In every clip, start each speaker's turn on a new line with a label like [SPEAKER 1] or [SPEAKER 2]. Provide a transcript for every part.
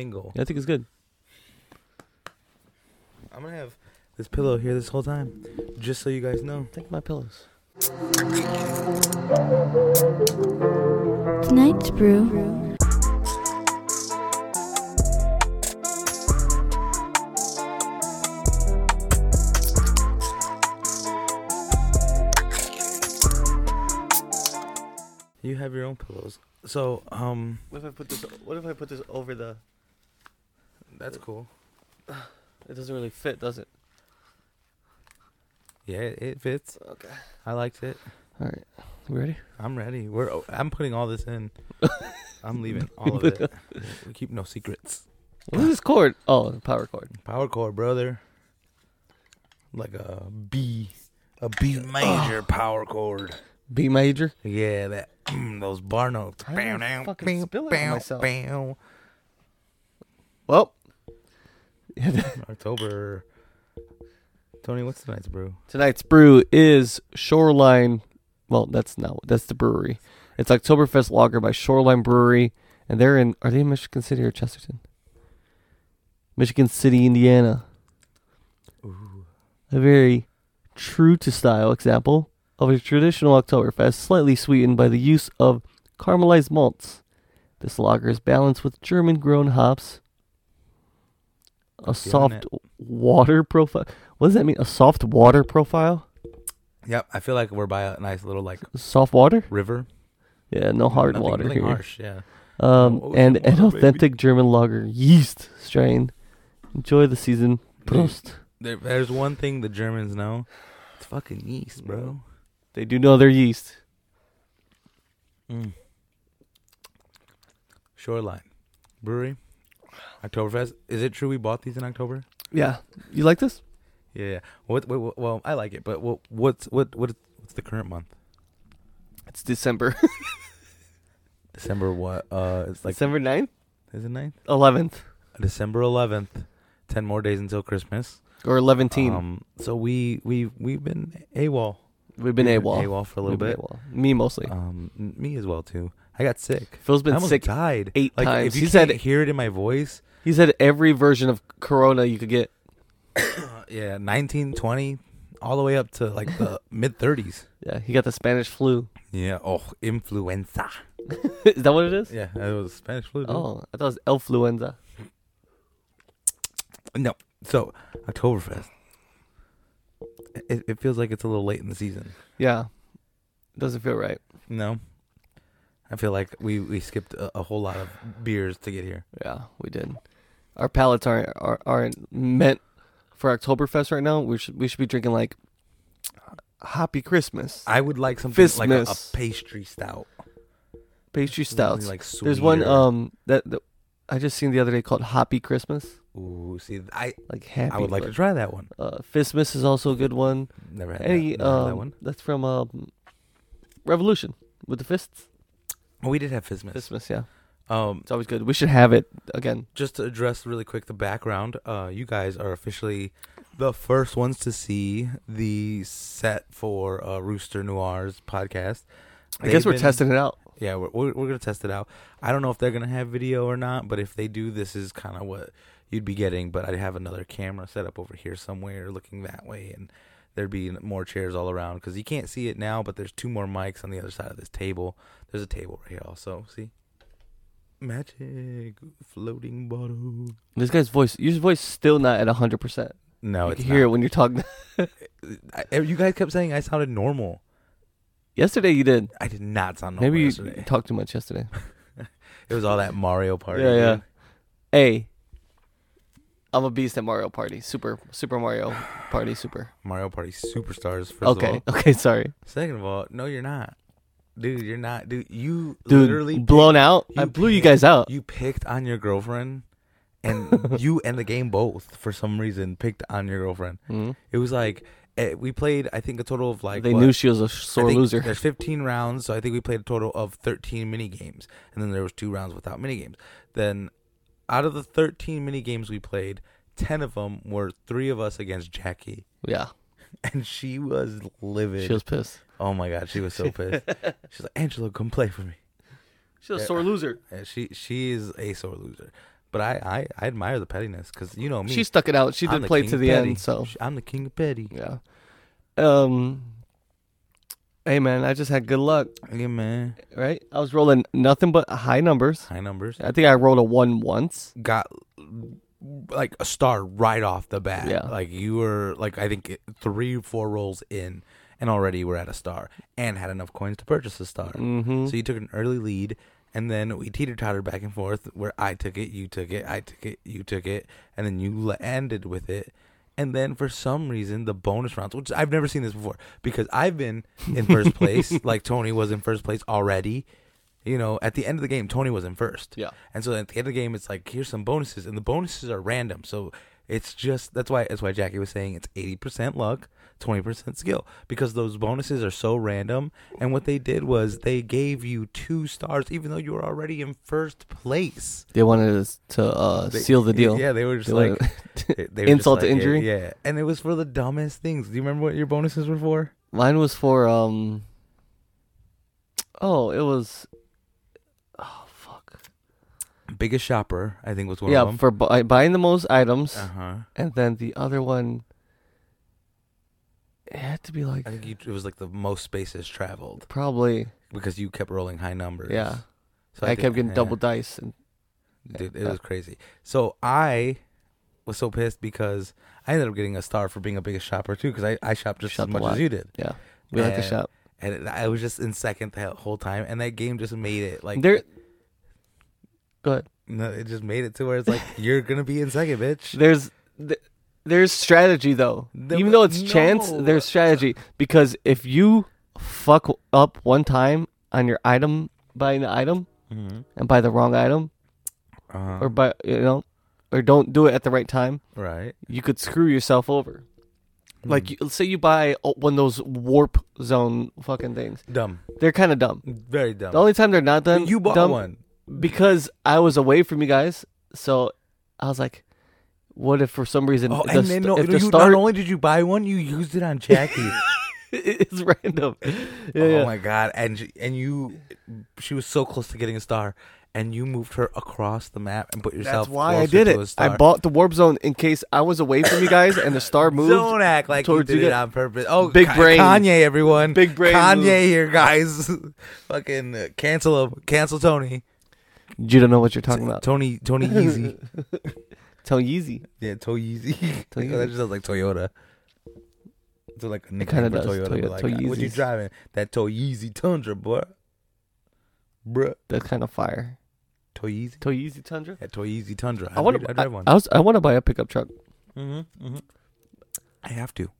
[SPEAKER 1] Single.
[SPEAKER 2] Yeah, I think it's good.
[SPEAKER 1] I'm gonna have this pillow here this whole time, just so you guys know.
[SPEAKER 2] I think my pillows.
[SPEAKER 3] Tonight's brew.
[SPEAKER 1] You have your own pillows, so um,
[SPEAKER 2] What if I put this? What if I put this over the?
[SPEAKER 1] that's cool.
[SPEAKER 2] It doesn't really fit, does it?
[SPEAKER 1] Yeah, it it fits.
[SPEAKER 2] Okay.
[SPEAKER 1] I liked it.
[SPEAKER 2] All right. We ready?
[SPEAKER 1] I'm ready. We're. oh, I'm putting all this in. I'm leaving all of it. We keep no secrets.
[SPEAKER 2] What is this cord? Oh, the power cord.
[SPEAKER 1] Power chord, brother. Like a B, a B major power chord.
[SPEAKER 2] B major.
[SPEAKER 1] Yeah, that mm, those bar notes.
[SPEAKER 2] How did I
[SPEAKER 1] Bow, down,
[SPEAKER 2] fucking
[SPEAKER 1] bow,
[SPEAKER 2] spill it on
[SPEAKER 1] bow,
[SPEAKER 2] myself?
[SPEAKER 1] bow.
[SPEAKER 2] Well,
[SPEAKER 1] October. Tony, what's tonight's brew?
[SPEAKER 2] tonight's brew is Shoreline. Well, that's not. That's the brewery. It's Oktoberfest Lager by Shoreline Brewery, and they're in. Are they in Michigan City or Chesterton? Michigan City, Indiana.
[SPEAKER 1] Ooh.
[SPEAKER 2] a very true to style example of a traditional Oktoberfest, slightly sweetened by the use of caramelized malts. This lager is balanced with German grown hops, a soft water profile. What does that mean? A soft water profile?
[SPEAKER 1] Yep, I feel like we're by a nice little like
[SPEAKER 2] Soft water?
[SPEAKER 1] river.
[SPEAKER 2] Yeah, no hard
[SPEAKER 1] Nothing-
[SPEAKER 2] water
[SPEAKER 1] nothing
[SPEAKER 2] here.
[SPEAKER 1] harsh, yeah.
[SPEAKER 2] Um,
[SPEAKER 1] No
[SPEAKER 2] and
[SPEAKER 1] ocean
[SPEAKER 2] an
[SPEAKER 1] water, baby.
[SPEAKER 2] authentic German lager yeast strain. Enjoy the season. Prost.
[SPEAKER 1] There, there's one thing the Germans know. It's fucking yeast, bro.
[SPEAKER 2] They do know their yeast.
[SPEAKER 1] Mm. Shoreline Brewery, Oktoberfest. Is it true we bought these in October?
[SPEAKER 2] Yeah. You like this?
[SPEAKER 1] Yeah. What? what, what well, I like it, but what? What's what? What? What's the current month?
[SPEAKER 2] It's December.
[SPEAKER 1] December what? Uh, it's like
[SPEAKER 2] December 9th?
[SPEAKER 1] is it ninth?
[SPEAKER 2] 11th.
[SPEAKER 1] December eleventh. Ten more days until Christmas.
[SPEAKER 2] or 11teen.
[SPEAKER 1] Um, so we we we've been AWOL.
[SPEAKER 2] We've been
[SPEAKER 1] we've been
[SPEAKER 2] AWOL.
[SPEAKER 1] AWOL for a little
[SPEAKER 2] We've been
[SPEAKER 1] bit.
[SPEAKER 2] AWOL. Me mostly.
[SPEAKER 1] Um, n- me as well too. I got sick.
[SPEAKER 2] Phil's been
[SPEAKER 1] I almost
[SPEAKER 2] sick
[SPEAKER 1] died
[SPEAKER 2] eight
[SPEAKER 1] like,
[SPEAKER 2] times.
[SPEAKER 1] If you
[SPEAKER 2] He
[SPEAKER 1] can't
[SPEAKER 2] said-
[SPEAKER 1] hear it in my voice.
[SPEAKER 2] He's had every version of Corona you could get.
[SPEAKER 1] uh, yeah, 19, 20, all the way up to like the mid thirties.
[SPEAKER 2] Yeah, he got the Spanish flu.
[SPEAKER 1] Yeah. Oh, influenza.
[SPEAKER 2] is that what it is?
[SPEAKER 1] Yeah, that was Spanish flu. dude.
[SPEAKER 2] Oh, I thought it was Elfluenza.
[SPEAKER 1] No. So Oktoberfest. It, it feels like it's a little late in the season.
[SPEAKER 2] Yeah. Doesn't feel right.
[SPEAKER 1] No. I feel like we, we skipped a, a whole lot of beers to get here.
[SPEAKER 2] Yeah, we did. Our palates aren't are, aren't meant for Oktoberfest right now. We should we should be drinking like Happy Christmas
[SPEAKER 1] I would like something like a, a
[SPEAKER 2] Fistmas.
[SPEAKER 1] pastry stout. Something
[SPEAKER 2] pastry stouts.
[SPEAKER 1] Like sweet
[SPEAKER 2] There's one
[SPEAKER 1] or-
[SPEAKER 2] um that, that I just seen the other day called Happy Christmas,
[SPEAKER 1] Ooh, see, I
[SPEAKER 2] like happy.
[SPEAKER 1] I would like to
[SPEAKER 2] but-
[SPEAKER 1] try that one.
[SPEAKER 2] Uh, Fistmas is also a good one.
[SPEAKER 1] Never had
[SPEAKER 2] Any
[SPEAKER 1] that, never had that
[SPEAKER 2] um,
[SPEAKER 1] one.
[SPEAKER 2] that's from um, Revolution with the fists.
[SPEAKER 1] Oh, we did have Fistmas.
[SPEAKER 2] Fistmas, yeah,
[SPEAKER 1] Um,
[SPEAKER 2] it's always good. We should have it again.
[SPEAKER 1] just to address really quick the background, uh, you guys are officially the first ones to see the set for uh, Rooster Noir's podcast.
[SPEAKER 2] I guess
[SPEAKER 1] They've
[SPEAKER 2] we're
[SPEAKER 1] been-
[SPEAKER 2] testing it out.
[SPEAKER 1] Yeah, we're, we're we're gonna test it out. I don't know if they're gonna have video or not, but if they do, this is kind of what you'd be getting. But I'd have another camera set up over here somewhere, looking that way, and there'd be more chairs all around because you can't see it now. But there's two more mics on the other side of this table. There's a table right here, also. See, magic floating bottle.
[SPEAKER 2] This guy's voice, your voice, still not at hundred percent.
[SPEAKER 1] No,
[SPEAKER 2] You
[SPEAKER 1] it's
[SPEAKER 2] can hear it when you're talking.
[SPEAKER 1] not. I, eh, you guys kept saying I sounded normal.
[SPEAKER 2] yesterday you did.
[SPEAKER 1] I did not sound normal
[SPEAKER 2] Maybe you
[SPEAKER 1] yesterday.
[SPEAKER 2] talked too much yesterday.
[SPEAKER 1] It was all that Mario party.
[SPEAKER 2] Yeah, yeah.
[SPEAKER 1] dude.
[SPEAKER 2] A, I'm a beast at Mario Party. Super, Super Mario Party. Super.
[SPEAKER 1] Mario Party superstars. First of all.
[SPEAKER 2] okay, okay, sorry,
[SPEAKER 1] Second of all, no, you're not, dude. You're not, dude. You
[SPEAKER 2] dude.
[SPEAKER 1] literally
[SPEAKER 2] blown out.
[SPEAKER 1] you
[SPEAKER 2] I blew you
[SPEAKER 1] picked-
[SPEAKER 2] guys out.
[SPEAKER 1] You picked on your girlfriend, and you and the game both for some reason picked on your girlfriend.
[SPEAKER 2] Mhm.
[SPEAKER 1] It was like eh, we played. I think a total of like
[SPEAKER 2] they
[SPEAKER 1] what,
[SPEAKER 2] knew she was a
[SPEAKER 1] I
[SPEAKER 2] sore
[SPEAKER 1] think
[SPEAKER 2] loser.
[SPEAKER 1] There's 15 rounds, so I think we played a total of 13 mini games, and then there was two rounds without mini games. Then, out of the 13 mini games we played, 10 of them were three of us against Jackie,
[SPEAKER 2] Yeah,
[SPEAKER 1] and she was livid.
[SPEAKER 2] she was pissed.
[SPEAKER 1] oh my god, she was so pissed. She's like, Angelo, come play for me.
[SPEAKER 2] She's
[SPEAKER 1] Yeah.
[SPEAKER 2] a sore loser.
[SPEAKER 1] Yeah, she she is a sore loser. But I, I, I admire the pettiness because you know me.
[SPEAKER 2] She stuck it out. She
[SPEAKER 1] I'm
[SPEAKER 2] did
[SPEAKER 1] the
[SPEAKER 2] play
[SPEAKER 1] king
[SPEAKER 2] to
[SPEAKER 1] of
[SPEAKER 2] the
[SPEAKER 1] petty.
[SPEAKER 2] end. So
[SPEAKER 1] I'm the king of petty.
[SPEAKER 2] yeah. Um. Hey man, I just had good luck,
[SPEAKER 1] Yeah, man.
[SPEAKER 2] right? I was rolling nothing but high numbers.
[SPEAKER 1] High numbers.
[SPEAKER 2] I think I rolled a one once.
[SPEAKER 1] Got like a star right off the bat.
[SPEAKER 2] Yeah.
[SPEAKER 1] Like you were like I think three, four rolls in, and already you were at a star and had enough coins to purchase a star.
[SPEAKER 2] Mm-hmm.
[SPEAKER 1] So you took an early lead, and then we teeter tottered back and forth. Where I took it, you took it, I took it, you took it, and then you la- ended with it. And then for some reason, the bonus rounds, which I've never seen this before, because I've been in first place, like Tony was in first place already. You know, at the end of the game, Tony was in first.
[SPEAKER 2] Yeah.
[SPEAKER 1] And so at the end of the game, it's like here's some bonuses, and the bonuses are random. So it's just that's why that's why Jackie was saying it's eighty percent luck, twenty percent skill, because those bonuses are so random. And what they did was they gave you two stars, even though you were already in first place.
[SPEAKER 2] They wanted us to uh,
[SPEAKER 1] They-
[SPEAKER 2] seal the deal.
[SPEAKER 1] Yeah, they were just
[SPEAKER 2] They
[SPEAKER 1] like
[SPEAKER 2] wanted-
[SPEAKER 1] they were just
[SPEAKER 2] Insult to
[SPEAKER 1] like, yeah,
[SPEAKER 2] injury?
[SPEAKER 1] Yeah, and it was for the dumbest things. Do you remember what your bonuses were for?
[SPEAKER 2] Mine was for um. Oh, it was. Oh fuck.
[SPEAKER 1] Biggest shopper, I think was one
[SPEAKER 2] yeah,
[SPEAKER 1] of them.
[SPEAKER 2] for bu- buying the most items,
[SPEAKER 1] uh huh.
[SPEAKER 2] and then the other one. It had to be like
[SPEAKER 1] I think you, it was like the most spaces traveled
[SPEAKER 2] probably
[SPEAKER 1] because you kept rolling high numbers.
[SPEAKER 2] yeah.
[SPEAKER 1] So
[SPEAKER 2] I,
[SPEAKER 1] think-
[SPEAKER 2] kept getting
[SPEAKER 1] yeah.
[SPEAKER 2] double dice, and
[SPEAKER 1] Dude, it
[SPEAKER 2] Yeah.
[SPEAKER 1] was crazy. So I was so pissed because I ended up getting a star for being a biggest shopper too, because I, I shopped just
[SPEAKER 2] Shopped
[SPEAKER 1] as
[SPEAKER 2] a
[SPEAKER 1] much
[SPEAKER 2] lot.
[SPEAKER 1] as you did,
[SPEAKER 2] we like to
[SPEAKER 1] Yeah.
[SPEAKER 2] shop.
[SPEAKER 1] and it, I was just in second the whole time, and that game just made it like
[SPEAKER 2] there, go ahead.
[SPEAKER 1] no, it just made it to where it's like you're gonna be in second, bitch.
[SPEAKER 2] There's th- there's strategy though.
[SPEAKER 1] There
[SPEAKER 2] Even
[SPEAKER 1] wa-
[SPEAKER 2] though it's chance,
[SPEAKER 1] no.
[SPEAKER 2] there's strategy because if you fuck up one time on your item buying the item
[SPEAKER 1] Mm-hmm.
[SPEAKER 2] and buy the wrong item
[SPEAKER 1] Uh-huh.
[SPEAKER 2] or buy you know or don't do it at the right time,
[SPEAKER 1] right,
[SPEAKER 2] you could screw yourself over. Like
[SPEAKER 1] Mm.
[SPEAKER 2] you, let's say you buy oh, one of those warp zone fucking things.
[SPEAKER 1] dumb,
[SPEAKER 2] They're kind of dumb.
[SPEAKER 1] very dumb.
[SPEAKER 2] The only time they're not done
[SPEAKER 1] you bought
[SPEAKER 2] dumb
[SPEAKER 1] one.
[SPEAKER 2] because I was away from you guys, so I was like, "What if for some reason
[SPEAKER 1] Oh,
[SPEAKER 2] the
[SPEAKER 1] and
[SPEAKER 2] st-
[SPEAKER 1] then no,
[SPEAKER 2] if
[SPEAKER 1] you,
[SPEAKER 2] the
[SPEAKER 1] not
[SPEAKER 2] start
[SPEAKER 1] only did you buy one, you used it on Jackie.
[SPEAKER 2] is random?" Yeah,
[SPEAKER 1] oh
[SPEAKER 2] yeah.
[SPEAKER 1] my god! And sh- and you, she was so close to getting a star, and you moved her across the map and put yourself.
[SPEAKER 2] That's why I
[SPEAKER 1] closer
[SPEAKER 2] did
[SPEAKER 1] to a
[SPEAKER 2] it.
[SPEAKER 1] star.
[SPEAKER 2] I bought the warp zone in case I was away from you guys and the star moved.
[SPEAKER 1] Don't act like you
[SPEAKER 2] towards
[SPEAKER 1] did
[SPEAKER 2] you
[SPEAKER 1] it
[SPEAKER 2] guys.
[SPEAKER 1] on purpose. Oh,
[SPEAKER 2] Big
[SPEAKER 1] Ka-
[SPEAKER 2] brain.
[SPEAKER 1] Kanye, everyone.
[SPEAKER 2] Big brain
[SPEAKER 1] Kanye
[SPEAKER 2] move.
[SPEAKER 1] here, guys. Fucking uh, cancel him. Cancel Tony.
[SPEAKER 2] You don't know what you're talking about.
[SPEAKER 1] Tony. Tony Yeezy.
[SPEAKER 2] Tell Yeezy.
[SPEAKER 1] yeah, Tony Yeezy.
[SPEAKER 2] Tony
[SPEAKER 1] that
[SPEAKER 2] Yeezy.
[SPEAKER 1] just sounds like Toyota. So like a nickname for
[SPEAKER 2] kinda does,
[SPEAKER 1] Toyota.
[SPEAKER 2] Toyo-
[SPEAKER 1] but like, what you
[SPEAKER 2] Toyeezys.
[SPEAKER 1] driving? That Toyeezy Tundra, boy. Bruh.
[SPEAKER 2] That's kind of fire.
[SPEAKER 1] Toyeezy.
[SPEAKER 2] Tell Yeezy Tundra.
[SPEAKER 1] Yeah, Toyeezy Tundra.
[SPEAKER 2] I want
[SPEAKER 1] to. I
[SPEAKER 2] to.
[SPEAKER 1] drive one.
[SPEAKER 2] I, was. I want to buy a pickup truck.
[SPEAKER 1] Mm-hmm, mm-hmm. I have to.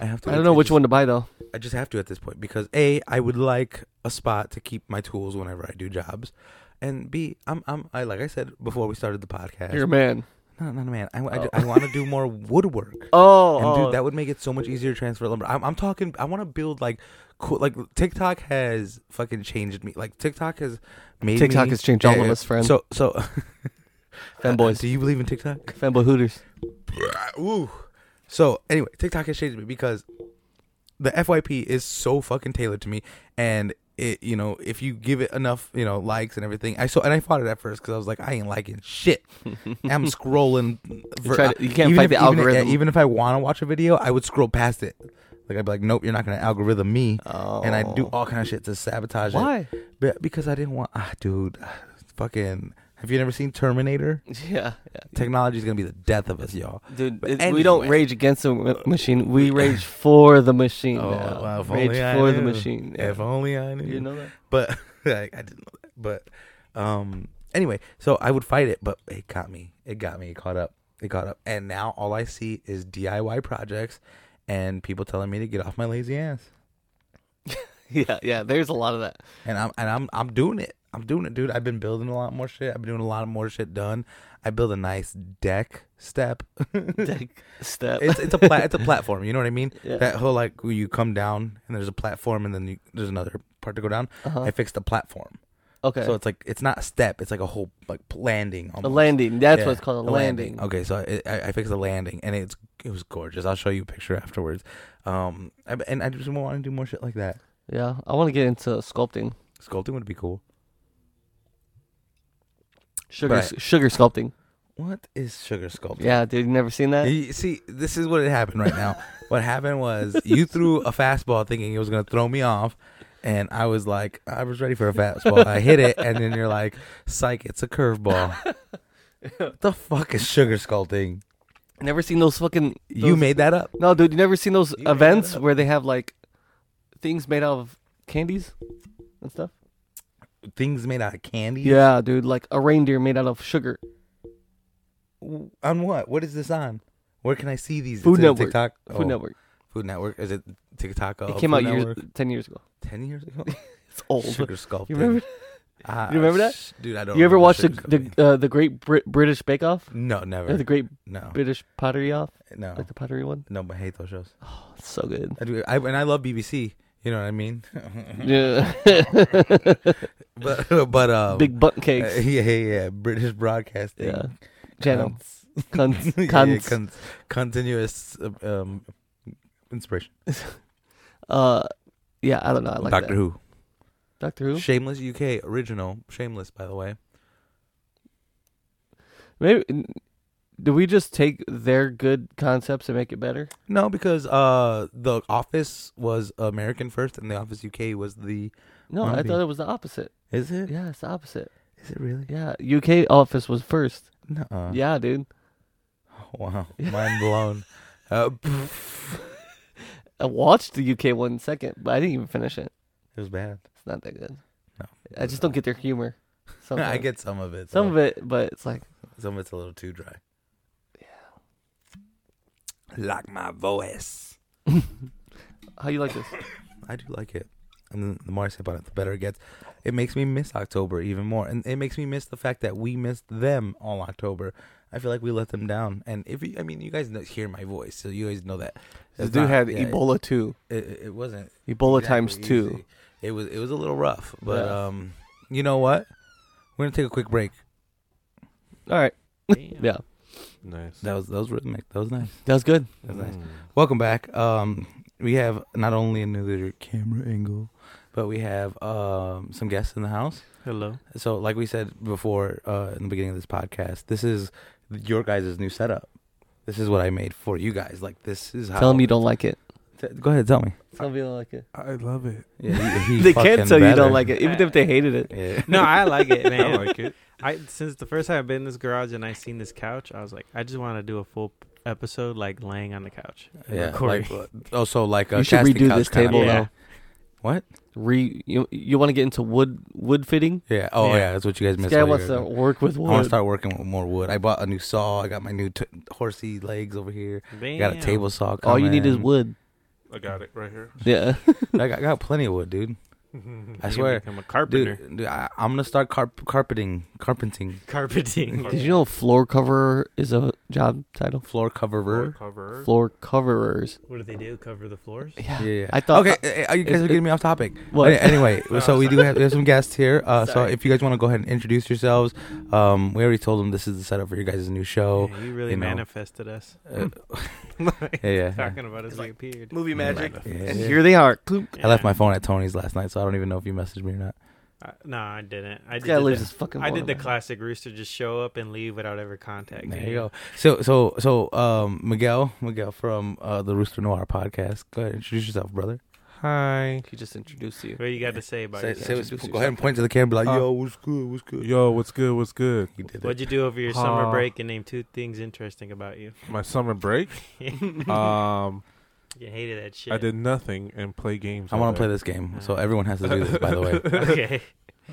[SPEAKER 1] I have to.
[SPEAKER 2] I don't know which
[SPEAKER 1] just-
[SPEAKER 2] one to buy though.
[SPEAKER 1] I just have to at this point because a I would like a spot to keep my tools whenever I do jobs, and b I'm I'm I like I said before we started the podcast.
[SPEAKER 2] You're a man.
[SPEAKER 1] no, no, no, man. I, I,
[SPEAKER 2] Oh.
[SPEAKER 1] want to do more woodwork.
[SPEAKER 2] Oh,
[SPEAKER 1] And
[SPEAKER 2] oh.
[SPEAKER 1] dude, that would make it so much easier to transfer lumber. I'm, I'm talking. I want to build like cool. Like TikTok has fucking changed me. Like TikTok has made
[SPEAKER 2] TikTok
[SPEAKER 1] me-
[SPEAKER 2] has changed all
[SPEAKER 1] Yeah,
[SPEAKER 2] of
[SPEAKER 1] yeah.
[SPEAKER 2] us, friend.
[SPEAKER 1] So so
[SPEAKER 2] Fanboys.
[SPEAKER 1] Do you believe in TikTok?
[SPEAKER 2] Fanboy Hooters.
[SPEAKER 1] Ooh. So anyway, TikTok has changed me because the FYP is so fucking tailored to me, and it you know if you give it enough you know likes and everything, I saw and I fought it at first because I was like I ain't liking shit. I'm scrolling. for-
[SPEAKER 2] try to- you can't
[SPEAKER 1] even
[SPEAKER 2] fight
[SPEAKER 1] if- even
[SPEAKER 2] the
[SPEAKER 1] if- yeah,
[SPEAKER 2] algorithm.
[SPEAKER 1] even if I want to watch a video, I would scroll past it. Like I'd be like, nope, you're not gonna algorithm me.
[SPEAKER 2] Oh.
[SPEAKER 1] And I do all kind of shit to sabotage it.
[SPEAKER 2] Why?
[SPEAKER 1] Why? Because I didn't want. Ah, dude, fucking. Have you never seen Terminator?
[SPEAKER 2] Yeah, yeah.
[SPEAKER 1] Technology is gonna be the death of us, y'all.
[SPEAKER 2] dude.
[SPEAKER 1] But
[SPEAKER 2] it- we don't
[SPEAKER 1] anyway.
[SPEAKER 2] rage against the ma- machine. We rage for the machine.
[SPEAKER 1] Oh,
[SPEAKER 2] now.
[SPEAKER 1] well, if
[SPEAKER 2] rage
[SPEAKER 1] only I
[SPEAKER 2] for the
[SPEAKER 1] knew.
[SPEAKER 2] machine. yeah.
[SPEAKER 1] If only I knew.
[SPEAKER 2] you know that.
[SPEAKER 1] But I, I didn't know that. But um, anyway, so I would fight it, but it got me. It got me. It caught up. It caught up. And now all I see is DIY projects and people telling me to get off my lazy ass.
[SPEAKER 2] Yeah, yeah. There's a lot of that.
[SPEAKER 1] And I'm and I'm I'm doing it. I'm doing it, dude. I've been building a lot more shit. I've been doing a lot of more shit done. I built a nice deck step.
[SPEAKER 2] Deck step.
[SPEAKER 1] it's it's a pla- it's a platform. You know what I mean?
[SPEAKER 2] Yeah.
[SPEAKER 1] That whole like where you come down and there's a platform and then you, there's another part to go down.
[SPEAKER 2] Uh-huh.
[SPEAKER 1] I fixed the platform.
[SPEAKER 2] okay.
[SPEAKER 1] So it's like it's not a step; it's like a whole like landing. Almost.
[SPEAKER 2] a landing. That's
[SPEAKER 1] Yeah,
[SPEAKER 2] what it's called. A,
[SPEAKER 1] a
[SPEAKER 2] landing.
[SPEAKER 1] Okay, so I, I, I fixed the landing, and it's it was gorgeous. I'll show you a picture afterwards. Um, I- and I just want to do more shit like that.
[SPEAKER 2] Yeah. I want to get into sculpting.
[SPEAKER 1] Sculpting would be cool.
[SPEAKER 2] Sugar.
[SPEAKER 1] Right.
[SPEAKER 2] Sugar sculpting.
[SPEAKER 1] What is sugar sculpting?
[SPEAKER 2] Yeah, dude, you never seen that?
[SPEAKER 1] You see, this is what had happened right now. what happened was you threw a fastball thinking it was going to throw me off. And I was like, I was ready for a fastball. I hit it. And then you're like, psych, it's a curveball. what the fuck is sugar sculpting?
[SPEAKER 2] Never seen those fucking.
[SPEAKER 1] You
[SPEAKER 2] those-
[SPEAKER 1] made that up.
[SPEAKER 2] No, dude, you never seen those
[SPEAKER 1] You made
[SPEAKER 2] events
[SPEAKER 1] that up.
[SPEAKER 2] where they have like things made out of candies and stuff?
[SPEAKER 1] Things made out of candy?
[SPEAKER 2] Yeah, dude, like a reindeer made out of sugar.
[SPEAKER 1] W- On what? What is this on? Where can I see these?
[SPEAKER 2] Food
[SPEAKER 1] It's in
[SPEAKER 2] Network.
[SPEAKER 1] TikTok? Oh,
[SPEAKER 2] Food Network.
[SPEAKER 1] Food Network. Is it TikTok? Oh,
[SPEAKER 2] It came out
[SPEAKER 1] Food
[SPEAKER 2] years,
[SPEAKER 1] Network?
[SPEAKER 2] ten years ago.
[SPEAKER 1] 10 years ago?
[SPEAKER 2] It's old.
[SPEAKER 1] Sugar sculpting.
[SPEAKER 2] You remember?
[SPEAKER 1] Ah,
[SPEAKER 2] you remember that?
[SPEAKER 1] sh- Dude, I don't
[SPEAKER 2] You ever
[SPEAKER 1] remember
[SPEAKER 2] watch the
[SPEAKER 1] sugar sculpting.
[SPEAKER 2] the, uh, the Great Brit- British Bake Off?
[SPEAKER 1] No,
[SPEAKER 2] Or
[SPEAKER 1] never. Oh.
[SPEAKER 2] the Great
[SPEAKER 1] No,
[SPEAKER 2] British Pottery Off,
[SPEAKER 1] no,
[SPEAKER 2] like the pottery one.
[SPEAKER 1] no. But I hate those shows.
[SPEAKER 2] Oh, it's so good.
[SPEAKER 1] I do, I, and I love BBC. You know what I mean?
[SPEAKER 2] Yeah.
[SPEAKER 1] but but um,
[SPEAKER 2] Big butt
[SPEAKER 1] uh,
[SPEAKER 2] cakes.
[SPEAKER 1] yeah, yeah, yeah. British broadcasting.
[SPEAKER 2] yeah. Channel.
[SPEAKER 1] Cunts.
[SPEAKER 2] Cunts.
[SPEAKER 1] Yeah, yeah,
[SPEAKER 2] Cunts.
[SPEAKER 1] cunts. continuous uh, um, inspiration.
[SPEAKER 2] Uh, yeah, I don't know. I like
[SPEAKER 1] Doctor
[SPEAKER 2] that.
[SPEAKER 1] Who.
[SPEAKER 2] Doctor Who.
[SPEAKER 1] Shameless UK original. Shameless, by the way.
[SPEAKER 2] Maybe n- do we just take their good concepts and make it better?
[SPEAKER 1] No, because uh, the Office was American first, and the Office UK was the.
[SPEAKER 2] No, I
[SPEAKER 1] Maybe.
[SPEAKER 2] thought it was the opposite.
[SPEAKER 1] Is it? Is
[SPEAKER 2] Yeah, it's the opposite.
[SPEAKER 1] it really?
[SPEAKER 2] Yeah, UK Office was first.
[SPEAKER 1] No.
[SPEAKER 2] Yeah, dude.
[SPEAKER 1] Wow.
[SPEAKER 2] Yeah.
[SPEAKER 1] Mind blown. Uh,
[SPEAKER 2] I watched the UK one second, but I didn't even finish it.
[SPEAKER 1] it was bad.
[SPEAKER 2] It's not that good.
[SPEAKER 1] No.
[SPEAKER 2] I just don't get their humor.
[SPEAKER 1] I
[SPEAKER 2] sometimes.
[SPEAKER 1] get some of it.
[SPEAKER 2] some of it, but it's like
[SPEAKER 1] Some of it's a little too dry. Yeah. Like my voice.
[SPEAKER 2] how you like this?
[SPEAKER 1] I do like it. And then the more I say about it, the better it gets. It makes me miss October even more. And it makes me miss the fact that we missed them all October. I feel like we let them down. And if you, I mean, you guys know, hear my voice, so you guys know that.
[SPEAKER 2] This
[SPEAKER 1] it's
[SPEAKER 2] dude
[SPEAKER 1] not-
[SPEAKER 2] had
[SPEAKER 1] yeah,
[SPEAKER 2] Ebola too.
[SPEAKER 1] It, it, it wasn't
[SPEAKER 2] Ebola
[SPEAKER 1] exactly
[SPEAKER 2] times two.
[SPEAKER 1] easy. It was it was a little rough, but
[SPEAKER 2] Yeah.
[SPEAKER 1] um, you know what? We're gonna take a quick break.
[SPEAKER 2] All right. Yeah,
[SPEAKER 3] Nice. Mm.
[SPEAKER 1] That was that was rhythmic. That was nice.
[SPEAKER 2] that was good.
[SPEAKER 1] That was nice. Welcome back. Um, we have not only another camera angle, but we have um, some guests in the house.
[SPEAKER 3] Hello.
[SPEAKER 1] So, like we said before uh, in the beginning of this podcast, this is your guys' new setup. This is what I made for you guys. Like this is how.
[SPEAKER 2] Tell him you don't like it.
[SPEAKER 1] T- go ahead, tell me.
[SPEAKER 2] Tell him you don't like it.
[SPEAKER 3] I love it.
[SPEAKER 1] Yeah,
[SPEAKER 2] they can't tell you don't like it, even if they hated it.
[SPEAKER 1] Yeah.
[SPEAKER 4] No, I like it, man.
[SPEAKER 3] I like it.
[SPEAKER 4] I since the first time I've been in this garage and I seen this couch, I was like, I just want to do a full episode like laying on the couch. and
[SPEAKER 1] Yeah.
[SPEAKER 4] recording.
[SPEAKER 1] Like, oh, so like a
[SPEAKER 2] You should
[SPEAKER 1] casting
[SPEAKER 2] redo
[SPEAKER 1] couch
[SPEAKER 2] this
[SPEAKER 1] kinda
[SPEAKER 2] table
[SPEAKER 1] thing.
[SPEAKER 4] Yeah.
[SPEAKER 2] though.
[SPEAKER 1] What?
[SPEAKER 2] Re you you want to get into wood wood fitting?
[SPEAKER 1] Yeah. Oh, yeah.
[SPEAKER 4] Yeah.
[SPEAKER 1] That's what you guys
[SPEAKER 2] This
[SPEAKER 1] missed.
[SPEAKER 2] guy
[SPEAKER 1] while you
[SPEAKER 2] wants
[SPEAKER 1] were
[SPEAKER 2] to
[SPEAKER 1] gone.
[SPEAKER 2] work with
[SPEAKER 1] I want to
[SPEAKER 2] wood.
[SPEAKER 1] start working with more wood. I bought a new saw. I got my new t- horsey legs over here.
[SPEAKER 4] Damn.
[SPEAKER 1] Got a table saw.
[SPEAKER 2] All you need is
[SPEAKER 1] coming.
[SPEAKER 2] wood.
[SPEAKER 3] I got it right here.
[SPEAKER 2] Yeah.
[SPEAKER 1] I got, I got plenty of wood, dude. I
[SPEAKER 4] You
[SPEAKER 1] swear.
[SPEAKER 4] become a carpenter.
[SPEAKER 1] Dude, dude I, I'm gonna start carp- carpeting, carpenting,
[SPEAKER 4] Carpeting.
[SPEAKER 2] Did you know floor coverer is a job title?
[SPEAKER 1] floor coverer.
[SPEAKER 3] Cover.
[SPEAKER 2] Floor coverers.
[SPEAKER 4] What do they do? Cover the floors?
[SPEAKER 2] Yeah.
[SPEAKER 1] Yeah.
[SPEAKER 2] I thought.
[SPEAKER 1] okay,
[SPEAKER 2] uh,
[SPEAKER 1] uh, eh, eh, you guys
[SPEAKER 2] it-
[SPEAKER 1] are getting me off topic.
[SPEAKER 2] What?
[SPEAKER 1] Any- Anyway,
[SPEAKER 3] Oh,
[SPEAKER 1] so we do have, we have some guests here. Uh, so
[SPEAKER 2] Sorry.
[SPEAKER 1] if you guys want to go ahead and introduce yourselves, um, we already told them this is the setup for your guys' new show.
[SPEAKER 4] Yeah, you really
[SPEAKER 1] you know.
[SPEAKER 4] manifested us.
[SPEAKER 1] Uh,
[SPEAKER 4] Like,
[SPEAKER 1] yeah, yeah.
[SPEAKER 4] Talking about us, we appeared.
[SPEAKER 2] movie
[SPEAKER 1] magic. Yeah.
[SPEAKER 2] And here they are. Cloop.
[SPEAKER 1] I left
[SPEAKER 4] Yeah.
[SPEAKER 1] my phone at Tony's last night, so I don't even know if you messaged me or not.
[SPEAKER 4] Uh, no, I didn't. I
[SPEAKER 2] This
[SPEAKER 4] did
[SPEAKER 2] guy lives
[SPEAKER 4] the,
[SPEAKER 2] his fucking.
[SPEAKER 4] I did
[SPEAKER 2] phone
[SPEAKER 4] the
[SPEAKER 2] around.
[SPEAKER 4] classic rooster just show up and leave without ever contacting.
[SPEAKER 1] There you go. So so so um, Miguel Miguel from uh, the Rooster Noir podcast. Go ahead, introduce yourself, brother.
[SPEAKER 3] Hi.
[SPEAKER 2] He just introduced you.
[SPEAKER 4] What you got to say about
[SPEAKER 1] Say-
[SPEAKER 4] yourself?
[SPEAKER 1] say what's-
[SPEAKER 2] Introduce
[SPEAKER 1] go ahead and point to the camera, like,
[SPEAKER 3] Uh,
[SPEAKER 1] yo, what's good, what's good.
[SPEAKER 3] Yo, what's good? What's good?
[SPEAKER 1] He did
[SPEAKER 4] What'd
[SPEAKER 1] it.
[SPEAKER 4] you do over your summer
[SPEAKER 3] Uh,
[SPEAKER 4] break and name two things interesting about you?
[SPEAKER 3] My summer break.
[SPEAKER 4] you
[SPEAKER 1] Uh,
[SPEAKER 3] Um,
[SPEAKER 4] hated that shit.
[SPEAKER 3] I did nothing and play games.
[SPEAKER 1] I want to play this game, so everyone has to do this. By the way,
[SPEAKER 4] Okay.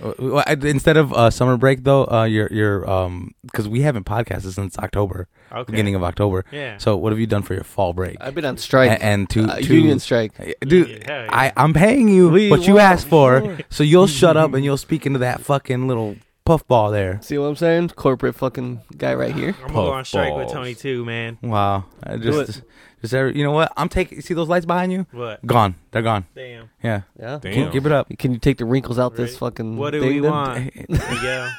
[SPEAKER 1] Uh, well, I- instead of uh, summer break though, uh, your your um, because we haven't podcasted since October,
[SPEAKER 4] Okay.
[SPEAKER 1] beginning of October.
[SPEAKER 4] Yeah.
[SPEAKER 1] So what have you done for your fall break?
[SPEAKER 2] I've been on
[SPEAKER 1] A-
[SPEAKER 2] strike.
[SPEAKER 1] and two,
[SPEAKER 2] Uh,
[SPEAKER 1] two
[SPEAKER 2] union strike.
[SPEAKER 1] dude.
[SPEAKER 4] Yeah, yeah.
[SPEAKER 1] I, I'm paying you
[SPEAKER 2] We
[SPEAKER 1] what you
[SPEAKER 2] want
[SPEAKER 1] asked for,
[SPEAKER 2] more.
[SPEAKER 1] so you'll shut up and you'll speak into that fucking little puffball there.
[SPEAKER 2] See what I'm saying? Corporate fucking guy right here.
[SPEAKER 4] I'm gonna go on strike
[SPEAKER 3] Puffballs.
[SPEAKER 4] with Tony too, man.
[SPEAKER 1] Wow. I
[SPEAKER 2] Do
[SPEAKER 1] just, just every, you know what? I'm taking, see those lights behind you?
[SPEAKER 4] What?
[SPEAKER 1] Gone. They're gone.
[SPEAKER 4] Damn.
[SPEAKER 1] Yeah.
[SPEAKER 2] Yeah.
[SPEAKER 3] Damn.
[SPEAKER 1] Keep, keep it up.
[SPEAKER 2] Can you take the wrinkles out this
[SPEAKER 4] Right.
[SPEAKER 2] fucking
[SPEAKER 4] What do
[SPEAKER 2] thing
[SPEAKER 4] we
[SPEAKER 2] then?
[SPEAKER 4] want? Miguel.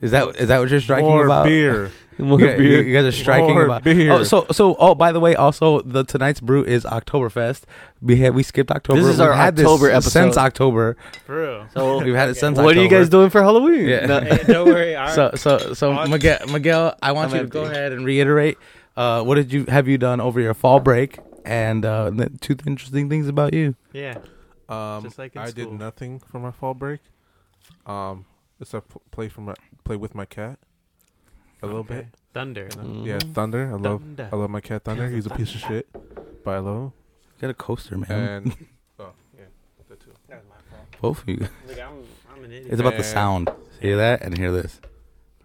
[SPEAKER 1] Is that is that what you're striking
[SPEAKER 3] More
[SPEAKER 1] about?
[SPEAKER 3] beer.
[SPEAKER 2] More
[SPEAKER 1] you, guys-
[SPEAKER 2] beer.
[SPEAKER 1] you guys are striking
[SPEAKER 3] More
[SPEAKER 1] about
[SPEAKER 3] beer.
[SPEAKER 1] Oh, so so oh, by the way, also the tonight's brew is Oktoberfest. We had we skipped October.
[SPEAKER 2] This is
[SPEAKER 1] We've
[SPEAKER 2] our
[SPEAKER 1] had this
[SPEAKER 2] October episode.
[SPEAKER 1] since October.
[SPEAKER 4] For real.
[SPEAKER 2] So,
[SPEAKER 1] We've had it since.
[SPEAKER 2] what are you guys doing for Halloween?
[SPEAKER 1] Yeah.
[SPEAKER 2] No.
[SPEAKER 4] Hey, don't worry. Our,
[SPEAKER 1] So so so
[SPEAKER 4] Aw,
[SPEAKER 1] Miguel, Miguel, I want
[SPEAKER 2] I'm
[SPEAKER 1] you to go
[SPEAKER 2] empty.
[SPEAKER 1] ahead and reiterate. Uh, what did you have you done over your fall break? And uh, the two interesting things about you.
[SPEAKER 4] yeah.
[SPEAKER 3] Um,
[SPEAKER 4] Just like in
[SPEAKER 3] I
[SPEAKER 4] school.
[SPEAKER 3] did nothing for my fall break, um, except p- play for my play with my cat a little
[SPEAKER 4] Okay.
[SPEAKER 3] bit.
[SPEAKER 4] Thunder. Thunder.
[SPEAKER 2] Mm.
[SPEAKER 3] Yeah, Thunder. I love
[SPEAKER 4] Thunder.
[SPEAKER 3] I love my cat Thunder. He's a piece of shit, but I love him.
[SPEAKER 1] Got a coaster, man.
[SPEAKER 3] And oh yeah, the two.
[SPEAKER 4] That was my fault.
[SPEAKER 1] Both of you.
[SPEAKER 4] Look, I'm, I'm an idiot.
[SPEAKER 1] It's about the
[SPEAKER 3] And-
[SPEAKER 1] sound. Hear that and hear this.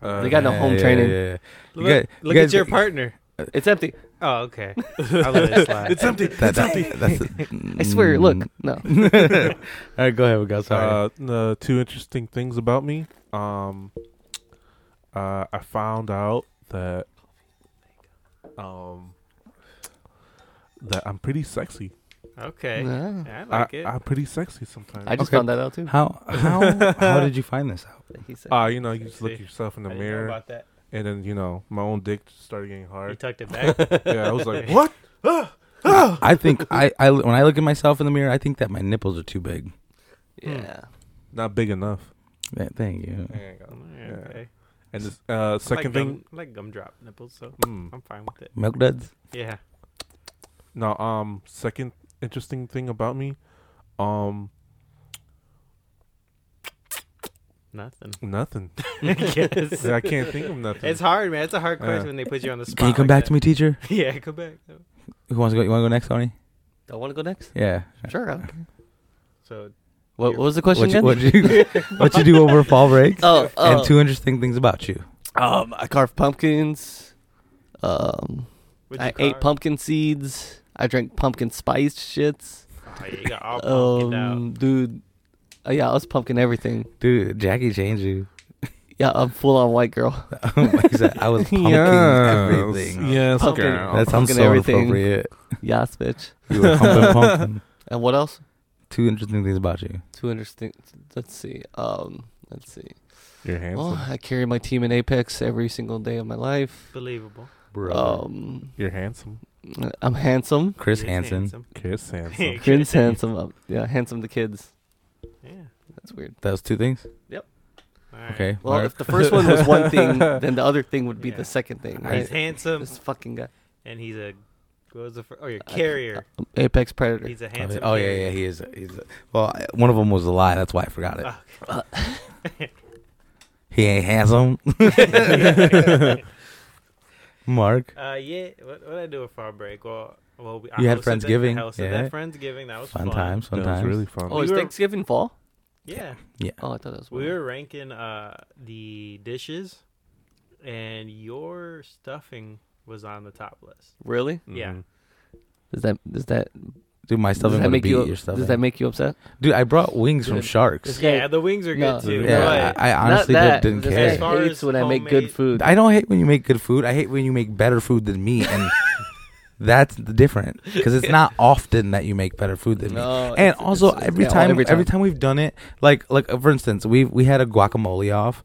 [SPEAKER 3] Uh,
[SPEAKER 2] They got no
[SPEAKER 1] Yeah,
[SPEAKER 2] home
[SPEAKER 1] yeah,
[SPEAKER 2] training.
[SPEAKER 1] yeah, yeah.
[SPEAKER 4] look
[SPEAKER 1] you guys-
[SPEAKER 4] look
[SPEAKER 1] you
[SPEAKER 4] at
[SPEAKER 1] guys-
[SPEAKER 4] your partner.
[SPEAKER 2] It's empty.
[SPEAKER 4] Oh, okay. I'll let it slide.
[SPEAKER 3] It's empty.
[SPEAKER 1] That- that- that's
[SPEAKER 2] I swear. Look, no.
[SPEAKER 1] All right, go ahead. We got sorry.
[SPEAKER 3] Uh, the two interesting things about me. Um, uh, I found out that um that I'm pretty sexy.
[SPEAKER 4] okay.
[SPEAKER 2] Nah.
[SPEAKER 4] I like
[SPEAKER 3] I,
[SPEAKER 4] it.
[SPEAKER 3] I'm pretty sexy sometimes.
[SPEAKER 2] I just
[SPEAKER 1] Okay.
[SPEAKER 2] found that out too.
[SPEAKER 1] how how how did you find this out?
[SPEAKER 2] He said-
[SPEAKER 3] Ah, you know, you just look at
[SPEAKER 4] Sexy.
[SPEAKER 3] yourself in the
[SPEAKER 4] I didn't know
[SPEAKER 3] mirror,
[SPEAKER 4] about that.
[SPEAKER 3] and then you know, my own dick just started getting
[SPEAKER 4] You
[SPEAKER 3] hard.
[SPEAKER 4] tucked it back.
[SPEAKER 3] yeah, I was like, what?
[SPEAKER 1] I think I, I when I look at myself in the mirror, I think that my nipples are too big.
[SPEAKER 2] yeah.
[SPEAKER 3] Not big enough.
[SPEAKER 1] Yeah, Thank you.
[SPEAKER 4] Yeah, okay.
[SPEAKER 3] And this uh,
[SPEAKER 4] I like
[SPEAKER 3] second
[SPEAKER 4] gum-
[SPEAKER 3] thing,
[SPEAKER 4] I like gumdrop nipples, so
[SPEAKER 3] mm,
[SPEAKER 4] I'm fine with it.
[SPEAKER 1] Milk duds.
[SPEAKER 4] Yeah.
[SPEAKER 3] no, um, second interesting thing about me, um,
[SPEAKER 4] Nothing.
[SPEAKER 3] nothing.
[SPEAKER 4] yes.
[SPEAKER 3] I can't think of nothing.
[SPEAKER 4] It's hard, man. It's a hard
[SPEAKER 3] Yeah.
[SPEAKER 4] question when they put you on the spot.
[SPEAKER 1] Can you come back
[SPEAKER 4] like
[SPEAKER 1] to me, teacher?
[SPEAKER 4] that. Yeah, come back.
[SPEAKER 1] Who wants to go? You want to go next, Tony?
[SPEAKER 2] I want to go next.
[SPEAKER 1] Yeah.
[SPEAKER 2] Sure. I don't care.
[SPEAKER 4] So
[SPEAKER 2] What, what was the question
[SPEAKER 1] What you, what
[SPEAKER 2] again?
[SPEAKER 1] you what you do over fall break?
[SPEAKER 2] oh, oh.
[SPEAKER 1] And two interesting things about you.
[SPEAKER 2] Um, I carved pumpkins. Um,
[SPEAKER 4] what'd you
[SPEAKER 2] I ate
[SPEAKER 4] carve?
[SPEAKER 2] pumpkin seeds. I drank pumpkin spice shits.
[SPEAKER 4] Oh, yeah, you got all pumpkin out.
[SPEAKER 2] Um, dude, uh, yeah, I was pumpkin everything.
[SPEAKER 1] Dude, Jackie changed you.
[SPEAKER 2] Yeah, I'm full on white girl.
[SPEAKER 1] Like I said, I was pumping everything.
[SPEAKER 3] Yes,
[SPEAKER 2] Pumpkin.
[SPEAKER 3] girl.
[SPEAKER 1] That sounds
[SPEAKER 2] Pumping
[SPEAKER 1] so
[SPEAKER 2] everything.
[SPEAKER 1] appropriate.
[SPEAKER 2] Yes, bitch.
[SPEAKER 1] You were pumping pumpkin.
[SPEAKER 2] And what else?
[SPEAKER 1] Two interesting things about you.
[SPEAKER 2] Two interesting. Let's see. Um, let's see.
[SPEAKER 3] You're handsome.
[SPEAKER 2] Well, I carry my team in Apex every single day of my life.
[SPEAKER 4] Believable.
[SPEAKER 1] Bro.
[SPEAKER 2] Um,
[SPEAKER 3] You're handsome.
[SPEAKER 2] I'm handsome.
[SPEAKER 1] Oh. Chris
[SPEAKER 4] He's
[SPEAKER 1] Hansen.
[SPEAKER 3] Kiss handsome.
[SPEAKER 2] Prince handsome. Um, yeah, handsome to kids.
[SPEAKER 4] Yeah.
[SPEAKER 2] That's weird.
[SPEAKER 1] That was two things?
[SPEAKER 4] All right.
[SPEAKER 1] Okay.
[SPEAKER 2] Well,
[SPEAKER 1] Mark.
[SPEAKER 2] if the first one was one thing, then the other thing would be
[SPEAKER 4] Yeah.
[SPEAKER 2] the second thing,
[SPEAKER 1] I-
[SPEAKER 2] right?
[SPEAKER 4] He's handsome,
[SPEAKER 2] This fucking guy.
[SPEAKER 4] and he's a what was the fir- oh, you're
[SPEAKER 2] I-
[SPEAKER 4] carrier.
[SPEAKER 2] Apex Predator.
[SPEAKER 4] He's a
[SPEAKER 1] Oh,
[SPEAKER 4] handsome.
[SPEAKER 1] yeah, oh, yeah, yeah, he is. He's a, well, I- one of them was a lie. That's why I forgot it.
[SPEAKER 4] Oh,
[SPEAKER 1] He ain't handsome.
[SPEAKER 4] carrier.
[SPEAKER 1] Mark.
[SPEAKER 4] uh, yeah. What what I do with fall break? Well, well, we,
[SPEAKER 1] You
[SPEAKER 4] I
[SPEAKER 1] had
[SPEAKER 4] hosted the
[SPEAKER 1] Friendsgiving,
[SPEAKER 4] house, so
[SPEAKER 1] yeah.
[SPEAKER 4] that Friendsgiving that was
[SPEAKER 1] Fun times, fun
[SPEAKER 3] That was
[SPEAKER 1] times.
[SPEAKER 3] really fun.
[SPEAKER 2] oh,
[SPEAKER 4] we
[SPEAKER 2] is
[SPEAKER 4] were-
[SPEAKER 2] Thanksgiving fall?
[SPEAKER 4] Yeah.
[SPEAKER 1] Yeah.
[SPEAKER 2] Oh, I thought that was.
[SPEAKER 4] We
[SPEAKER 2] winter.
[SPEAKER 4] were ranking uh the dishes, and your stuffing was on the top list.
[SPEAKER 2] Really?
[SPEAKER 4] yeah.
[SPEAKER 3] Mhm.
[SPEAKER 2] Does that does that
[SPEAKER 1] Dude, my
[SPEAKER 2] does
[SPEAKER 1] stuffing
[SPEAKER 2] that
[SPEAKER 1] would
[SPEAKER 2] make
[SPEAKER 1] beat
[SPEAKER 2] you
[SPEAKER 1] your stuffing.
[SPEAKER 2] does that make you upset?
[SPEAKER 1] Dude, I brought wings from
[SPEAKER 2] Dude,
[SPEAKER 1] sharks.
[SPEAKER 2] this guy-
[SPEAKER 4] Yeah, the wings are good
[SPEAKER 2] No.
[SPEAKER 4] too.
[SPEAKER 1] Yeah,
[SPEAKER 4] but
[SPEAKER 1] I, I honestly
[SPEAKER 2] Not that.
[SPEAKER 1] did, not
[SPEAKER 2] this
[SPEAKER 1] care.
[SPEAKER 4] As
[SPEAKER 2] Guy
[SPEAKER 4] far
[SPEAKER 2] hates
[SPEAKER 4] as
[SPEAKER 2] when I make good
[SPEAKER 4] homemade-
[SPEAKER 2] food.
[SPEAKER 1] I don't hate when you make good food. I hate when you make better food than me, and that's the different because it's not often that you make better food than me.
[SPEAKER 2] no,
[SPEAKER 1] And
[SPEAKER 2] it's-
[SPEAKER 1] also,
[SPEAKER 2] it's-
[SPEAKER 1] every,
[SPEAKER 2] yeah,
[SPEAKER 1] time,
[SPEAKER 2] every time,
[SPEAKER 1] we've done it, like like uh, for instance, we we had a guacamole off.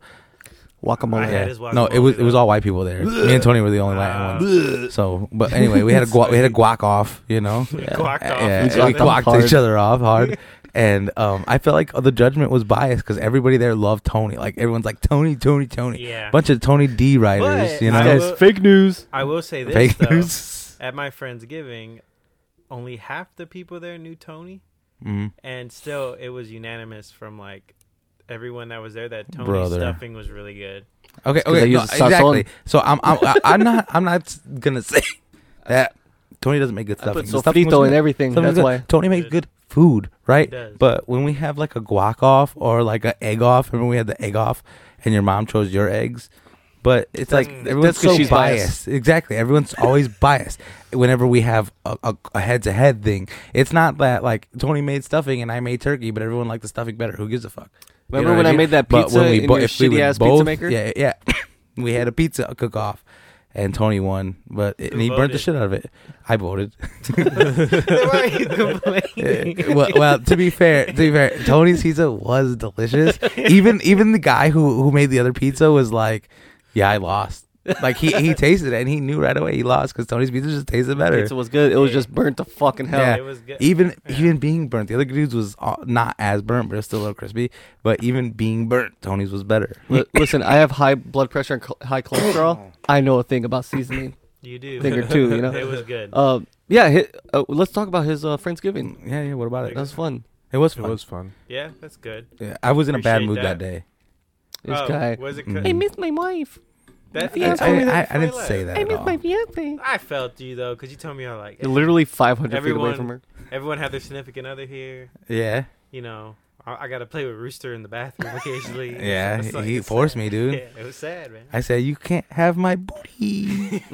[SPEAKER 4] I
[SPEAKER 2] guacamole.
[SPEAKER 4] had
[SPEAKER 1] Yeah.
[SPEAKER 4] his
[SPEAKER 1] No, it was
[SPEAKER 4] guacamole,
[SPEAKER 1] it was
[SPEAKER 4] though.
[SPEAKER 1] all white people there. Me and Tony were the only
[SPEAKER 4] Ah.
[SPEAKER 1] Latin ones. So, but anyway, we had a guac we had a guac off. You know,
[SPEAKER 4] we
[SPEAKER 2] Yeah.
[SPEAKER 4] clocked off.
[SPEAKER 1] Yeah,
[SPEAKER 4] each
[SPEAKER 1] and we
[SPEAKER 4] other.
[SPEAKER 2] clocked
[SPEAKER 1] clocked each
[SPEAKER 2] hard.
[SPEAKER 1] other off hard. And um, I felt like the judgment was biased because everybody there loved Tony. Like everyone's like Tony, Tony, Tony.
[SPEAKER 4] Yeah.
[SPEAKER 1] Bunch of Tony D writers,
[SPEAKER 4] But
[SPEAKER 1] you
[SPEAKER 4] I
[SPEAKER 1] know.
[SPEAKER 4] will-
[SPEAKER 2] That's fake news.
[SPEAKER 4] I will say this
[SPEAKER 1] Fake
[SPEAKER 4] though.
[SPEAKER 1] news.
[SPEAKER 4] At my Friendsgiving, only half the people there knew Tony,
[SPEAKER 1] Mm.
[SPEAKER 4] and still it was unanimous from like everyone that was there that Tony's
[SPEAKER 1] Brother.
[SPEAKER 4] stuffing was really good.
[SPEAKER 1] Okay,
[SPEAKER 2] 'cause I
[SPEAKER 1] okay,
[SPEAKER 2] use
[SPEAKER 1] no,
[SPEAKER 2] the sazon.
[SPEAKER 1] exactly. So I'm, I'm, I- I'm not, I'm not gonna say that Tony doesn't make good
[SPEAKER 2] I
[SPEAKER 1] stuff.
[SPEAKER 2] put sofrito in everything.
[SPEAKER 1] Something's
[SPEAKER 2] That's
[SPEAKER 1] good.
[SPEAKER 2] why.
[SPEAKER 1] Tony makes good food,
[SPEAKER 4] He
[SPEAKER 1] right?
[SPEAKER 4] does.
[SPEAKER 1] But when we have like a guac off or like an egg off, remember we had the egg off, and your mom chose your eggs. But it's
[SPEAKER 4] That's-
[SPEAKER 1] like
[SPEAKER 4] Mm.
[SPEAKER 1] everyone's
[SPEAKER 2] That's 'cause
[SPEAKER 1] so
[SPEAKER 2] she's
[SPEAKER 1] biased.
[SPEAKER 2] biased.
[SPEAKER 1] Exactly, everyone's always biased. Whenever we have a, a, a head-to-head thing, it's not that like Tony made stuffing and I made turkey, but everyone liked the stuffing better. Who gives a fuck? You
[SPEAKER 2] Remember
[SPEAKER 1] know
[SPEAKER 2] when
[SPEAKER 1] what
[SPEAKER 2] I
[SPEAKER 1] mean?
[SPEAKER 2] made that
[SPEAKER 1] But
[SPEAKER 2] pizza
[SPEAKER 1] when we
[SPEAKER 2] in
[SPEAKER 1] bo-
[SPEAKER 2] your
[SPEAKER 1] if we
[SPEAKER 2] shitty
[SPEAKER 1] would
[SPEAKER 2] ass
[SPEAKER 1] both-
[SPEAKER 2] pizza maker?
[SPEAKER 1] Yeah, yeah. we had a pizza cook-off, and Tony won, but it,
[SPEAKER 4] Who
[SPEAKER 1] and he burnt the
[SPEAKER 4] voted?
[SPEAKER 1] shit out of it. I voted.
[SPEAKER 4] Why are you
[SPEAKER 1] Yeah,
[SPEAKER 4] complaining?
[SPEAKER 1] well, well, to be fair, to be fair, Tony's pizza was delicious. Even even the guy who who made the other pizza was like, "Yeah, I lost." Like he he tasted it and he knew right away he lost because Tony's pizza just tasted better.
[SPEAKER 2] Pizza was good. It was just burnt to fucking hell.
[SPEAKER 1] Yeah.
[SPEAKER 4] It was good.
[SPEAKER 1] Even
[SPEAKER 4] Yeah.
[SPEAKER 1] even being burnt, the other dude's was uh, not as burnt, but it was still a little crispy. But even being burnt, Tony's was better.
[SPEAKER 2] Li- Listen, I have high blood pressure and cl- high
[SPEAKER 4] Oh.
[SPEAKER 2] cholesterol. I know a thing about seasoning.
[SPEAKER 4] you do.
[SPEAKER 2] Thing or two, you know?
[SPEAKER 4] It was good.
[SPEAKER 1] Oh.
[SPEAKER 2] Uh, yeah, hi uh, let's talk about his uh, Friendsgiving.
[SPEAKER 1] Yeah, yeah. What about
[SPEAKER 2] That
[SPEAKER 1] it?
[SPEAKER 2] was fun.
[SPEAKER 1] It was
[SPEAKER 3] It
[SPEAKER 1] fun.
[SPEAKER 3] was fun.
[SPEAKER 4] yeah, that's good.
[SPEAKER 1] Yeah, I was in a bad
[SPEAKER 4] Appreciate
[SPEAKER 1] mood that,
[SPEAKER 4] that.
[SPEAKER 1] day.
[SPEAKER 2] This
[SPEAKER 4] Oh,
[SPEAKER 2] guy.
[SPEAKER 4] Was it
[SPEAKER 1] Mm.
[SPEAKER 4] good?
[SPEAKER 1] I
[SPEAKER 2] miss my wife.
[SPEAKER 4] That,
[SPEAKER 2] Yeah,
[SPEAKER 4] you
[SPEAKER 1] I,
[SPEAKER 2] tell
[SPEAKER 4] told me
[SPEAKER 1] I,
[SPEAKER 4] that
[SPEAKER 1] I, I
[SPEAKER 4] before
[SPEAKER 1] didn't
[SPEAKER 4] left.
[SPEAKER 1] say that. at all.
[SPEAKER 2] fiance.
[SPEAKER 4] I felt you though, because you told me I like
[SPEAKER 2] You're literally 500 feet away
[SPEAKER 4] Everyone-
[SPEAKER 2] from her.
[SPEAKER 4] everyone had their significant other here.
[SPEAKER 1] Yeah,
[SPEAKER 4] You know, I, I got to play with Rooster in the bathroom occasionally.
[SPEAKER 1] yeah.
[SPEAKER 4] It's like-
[SPEAKER 1] he
[SPEAKER 4] it's
[SPEAKER 1] forced
[SPEAKER 4] sad.
[SPEAKER 1] me, dude.
[SPEAKER 4] Yeah, it was sad, man.
[SPEAKER 1] I said, "You can't have my booty."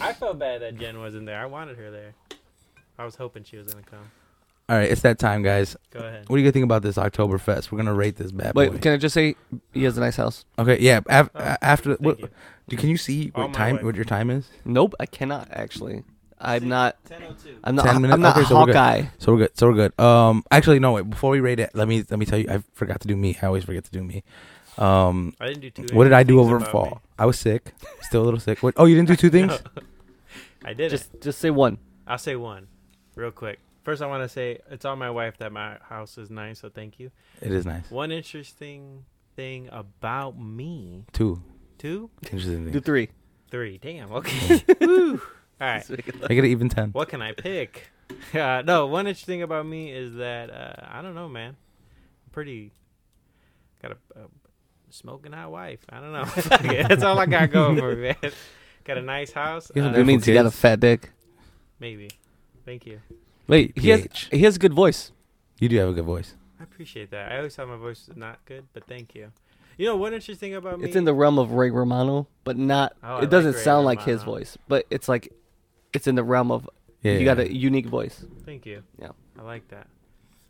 [SPEAKER 4] I felt bad that Jen wasn't there. I wanted her there. I was hoping she was gonna come.
[SPEAKER 1] All right, it's that time, guys.
[SPEAKER 4] Go ahead.
[SPEAKER 1] What do you guys think about this Oktoberfest? We're gonna rate this bad boy.
[SPEAKER 2] Wait, can I just say he has a nice house?
[SPEAKER 1] okay, yeah. Af-
[SPEAKER 4] Oh,
[SPEAKER 1] a- after,
[SPEAKER 4] Thank
[SPEAKER 1] what,
[SPEAKER 4] you.
[SPEAKER 1] do- can you see
[SPEAKER 4] On
[SPEAKER 1] what
[SPEAKER 4] my
[SPEAKER 1] time
[SPEAKER 4] way.
[SPEAKER 1] what your time is?
[SPEAKER 2] Nope, I cannot actually. I'm
[SPEAKER 4] See?
[SPEAKER 2] not.
[SPEAKER 4] 10:02.
[SPEAKER 2] I'm not.
[SPEAKER 1] Ten minutes?
[SPEAKER 2] I'm not
[SPEAKER 1] Okay, so we're good.
[SPEAKER 2] Hawkeye.
[SPEAKER 1] So we're good. So we're good. Um, actually, no. Wait, before we rate it, let me let me tell you. I forgot to do me. I always forget to do me. Um,
[SPEAKER 4] I didn't do two.
[SPEAKER 1] what did I do
[SPEAKER 4] things
[SPEAKER 1] over
[SPEAKER 4] about
[SPEAKER 1] fall?
[SPEAKER 4] me.
[SPEAKER 1] I was sick. Still a little sick. What? Oh, you didn't do two things.
[SPEAKER 4] I did
[SPEAKER 2] Just, just say one.
[SPEAKER 4] I'll say one, real quick. First, I want to say it's on my wife that my house is nice, so thank you.
[SPEAKER 1] It is nice.
[SPEAKER 4] One interesting thing about me.
[SPEAKER 1] Two.
[SPEAKER 4] Two,
[SPEAKER 1] Interesting
[SPEAKER 2] Do
[SPEAKER 1] thing.
[SPEAKER 2] three.
[SPEAKER 4] three. Damn. Okay. Woo. All right.
[SPEAKER 1] Make it an even ten.
[SPEAKER 4] What can I pick? Uh, no. One interesting about me is that uh, I don't know, man. I'm pretty. Got a, a smoking hot wife. I don't know. That's all I got going for me, man. Got a nice house.
[SPEAKER 1] You have
[SPEAKER 4] Uh,
[SPEAKER 2] That means he got a
[SPEAKER 1] kids.
[SPEAKER 2] fat dick.
[SPEAKER 4] maybe. Thank you.
[SPEAKER 2] Wait, he has,
[SPEAKER 1] PH.
[SPEAKER 2] he has a good voice.
[SPEAKER 1] You do have a good voice.
[SPEAKER 4] I appreciate that. I always thought my voice was not good, but thank you. You know, one interesting about me.
[SPEAKER 2] It's in the realm of Ray Romano, but not.
[SPEAKER 4] Oh, I
[SPEAKER 2] it
[SPEAKER 4] like
[SPEAKER 2] doesn't
[SPEAKER 4] Ray
[SPEAKER 2] sound like his
[SPEAKER 4] Romano.
[SPEAKER 2] voice, but it's like, it's in the realm of
[SPEAKER 1] Yeah.
[SPEAKER 2] you got a unique voice.
[SPEAKER 4] Thank you.
[SPEAKER 2] Yeah.
[SPEAKER 4] I like that.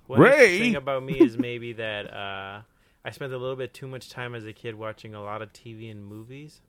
[SPEAKER 4] One
[SPEAKER 3] Ray!
[SPEAKER 4] interesting thing about me is maybe that uh, I spent a little bit too much time as a kid watching a lot of TV and movies.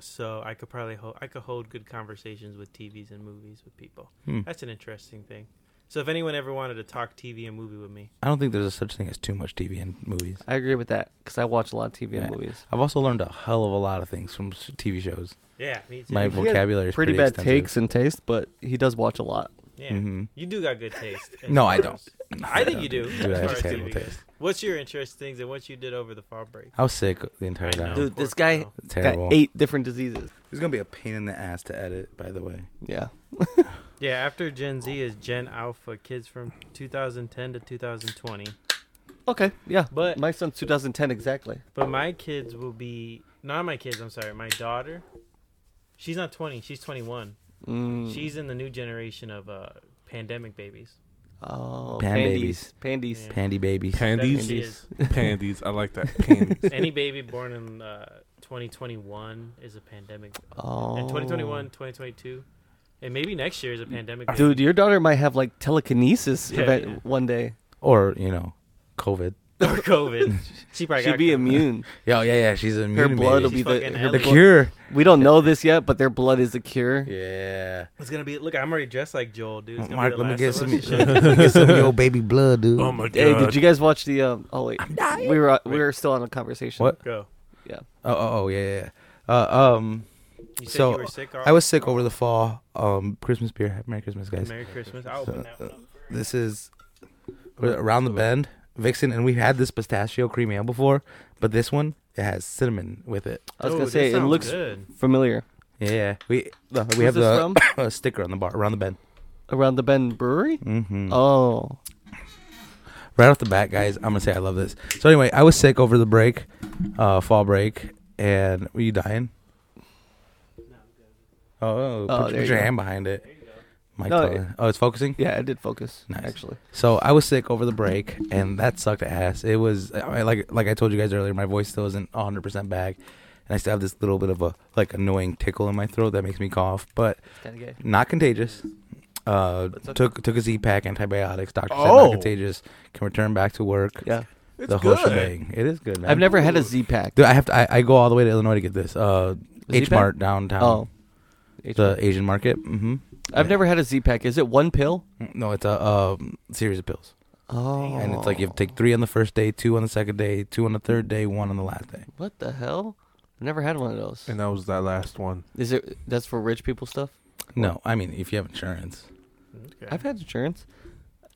[SPEAKER 4] So I could probably hold, I could hold good conversations with TVs and movies with people.
[SPEAKER 1] Hmm.
[SPEAKER 4] That's an interesting thing. So if anyone ever wanted to talk TV and movie with me,
[SPEAKER 1] I don't think there's a such thing as too much TV in movies.
[SPEAKER 2] I agree with that because I watch a lot of TV and
[SPEAKER 1] Yeah.
[SPEAKER 2] movies.
[SPEAKER 1] I've also learned a hell of a lot of things from s- TV shows.
[SPEAKER 4] yeah, me too.
[SPEAKER 1] My
[SPEAKER 2] He has
[SPEAKER 1] vocabulary is
[SPEAKER 2] Pretty,
[SPEAKER 1] pretty,
[SPEAKER 2] bad
[SPEAKER 1] extensive.
[SPEAKER 2] takes and taste, but he does watch a lot.
[SPEAKER 4] yeah,
[SPEAKER 1] hmm
[SPEAKER 4] you do got good taste. as
[SPEAKER 1] No, I
[SPEAKER 4] far
[SPEAKER 1] don't.
[SPEAKER 4] as- I think you do.
[SPEAKER 1] Dude,
[SPEAKER 4] as
[SPEAKER 1] I
[SPEAKER 4] far
[SPEAKER 1] have
[SPEAKER 4] as
[SPEAKER 1] terrible
[SPEAKER 4] TV goes.
[SPEAKER 1] taste.
[SPEAKER 4] What's your interest things and what you did over the fall break?
[SPEAKER 1] I was sick the entire
[SPEAKER 4] I know.
[SPEAKER 1] time.
[SPEAKER 2] Dude, this guy-
[SPEAKER 4] No.
[SPEAKER 1] terrible.
[SPEAKER 2] Got eight different diseases.
[SPEAKER 1] It's gonna be a pain in the ass to edit. By the way,
[SPEAKER 2] Yeah.
[SPEAKER 4] Yeah, after Gen Z is Gen Alpha, kids from 2010 to 2020.
[SPEAKER 2] Okay. Yeah.
[SPEAKER 4] But
[SPEAKER 2] My son's 2010 exactly.
[SPEAKER 4] but my kids will be not my kids. I'm sorry, my daughter. She's not 20. She's 21.
[SPEAKER 2] Mm.
[SPEAKER 4] She's in the new generation of uh, pandemic babies.
[SPEAKER 2] oh
[SPEAKER 1] Pan
[SPEAKER 2] pandies. Pandies.
[SPEAKER 4] Yeah.
[SPEAKER 1] pandy babies.
[SPEAKER 4] That's what
[SPEAKER 3] Pandies,
[SPEAKER 4] she
[SPEAKER 2] Pandies.
[SPEAKER 4] is.
[SPEAKER 3] pandies. I like that. Pandies.
[SPEAKER 4] Any baby born in uh, 2021 is a pandemic.
[SPEAKER 2] Oh.
[SPEAKER 4] And 2021, 2022, and maybe next year is a pandemic. baby.
[SPEAKER 2] Oh. Dude, your daughter might have like telekinesis
[SPEAKER 4] Yeah,
[SPEAKER 2] event
[SPEAKER 4] yeah.
[SPEAKER 2] one day.
[SPEAKER 1] Or you know, COVID.
[SPEAKER 4] or COVID. She probably
[SPEAKER 2] She'd
[SPEAKER 4] got
[SPEAKER 2] be
[SPEAKER 4] COVID.
[SPEAKER 2] immune.
[SPEAKER 1] Yeah, yeah, yeah. She's immune.
[SPEAKER 2] Her blood will
[SPEAKER 4] She's
[SPEAKER 2] be the,
[SPEAKER 4] fucking
[SPEAKER 2] her
[SPEAKER 1] the
[SPEAKER 4] The
[SPEAKER 2] blood-
[SPEAKER 1] cure.
[SPEAKER 2] We don't know this yet, but their blood is a cure.
[SPEAKER 1] Yeah.
[SPEAKER 4] It's gonna be. Look, I'm already dressed like Joel, dude. It's gonna
[SPEAKER 1] Mark,
[SPEAKER 4] be
[SPEAKER 1] let
[SPEAKER 4] the
[SPEAKER 1] me get
[SPEAKER 4] last
[SPEAKER 1] some. let
[SPEAKER 4] of us. Um.
[SPEAKER 1] me get some of your baby blood, dude.
[SPEAKER 3] oh my god.
[SPEAKER 2] Hey, did you guys watch the? Um, oh wait,
[SPEAKER 1] I'm dying.
[SPEAKER 2] we were we
[SPEAKER 4] Wait.
[SPEAKER 2] were still on a conversation.
[SPEAKER 1] What?
[SPEAKER 4] Go.
[SPEAKER 1] Oh, oh, oh, yeah, yeah. yeah. Uh, um,
[SPEAKER 4] You said
[SPEAKER 1] So,
[SPEAKER 4] you were sick. All-
[SPEAKER 1] I was sick over the fall. Um, Christmas beer. Merry Christmas, guys.
[SPEAKER 4] Merry Christmas. I'll open that one up.
[SPEAKER 1] This is around the bend, Vixen, and we had this pistachio cream ale before, but this one it has cinnamon with it.
[SPEAKER 2] I was
[SPEAKER 4] Oh,
[SPEAKER 2] gonna
[SPEAKER 4] that
[SPEAKER 2] say it
[SPEAKER 4] sounds
[SPEAKER 2] looks
[SPEAKER 4] good.
[SPEAKER 2] familiar.
[SPEAKER 1] Yeah, we no, we
[SPEAKER 2] Who's
[SPEAKER 1] have
[SPEAKER 2] this
[SPEAKER 1] the
[SPEAKER 2] from?
[SPEAKER 1] sticker on the bar around the bend.
[SPEAKER 2] Around the Bend Brewery.
[SPEAKER 1] Mm-hmm.
[SPEAKER 2] Oh,
[SPEAKER 1] Right off the bat, guys, I'm gonna say I love this. So anyway, I was sick over the break, uh, fall break, and were you dying? Oh,
[SPEAKER 2] Oh,
[SPEAKER 1] put,
[SPEAKER 2] there
[SPEAKER 1] put
[SPEAKER 2] you
[SPEAKER 1] your
[SPEAKER 2] go.
[SPEAKER 1] hand behind it. My
[SPEAKER 2] No,
[SPEAKER 1] tele- oh, it's focusing.
[SPEAKER 2] yeah, I did focus
[SPEAKER 1] Nice.
[SPEAKER 2] actually.
[SPEAKER 1] So I was sick over the break, and that sucked ass. It was I, like like I told you guys earlier, my voice still isn't 100 percent back, and I still have this little bit of a like annoying tickle in my throat that makes me cough, but
[SPEAKER 2] It's kind of gay.
[SPEAKER 1] not contagious. Uh,
[SPEAKER 2] That's okay.
[SPEAKER 1] took took a Z pack, antibiotics. Doctor said
[SPEAKER 3] Oh.
[SPEAKER 1] not contagious. Can return back to work.
[SPEAKER 2] Yeah,
[SPEAKER 3] It's
[SPEAKER 1] the whole
[SPEAKER 3] good.
[SPEAKER 1] shebang. It is good, man.
[SPEAKER 2] I've never had a Z pack.
[SPEAKER 1] Dude, I have to. I, I go all the way to Illinois to get this. Uh, H Mart downtown.
[SPEAKER 2] Oh,
[SPEAKER 1] the
[SPEAKER 2] H-Mart.
[SPEAKER 1] Asian market. Mm-hmm.
[SPEAKER 2] I've
[SPEAKER 1] yeah.
[SPEAKER 2] never had a Z pack. Is it one pill?
[SPEAKER 1] No, it's a um, series of pills,
[SPEAKER 2] Oh,
[SPEAKER 1] and it's like you have to take three on the first day, two on the second day, two on the third day, one on the last day.
[SPEAKER 2] What the hell? I've never had one of those.
[SPEAKER 3] And that was that last one.
[SPEAKER 2] Is it that's for rich people stuff?
[SPEAKER 1] No, I mean if you have insurance.
[SPEAKER 4] Okay.
[SPEAKER 2] I've had insurance.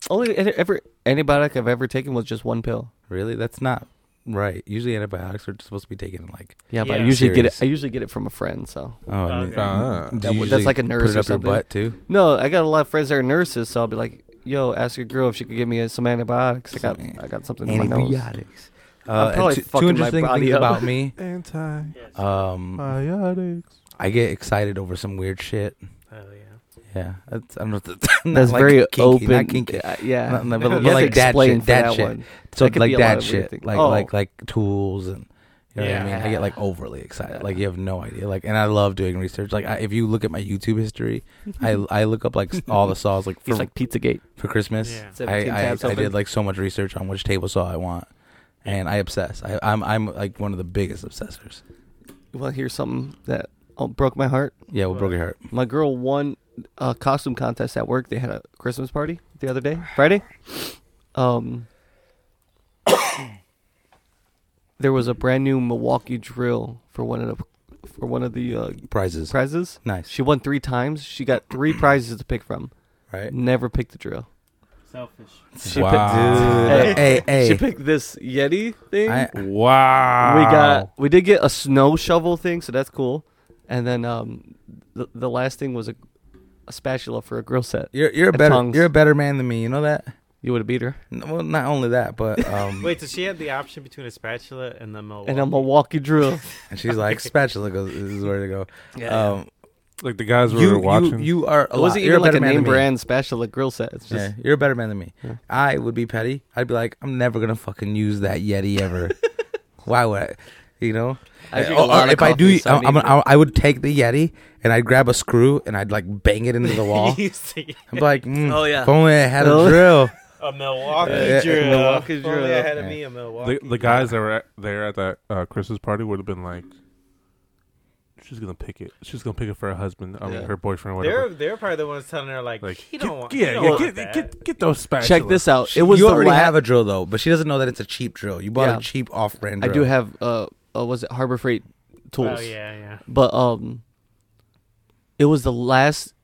[SPEAKER 2] Only any- ever antibiotic I've ever taken was just one pill.
[SPEAKER 1] Really, that's not right. Usually antibiotics are supposed to be taken in like
[SPEAKER 2] Yeah, but I
[SPEAKER 4] Yeah.
[SPEAKER 2] usually get
[SPEAKER 1] Serious.
[SPEAKER 2] it. I usually get it from a friend. So
[SPEAKER 1] oh, I mean,
[SPEAKER 4] Okay.
[SPEAKER 3] Ah.
[SPEAKER 1] do you
[SPEAKER 2] That w- that's
[SPEAKER 1] usually
[SPEAKER 2] like a
[SPEAKER 1] Put it
[SPEAKER 2] nurse or
[SPEAKER 1] up your
[SPEAKER 2] something.
[SPEAKER 1] butt too.
[SPEAKER 2] no, I got a lot of friends that are nurses. So I'll be like, "Yo, ask your girl if she could give me uh, some antibiotics. I got
[SPEAKER 1] Some
[SPEAKER 2] I got something in my nose." I'm
[SPEAKER 1] Uh, and
[SPEAKER 2] probably
[SPEAKER 1] two, two
[SPEAKER 2] fucking my
[SPEAKER 1] interesting
[SPEAKER 2] body
[SPEAKER 1] things
[SPEAKER 2] up.
[SPEAKER 1] about me.
[SPEAKER 3] Antibiotics.
[SPEAKER 1] Um, I get excited over some weird shit.
[SPEAKER 4] Hell yeah.
[SPEAKER 1] Yeah, that's, I don't know. if That's, not
[SPEAKER 2] That's
[SPEAKER 1] like
[SPEAKER 2] very
[SPEAKER 1] kinky,
[SPEAKER 2] open.
[SPEAKER 1] Not kinky.
[SPEAKER 2] uh, yeah,
[SPEAKER 1] Not- not-
[SPEAKER 2] You
[SPEAKER 1] but
[SPEAKER 2] have to
[SPEAKER 1] like that
[SPEAKER 2] explain
[SPEAKER 1] shit,
[SPEAKER 2] for
[SPEAKER 1] that shit. So
[SPEAKER 2] That could be
[SPEAKER 1] like
[SPEAKER 2] a lot
[SPEAKER 1] that
[SPEAKER 2] of weird
[SPEAKER 1] shit,
[SPEAKER 2] things.
[SPEAKER 1] like
[SPEAKER 2] Oh.
[SPEAKER 1] like like tools and you know what I mean. I
[SPEAKER 2] Yeah.
[SPEAKER 1] get like overly excited, like
[SPEAKER 2] Yeah.
[SPEAKER 1] you have no idea. Like, and I love doing research. Like, I, if you look at my YouTube history, I I look up like s- all the saws like for
[SPEAKER 2] It's like Pizzagate.
[SPEAKER 1] for Christmas.
[SPEAKER 4] Yeah.
[SPEAKER 1] I
[SPEAKER 2] 17
[SPEAKER 1] I,
[SPEAKER 2] tabs
[SPEAKER 1] I
[SPEAKER 2] open.
[SPEAKER 1] did like so much research on which table saw I want, and I obsess. I, I'm I'm like one of the biggest obsessors.
[SPEAKER 2] You want to hear something that oh, broke my heart?
[SPEAKER 1] Yeah, what broke your heart?
[SPEAKER 2] My girl won a costume contest at work. They had a Christmas party the other day, Friday. Um, there was a brand new Milwaukee drill for one of the for one of the uh,
[SPEAKER 1] Prizes.
[SPEAKER 2] prizes.
[SPEAKER 1] nice,
[SPEAKER 2] She won three times. She got three prizes to pick from.
[SPEAKER 1] right?
[SPEAKER 2] Never picked the drill.
[SPEAKER 4] Selfish.
[SPEAKER 2] She
[SPEAKER 1] wow.
[SPEAKER 2] picked-
[SPEAKER 1] hey, hey,
[SPEAKER 2] She picked this Yeti thing.
[SPEAKER 1] I,
[SPEAKER 3] Wow.
[SPEAKER 2] we got we did get a snow shovel thing, so that's cool. And then um, the the last thing was a, a spatula for a grill set.
[SPEAKER 1] you're you're a
[SPEAKER 2] And
[SPEAKER 1] better
[SPEAKER 2] tongs.
[SPEAKER 1] you're a better man than me. You know that.
[SPEAKER 2] You would have beat her.
[SPEAKER 1] N- Well, not only that, but um,
[SPEAKER 4] Wait, so she had the option between a spatula and the Milwaukee.
[SPEAKER 2] And a Milwaukee drill.
[SPEAKER 1] and she's like spatula goes. This is where to go. Um,
[SPEAKER 3] like the guys we
[SPEAKER 1] you,
[SPEAKER 3] were watching.
[SPEAKER 1] you you are a
[SPEAKER 2] it wasn't
[SPEAKER 1] lot- you're
[SPEAKER 2] even like
[SPEAKER 1] better
[SPEAKER 2] a
[SPEAKER 1] man than
[SPEAKER 2] name
[SPEAKER 1] me.
[SPEAKER 2] brand spatula grill set. It's
[SPEAKER 1] Yeah,
[SPEAKER 2] just
[SPEAKER 1] you're a better man than me.
[SPEAKER 2] Yeah.
[SPEAKER 1] I would be petty. I'd be like, I'm never gonna fucking use that Yeti ever. Why would I? You know,
[SPEAKER 2] I drink a
[SPEAKER 1] Or- or
[SPEAKER 2] lot of
[SPEAKER 1] oh, if I do,
[SPEAKER 2] coffee, so I
[SPEAKER 1] I'm, I'm,
[SPEAKER 2] need
[SPEAKER 1] I I would take the Yeti and I'd grab a screw and I'd like bang it into the wall.
[SPEAKER 4] You see,
[SPEAKER 1] I'm like, mm,
[SPEAKER 2] Oh, yeah.
[SPEAKER 1] if only I had a
[SPEAKER 2] Oh.
[SPEAKER 1] drill.
[SPEAKER 4] a Milwaukee
[SPEAKER 1] Yeah, yeah,
[SPEAKER 4] drill.
[SPEAKER 2] Milwaukee
[SPEAKER 4] If only
[SPEAKER 2] drill.
[SPEAKER 4] I had to
[SPEAKER 1] Yeah.
[SPEAKER 4] be a Milwaukee.
[SPEAKER 3] the, the guys that were at, there at that uh, Christmas party would have been like, "She's gonna pick it. She's gonna pick it for her husband. I mean,
[SPEAKER 2] Yeah.
[SPEAKER 3] her boyfriend, or
[SPEAKER 4] They're
[SPEAKER 3] whatever."
[SPEAKER 4] they're probably the ones telling her like,
[SPEAKER 3] like,
[SPEAKER 4] he
[SPEAKER 3] get-
[SPEAKER 4] don't want.
[SPEAKER 3] yeah,
[SPEAKER 4] he don't
[SPEAKER 3] yeah,
[SPEAKER 4] want
[SPEAKER 3] get,
[SPEAKER 4] that.
[SPEAKER 3] get get those spatulas.
[SPEAKER 2] Check this out. It was
[SPEAKER 1] you
[SPEAKER 2] the
[SPEAKER 1] already
[SPEAKER 2] la-
[SPEAKER 1] have a drill though, but she doesn't know that it's a cheap drill. You bought
[SPEAKER 2] Yeah.
[SPEAKER 1] a cheap off-brand.
[SPEAKER 2] I
[SPEAKER 1] Drill.
[SPEAKER 2] do have uh, uh was it Harbor Freight tools?
[SPEAKER 4] Oh yeah, yeah.
[SPEAKER 2] But um, it was the last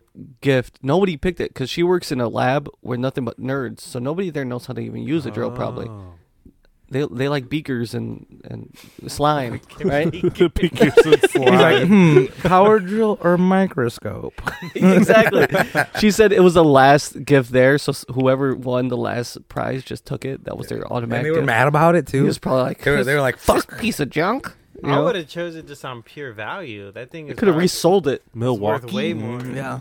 [SPEAKER 2] gift. Nobody picked it because she works in a lab where nothing but nerds. So nobody there knows how to even use a drill. Probably
[SPEAKER 1] Oh.
[SPEAKER 3] Oh.
[SPEAKER 2] they they like beakers and and slime, right?
[SPEAKER 3] the pickers and
[SPEAKER 1] He's
[SPEAKER 3] slime.
[SPEAKER 1] like, hmm, power drill or microscope?
[SPEAKER 2] exactly. She said it was the last gift there, so s- whoever won the last prize just took it. That was their
[SPEAKER 1] And
[SPEAKER 2] automatic.
[SPEAKER 1] they were
[SPEAKER 2] gift.
[SPEAKER 1] mad about it
[SPEAKER 2] He
[SPEAKER 1] too.
[SPEAKER 2] was probably like,
[SPEAKER 1] They were, they were like,
[SPEAKER 2] "This
[SPEAKER 1] fuck.
[SPEAKER 2] piece of junk." You
[SPEAKER 4] I
[SPEAKER 2] know?
[SPEAKER 4] would have chosen just on pure value. That thing
[SPEAKER 2] I
[SPEAKER 4] is
[SPEAKER 2] could have
[SPEAKER 4] worth-
[SPEAKER 2] resold Mm-hmm. it.
[SPEAKER 4] worth
[SPEAKER 3] Milwaukee.
[SPEAKER 4] way more.
[SPEAKER 2] Yeah.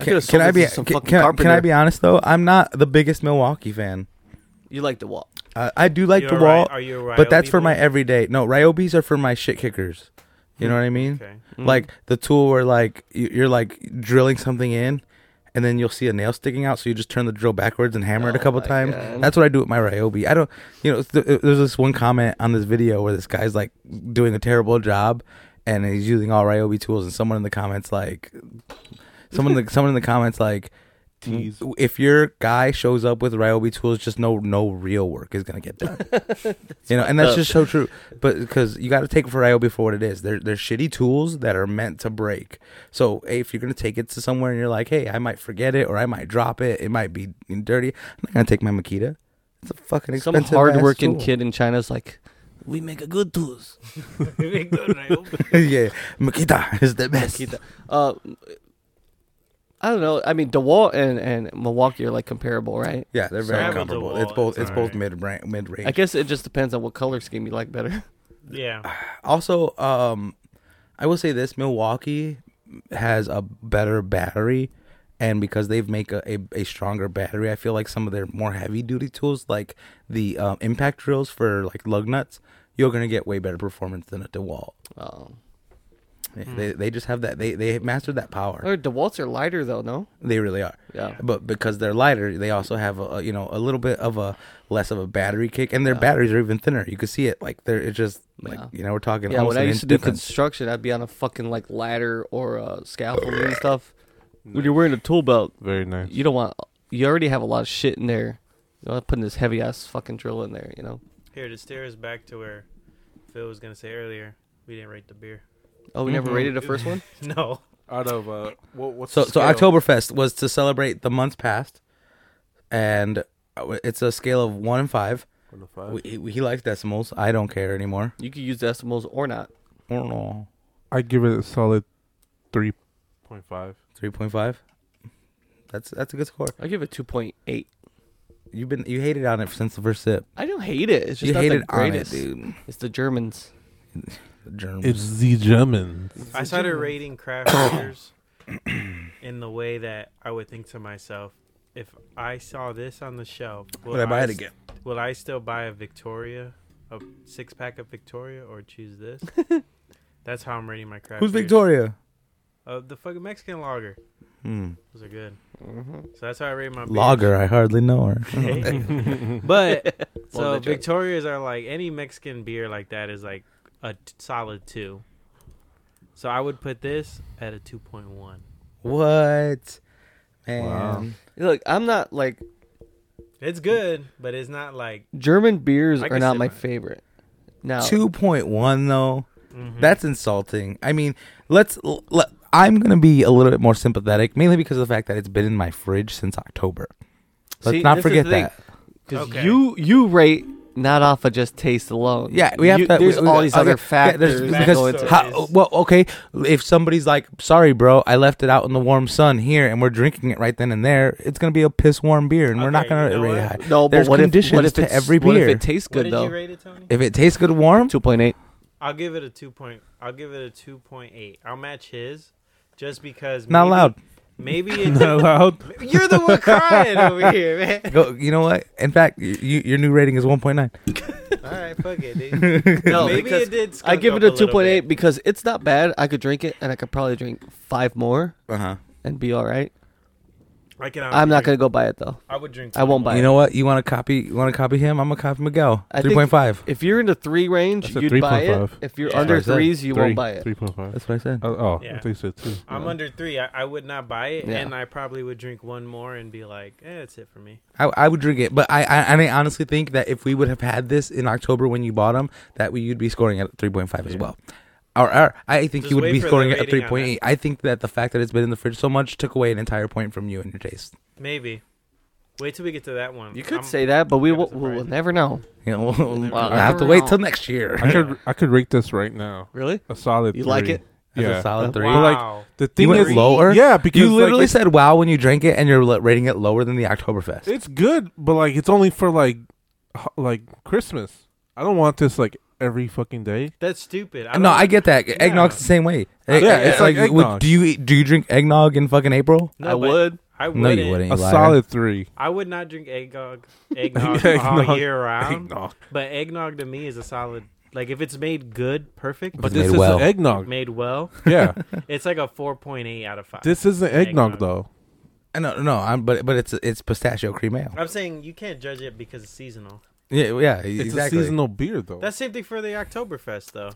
[SPEAKER 1] Mm-hmm. Can, can I be? Can, can- can I be honest though? I'm not the biggest Milwaukee fan.
[SPEAKER 2] You like the wall?
[SPEAKER 1] I, I do like
[SPEAKER 4] You're
[SPEAKER 1] the
[SPEAKER 4] a
[SPEAKER 1] wall,
[SPEAKER 4] Ry- are you a
[SPEAKER 1] but that's
[SPEAKER 4] Ryobi
[SPEAKER 1] for my
[SPEAKER 4] boy?
[SPEAKER 1] everyday. No, Ryobis are for my shit kickers. You know what I mean?
[SPEAKER 4] Okay.
[SPEAKER 2] Mm.
[SPEAKER 1] Like the tool where like you- you're like drilling something in, and then you'll see a nail sticking out, so you just turn the drill backwards and hammer it a
[SPEAKER 2] Oh
[SPEAKER 1] couple
[SPEAKER 2] my
[SPEAKER 1] times.
[SPEAKER 2] God.
[SPEAKER 1] That's what I do with my Ryobi. I don't, you know, it's the, it- there's this one comment on this video where this guy's like doing a terrible job, and he's using all Ryobi tools, and someone in the comments like, someone in the someone in the comments like.
[SPEAKER 2] Mm-hmm.
[SPEAKER 3] Tease.
[SPEAKER 1] If your guy shows up with Ryobi tools, just know no real work is gonna get done. you know, and that's
[SPEAKER 2] fucked up.
[SPEAKER 1] just so true. But because you got to take Ryobi for what it is. They're they're shitty tools that are meant to break. So hey, if you're gonna take it to somewhere and you're like, hey, I might forget it or I might drop it, it might be dirty. I'm not gonna take my Makita. It's a fucking
[SPEAKER 2] Some
[SPEAKER 1] expensive.
[SPEAKER 2] hard-working
[SPEAKER 1] ass
[SPEAKER 2] kid in China's like, "We make a good tools."
[SPEAKER 1] tool. yeah, Makita is the best.
[SPEAKER 2] Keep that- Uh, I don't know. I mean, DeWalt and and Milwaukee are like comparable, right?
[SPEAKER 1] Yeah, they're very
[SPEAKER 4] Travel to
[SPEAKER 1] comparable.
[SPEAKER 4] wall,
[SPEAKER 1] It's both.
[SPEAKER 4] it's
[SPEAKER 1] It's both
[SPEAKER 4] alright.
[SPEAKER 1] mid mid
[SPEAKER 2] I
[SPEAKER 1] range.
[SPEAKER 2] guess it just depends on what color scheme you like better.
[SPEAKER 4] yeah.
[SPEAKER 1] Also, um, I will say this: Milwaukee has a better battery, and because they've make a, a, a stronger battery, I feel like some of their more heavy duty tools, like the um, impact drills for like lug nuts, you're gonna get way better performance than a DeWalt. Yeah,
[SPEAKER 2] Oh.
[SPEAKER 4] Mm.
[SPEAKER 1] They they just have that they they mastered that power.
[SPEAKER 2] Or DeWalt's are lighter though, no?
[SPEAKER 1] They really are.
[SPEAKER 2] Yeah.
[SPEAKER 1] But because they're lighter, they also have a, a you know a little bit of a less of a battery kick, and their
[SPEAKER 2] Yeah.
[SPEAKER 1] batteries are even thinner. You can see it like they're it's just like
[SPEAKER 2] Yeah.
[SPEAKER 1] you know we're talking
[SPEAKER 2] Yeah,
[SPEAKER 1] almost
[SPEAKER 2] when I
[SPEAKER 1] an
[SPEAKER 2] used
[SPEAKER 1] inch
[SPEAKER 2] to do
[SPEAKER 1] difference.
[SPEAKER 2] construction, I'd be on a fucking like ladder or a scaffold and stuff. When you're wearing a tool belt,
[SPEAKER 3] Very nice.
[SPEAKER 2] you don't want you already have a lot of shit in there. You know, putting this heavy ass fucking drill in there, you know.
[SPEAKER 4] Here to steer us back to where Phil was gonna say earlier, we didn't rate the beer.
[SPEAKER 2] Oh, we
[SPEAKER 1] Mm-hmm.
[SPEAKER 2] never
[SPEAKER 3] Mhm.
[SPEAKER 2] rated the first one?
[SPEAKER 4] No,
[SPEAKER 3] Out of uh, what, what's
[SPEAKER 1] So
[SPEAKER 3] the
[SPEAKER 1] so
[SPEAKER 3] scale?
[SPEAKER 1] Oktoberfest was to celebrate the months past, and uh, it's a scale of one and five.
[SPEAKER 3] One to five?
[SPEAKER 1] We, he, he likes decimals. I don't care anymore.
[SPEAKER 2] You could use decimals or not.
[SPEAKER 3] I give it a solid three point five.
[SPEAKER 1] Three point five. That's that's a good score.
[SPEAKER 2] I give it two point eight.
[SPEAKER 1] You've been you hated on it since the first sip.
[SPEAKER 2] I don't hate it. It's just
[SPEAKER 1] you
[SPEAKER 2] not
[SPEAKER 1] hated
[SPEAKER 2] the
[SPEAKER 1] on it,
[SPEAKER 2] greatest.
[SPEAKER 1] dude.
[SPEAKER 2] It's the Germans.
[SPEAKER 1] The germs.
[SPEAKER 3] It's the German.
[SPEAKER 4] I started rating craft beers in the way that I would think to myself, if I saw this on the shelf, will
[SPEAKER 1] Would I buy it
[SPEAKER 4] s-
[SPEAKER 1] again?
[SPEAKER 4] Will I still buy a Victoria, a six pack of Victoria, or choose this? That's how I'm rating my craft.
[SPEAKER 1] Who's
[SPEAKER 4] beers.
[SPEAKER 1] Victoria?
[SPEAKER 4] Uh, the fucking Mexican lager.
[SPEAKER 1] Hmm.
[SPEAKER 4] Those are good.
[SPEAKER 2] Mm-hmm.
[SPEAKER 4] So that's how I rate my beers.
[SPEAKER 1] Lager. I hardly know her.
[SPEAKER 4] But
[SPEAKER 2] Love
[SPEAKER 4] so
[SPEAKER 2] that joke.
[SPEAKER 4] Victorias are like any Mexican beer like that is like a t- solid two. So I would put this at a two point one.
[SPEAKER 1] what? Man.
[SPEAKER 3] Wow.
[SPEAKER 2] Look, I'm not like
[SPEAKER 4] It's good, but it's not like
[SPEAKER 2] German beers
[SPEAKER 4] I
[SPEAKER 2] are
[SPEAKER 4] can
[SPEAKER 2] not
[SPEAKER 4] sit
[SPEAKER 2] my
[SPEAKER 4] on it.
[SPEAKER 2] favorite. Now,
[SPEAKER 1] Two point one though.
[SPEAKER 2] Mm-hmm.
[SPEAKER 4] mhm.
[SPEAKER 1] That's insulting. I mean, let's. l- Let, I'm gonna be a little bit more sympathetic, mainly because of the fact that it's been in my fridge since October. Let's
[SPEAKER 2] See,
[SPEAKER 1] not
[SPEAKER 2] this is
[SPEAKER 1] forget
[SPEAKER 2] the thing.
[SPEAKER 1] that.
[SPEAKER 2] because
[SPEAKER 4] Okay.
[SPEAKER 2] you you rate not off of just taste alone.
[SPEAKER 1] Yeah, we have
[SPEAKER 2] You-
[SPEAKER 1] to.
[SPEAKER 2] There's
[SPEAKER 1] we- we-
[SPEAKER 2] all these
[SPEAKER 1] okay,
[SPEAKER 2] other
[SPEAKER 1] yeah, there's-
[SPEAKER 2] factors that go
[SPEAKER 1] because
[SPEAKER 2] into.
[SPEAKER 4] Backstory.
[SPEAKER 1] how, well, okay, if somebody's like, "Sorry, bro, I left it out in the warm sun here, and we're drinking it right then and there," it's gonna be a piss warm beer, and we're not
[SPEAKER 4] Okay,
[SPEAKER 1] gonna
[SPEAKER 4] you know
[SPEAKER 1] rate it
[SPEAKER 4] what?
[SPEAKER 1] high.
[SPEAKER 2] No,
[SPEAKER 1] There's
[SPEAKER 2] but what if,
[SPEAKER 1] conditions
[SPEAKER 2] what if
[SPEAKER 1] to
[SPEAKER 2] it's,
[SPEAKER 1] every
[SPEAKER 2] What if
[SPEAKER 1] beer.
[SPEAKER 2] it tastes
[SPEAKER 4] what
[SPEAKER 2] good
[SPEAKER 4] did you
[SPEAKER 2] though?
[SPEAKER 4] rate it, Tony?
[SPEAKER 1] If it tastes good warm,
[SPEAKER 2] Two point eight.
[SPEAKER 4] I'll give it a two point. I'll give it a two point eight. I'll match his, just because.
[SPEAKER 1] not
[SPEAKER 4] maybe-
[SPEAKER 1] loud.
[SPEAKER 4] Maybe it's
[SPEAKER 3] Not allowed.
[SPEAKER 4] you're the one crying over here, man.
[SPEAKER 1] Go. You know what? In fact, y you, your new rating is 1.9.
[SPEAKER 4] All right, fuck it, dude.
[SPEAKER 2] No,
[SPEAKER 4] maybe
[SPEAKER 2] because
[SPEAKER 4] it did.
[SPEAKER 2] I
[SPEAKER 4] skunk
[SPEAKER 2] give it
[SPEAKER 4] up
[SPEAKER 2] a
[SPEAKER 4] little
[SPEAKER 2] two point eight
[SPEAKER 4] bit.
[SPEAKER 2] because it's not bad. I could drink it, and I could probably drink five more
[SPEAKER 1] Uh huh.
[SPEAKER 2] and be all right.
[SPEAKER 4] I can.
[SPEAKER 2] I'm not gonna
[SPEAKER 4] drink-
[SPEAKER 2] go buy it though.
[SPEAKER 4] I would drink.
[SPEAKER 2] I won't buy
[SPEAKER 1] You
[SPEAKER 2] it.
[SPEAKER 1] know what? You want to copy? You want to copy him? I'm gonna copy Miguel.
[SPEAKER 2] I think-
[SPEAKER 1] Three point five.
[SPEAKER 2] If you're in the three range,
[SPEAKER 3] That's a
[SPEAKER 2] you'd buy it.
[SPEAKER 3] 3.5.
[SPEAKER 2] If you're
[SPEAKER 4] Yeah.
[SPEAKER 2] under
[SPEAKER 1] That's what I said.
[SPEAKER 2] threes, you will
[SPEAKER 3] Three.
[SPEAKER 2] won't buy it.
[SPEAKER 3] Three point five.
[SPEAKER 1] That's what I said.
[SPEAKER 3] Oh, oh
[SPEAKER 4] Yeah.
[SPEAKER 3] I think so too.
[SPEAKER 4] I'm under three. I, I would not buy it,
[SPEAKER 2] Yeah.
[SPEAKER 4] and I probably would drink one more and be like, "Eh, that's it for me."
[SPEAKER 1] I, I would drink it, but I, I and I honestly think that if we would have had this in October when you bought them, that we you'd be scoring at three point five as
[SPEAKER 3] Yeah.
[SPEAKER 1] well. Or, or I think
[SPEAKER 4] Just
[SPEAKER 1] you would
[SPEAKER 4] wait
[SPEAKER 1] be
[SPEAKER 4] for the
[SPEAKER 1] scoring it at
[SPEAKER 4] rating
[SPEAKER 1] three
[SPEAKER 4] on
[SPEAKER 1] point eight. I think that the fact that it's been in the fridge so much took away an entire point from you and your taste.
[SPEAKER 4] Maybe. Wait till we get to that one.
[SPEAKER 2] You could
[SPEAKER 4] I'm-
[SPEAKER 2] say that, but we
[SPEAKER 4] kinda
[SPEAKER 2] will we'll, we'll
[SPEAKER 4] surprised.
[SPEAKER 2] never know.
[SPEAKER 1] You know, we'll, we'll
[SPEAKER 2] Wow.
[SPEAKER 1] have to
[SPEAKER 2] Never
[SPEAKER 1] wait
[SPEAKER 2] know.
[SPEAKER 1] till next year.
[SPEAKER 3] I could I could rate this right now.
[SPEAKER 2] Really?
[SPEAKER 3] A solid.
[SPEAKER 2] You
[SPEAKER 3] three.
[SPEAKER 2] like it?
[SPEAKER 1] That's
[SPEAKER 3] Yeah.
[SPEAKER 1] a solid three.
[SPEAKER 3] Wow. like, the thing
[SPEAKER 1] went
[SPEAKER 3] is
[SPEAKER 1] lower?
[SPEAKER 3] Yeah, because
[SPEAKER 1] You
[SPEAKER 3] like,
[SPEAKER 1] literally
[SPEAKER 3] it's-
[SPEAKER 1] said wow when you drank it, and you're li- rating it lower than the Oktoberfest.
[SPEAKER 3] it's good, but like it's only for like h- like Christmas. I don't want this like every fucking day.
[SPEAKER 4] That's stupid. I
[SPEAKER 1] no,
[SPEAKER 4] don't-
[SPEAKER 1] I get that. Eggnog's the same way.
[SPEAKER 4] Yeah,
[SPEAKER 3] it's like
[SPEAKER 1] would-
[SPEAKER 3] eggnog.
[SPEAKER 1] do you eat- do you drink eggnog in fucking April?
[SPEAKER 4] No,
[SPEAKER 2] I
[SPEAKER 4] but
[SPEAKER 2] would.
[SPEAKER 4] I
[SPEAKER 1] No,
[SPEAKER 4] wouldn't.
[SPEAKER 1] you wouldn't. you
[SPEAKER 3] A
[SPEAKER 1] liar.
[SPEAKER 3] solid three.
[SPEAKER 4] I would not drink eggnog, eggnog, all
[SPEAKER 3] Eggnog.
[SPEAKER 4] year round.
[SPEAKER 3] Eggnog.
[SPEAKER 4] But eggnog to me is a solid. Like if it's made good, perfect,
[SPEAKER 1] But
[SPEAKER 4] but
[SPEAKER 1] It's made
[SPEAKER 3] This is
[SPEAKER 1] well.
[SPEAKER 3] an eggnog.
[SPEAKER 4] made well,
[SPEAKER 3] Yeah,
[SPEAKER 4] it's like a four point eight out of five.
[SPEAKER 3] this is an
[SPEAKER 4] Eggnog.
[SPEAKER 3] eggnog though.
[SPEAKER 1] I know, Uh, no, I'm, but but it's it's pistachio cream ale.
[SPEAKER 4] I'm saying you can't judge it because it's seasonal.
[SPEAKER 1] Yeah, yeah,
[SPEAKER 3] It's
[SPEAKER 1] exactly.
[SPEAKER 3] a seasonal beer though.
[SPEAKER 4] That's same thing for the Oktoberfest though.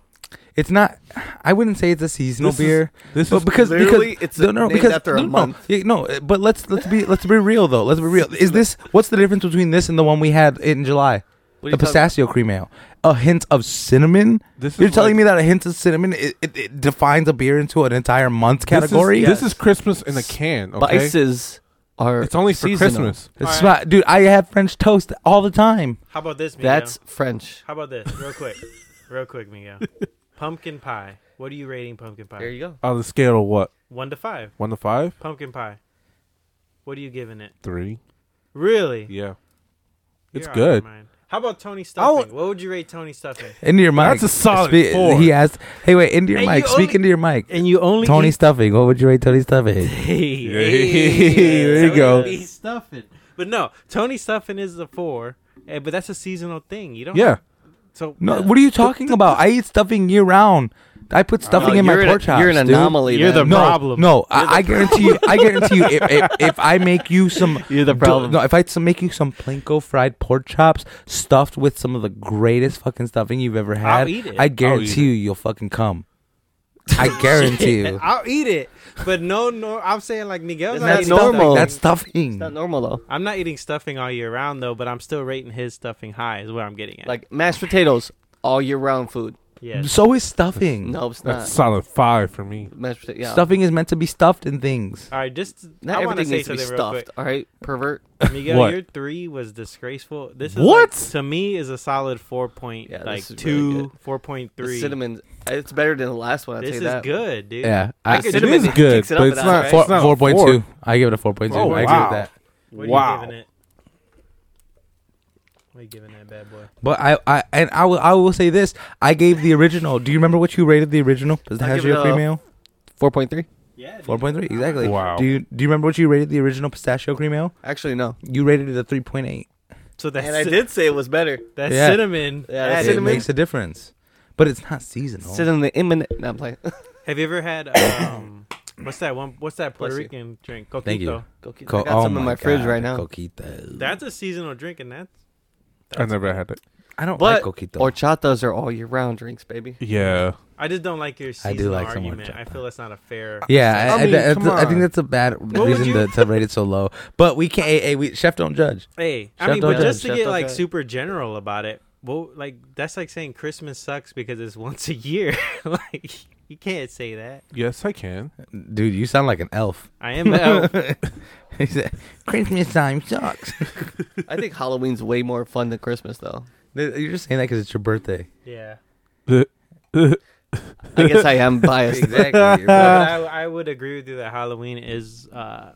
[SPEAKER 1] It's not. I wouldn't say it's a seasonal
[SPEAKER 3] This is-
[SPEAKER 1] beer,
[SPEAKER 3] this
[SPEAKER 1] but
[SPEAKER 3] is
[SPEAKER 1] because
[SPEAKER 2] literally,
[SPEAKER 1] because
[SPEAKER 2] it's
[SPEAKER 1] no,
[SPEAKER 2] a-
[SPEAKER 1] no,
[SPEAKER 2] named
[SPEAKER 1] because
[SPEAKER 2] after a
[SPEAKER 1] no, no,
[SPEAKER 2] month.
[SPEAKER 1] yeah, no, uh, but let's let's be let's be real though. Let's be real. Is this what's the difference between this and the one we had in July? The
[SPEAKER 2] What are you talking-
[SPEAKER 1] pistachio cream ale, a hint of cinnamon.
[SPEAKER 3] this is
[SPEAKER 1] You're telling me
[SPEAKER 3] like-
[SPEAKER 1] that a hint of cinnamon it, it, it defines a beer into an entire month
[SPEAKER 3] this is-
[SPEAKER 1] category?
[SPEAKER 3] This is Christmas in a can. Okay,
[SPEAKER 2] Spices are
[SPEAKER 3] it's only for
[SPEAKER 2] seasonal.
[SPEAKER 3] Christmas.
[SPEAKER 1] It's not- dude, I have French toast all the time.
[SPEAKER 4] How about this? Miguel?
[SPEAKER 2] That's French.
[SPEAKER 4] how about this? Real quick, real quick, Miguel. Pumpkin pie. What are you rating pumpkin pie?
[SPEAKER 2] go.
[SPEAKER 3] On the scale of what?
[SPEAKER 4] One to five.
[SPEAKER 3] One to five?
[SPEAKER 4] Pumpkin pie. What are you giving it?
[SPEAKER 3] Three.
[SPEAKER 4] Really? Oh.
[SPEAKER 3] Yeah. It's
[SPEAKER 4] You're out of your
[SPEAKER 3] good.
[SPEAKER 4] mind. How about Tony
[SPEAKER 3] I would-
[SPEAKER 4] stuffing? What would you rate Tony stuffing?
[SPEAKER 1] Into your mic.
[SPEAKER 3] That's a solid
[SPEAKER 1] Spe-
[SPEAKER 3] four.
[SPEAKER 1] He asked, "Hey, wait, into your
[SPEAKER 4] And
[SPEAKER 1] mic.
[SPEAKER 4] you
[SPEAKER 1] Speak
[SPEAKER 4] only-
[SPEAKER 1] into your mic."
[SPEAKER 4] And you only
[SPEAKER 1] Tony stuffing. What would you rate Tony stuffing?
[SPEAKER 4] Hey,
[SPEAKER 3] Hey, there you
[SPEAKER 4] Tony
[SPEAKER 3] go.
[SPEAKER 4] be Stuffing. But no, Tony stuffing is a four, eh, but that's a seasonal thing. You don't.
[SPEAKER 3] Yeah.
[SPEAKER 4] So
[SPEAKER 1] No, what are you talking about? I eat stuffing year round. I put stuffing
[SPEAKER 3] Oh,
[SPEAKER 2] No,
[SPEAKER 1] in my
[SPEAKER 2] you're an-
[SPEAKER 1] pork chops.
[SPEAKER 2] You're an
[SPEAKER 1] dude.
[SPEAKER 2] anomaly.
[SPEAKER 4] You're the
[SPEAKER 2] then.
[SPEAKER 1] No,
[SPEAKER 4] problem.
[SPEAKER 1] No, I, I guarantee you. I guarantee you. If, if, if I make you some,
[SPEAKER 2] You're the
[SPEAKER 1] do-
[SPEAKER 2] problem.
[SPEAKER 1] No, if I some- make you some plinko fried pork chops stuffed with some of the greatest fucking stuffing you've ever had,
[SPEAKER 4] eat it.
[SPEAKER 1] I
[SPEAKER 3] I'll eat
[SPEAKER 1] guarantee
[SPEAKER 3] it.
[SPEAKER 1] you, you'll fucking come. I guarantee you.
[SPEAKER 4] I'll eat it, but no, no. I'm saying like Miguel's
[SPEAKER 2] It's
[SPEAKER 4] not
[SPEAKER 2] not
[SPEAKER 1] That's
[SPEAKER 4] eating
[SPEAKER 1] stuffing.
[SPEAKER 2] normal.
[SPEAKER 4] stuffing.
[SPEAKER 1] That's stuffing.
[SPEAKER 2] It's not normal though.
[SPEAKER 4] I'm not eating stuffing all year round though, but I'm still rating his stuffing high. Is what I'm getting at.
[SPEAKER 2] Like mashed potatoes, all year round food.
[SPEAKER 4] yes,
[SPEAKER 1] So is stuffing.
[SPEAKER 2] No, it's
[SPEAKER 3] That's
[SPEAKER 2] not.
[SPEAKER 3] solid five for me.
[SPEAKER 2] Mashed potato. Yeah.
[SPEAKER 1] Stuffing is meant to be stuffed in things.
[SPEAKER 4] all right. Just
[SPEAKER 2] Not
[SPEAKER 4] I want to
[SPEAKER 2] everything
[SPEAKER 4] say
[SPEAKER 2] needs to be
[SPEAKER 4] something real
[SPEAKER 2] stuffed. All right, pervert.
[SPEAKER 4] quick. Miguel,
[SPEAKER 3] What?
[SPEAKER 4] your three was disgraceful. This is
[SPEAKER 3] What?
[SPEAKER 4] like, to me is a solid four point,
[SPEAKER 2] Yeah, this
[SPEAKER 4] like
[SPEAKER 2] is really
[SPEAKER 4] two,
[SPEAKER 2] good.
[SPEAKER 4] four point
[SPEAKER 2] The
[SPEAKER 4] three.
[SPEAKER 2] cinnamon. It's better than the last one. I'll
[SPEAKER 4] this
[SPEAKER 2] tell
[SPEAKER 4] is
[SPEAKER 2] you that.
[SPEAKER 4] good, dude.
[SPEAKER 1] Yeah, I,
[SPEAKER 2] I could-
[SPEAKER 1] it
[SPEAKER 3] It
[SPEAKER 2] Cinnamon
[SPEAKER 3] is
[SPEAKER 2] kicks
[SPEAKER 3] good,
[SPEAKER 2] it up
[SPEAKER 3] but
[SPEAKER 2] a
[SPEAKER 3] it's
[SPEAKER 2] notch,
[SPEAKER 3] not,
[SPEAKER 2] right?
[SPEAKER 3] four,
[SPEAKER 1] four,
[SPEAKER 3] it's not a
[SPEAKER 1] four point
[SPEAKER 3] four.
[SPEAKER 1] two. I give it a four point two.
[SPEAKER 3] Oh,
[SPEAKER 1] I
[SPEAKER 3] wow.
[SPEAKER 1] agree with that.
[SPEAKER 4] What are
[SPEAKER 3] Wow.
[SPEAKER 4] you giving it? What are you giving that bad boy?
[SPEAKER 1] But I, I and I will, I will say this. I gave the original. Do you remember what you rated the original? Does that
[SPEAKER 2] I
[SPEAKER 1] have
[SPEAKER 2] give it
[SPEAKER 1] your
[SPEAKER 2] a-
[SPEAKER 1] free meal?
[SPEAKER 2] Four point three.
[SPEAKER 4] Yeah,
[SPEAKER 1] Four point three, exactly.
[SPEAKER 3] Wow.
[SPEAKER 1] Do you do you remember what you rated the original pistachio cream ale?
[SPEAKER 2] Actually, no.
[SPEAKER 1] You rated it a three point eight.
[SPEAKER 4] So that
[SPEAKER 2] and I did say it was better.
[SPEAKER 4] that
[SPEAKER 1] Yeah.
[SPEAKER 4] cinnamon.
[SPEAKER 2] Yeah,
[SPEAKER 4] added-
[SPEAKER 2] that
[SPEAKER 1] It
[SPEAKER 2] cinnamon?
[SPEAKER 1] makes a difference, but it's not seasonal.
[SPEAKER 2] Cinnamon imminent. Not playing.
[SPEAKER 4] Have you ever had um, what's that one? What's that Puerto
[SPEAKER 2] Bless you.
[SPEAKER 4] Rican drink? Coquito.
[SPEAKER 1] Thank you.
[SPEAKER 2] Go keep,
[SPEAKER 1] Co-
[SPEAKER 2] I got
[SPEAKER 1] oh
[SPEAKER 2] some in my fridge
[SPEAKER 1] God,
[SPEAKER 2] right now.
[SPEAKER 1] Coquito.
[SPEAKER 4] That's a seasonal drink, and that's
[SPEAKER 3] I never had it.
[SPEAKER 1] I don't
[SPEAKER 2] But-
[SPEAKER 1] like coquito.
[SPEAKER 2] Horchatas are all year round drinks, baby.
[SPEAKER 3] Yeah.
[SPEAKER 4] I just don't like your seasonal
[SPEAKER 1] I do like some
[SPEAKER 4] argument.
[SPEAKER 1] horchata.
[SPEAKER 4] I feel that's not a fair.
[SPEAKER 1] yeah, I,
[SPEAKER 3] I
[SPEAKER 1] I,
[SPEAKER 3] mean,
[SPEAKER 1] that's-
[SPEAKER 3] come
[SPEAKER 1] I think
[SPEAKER 3] on.
[SPEAKER 1] that's a bad
[SPEAKER 4] would
[SPEAKER 1] reason
[SPEAKER 4] you-
[SPEAKER 1] to, to rate it so low. But we can't. Hey, hey, we, chef, don't judge.
[SPEAKER 4] Hey, I
[SPEAKER 1] Chef
[SPEAKER 4] mean,
[SPEAKER 1] don't
[SPEAKER 4] but just to
[SPEAKER 2] judge. Chef
[SPEAKER 4] get
[SPEAKER 2] don't
[SPEAKER 4] like
[SPEAKER 2] judge.
[SPEAKER 4] super general about it, well, like that's like saying Christmas sucks because it's once a year. like you can't say that.
[SPEAKER 3] Yes, I can.
[SPEAKER 1] Dude, you sound like an elf.
[SPEAKER 4] I am the elf.
[SPEAKER 1] He said, Christmas time sucks.
[SPEAKER 2] I think Halloween's way more fun than Christmas, though.
[SPEAKER 1] You're just saying that because it's your birthday.
[SPEAKER 4] Yeah,
[SPEAKER 2] I guess I am biased.
[SPEAKER 1] Exactly.
[SPEAKER 4] No, but I, I would agree with you that Halloween is uh,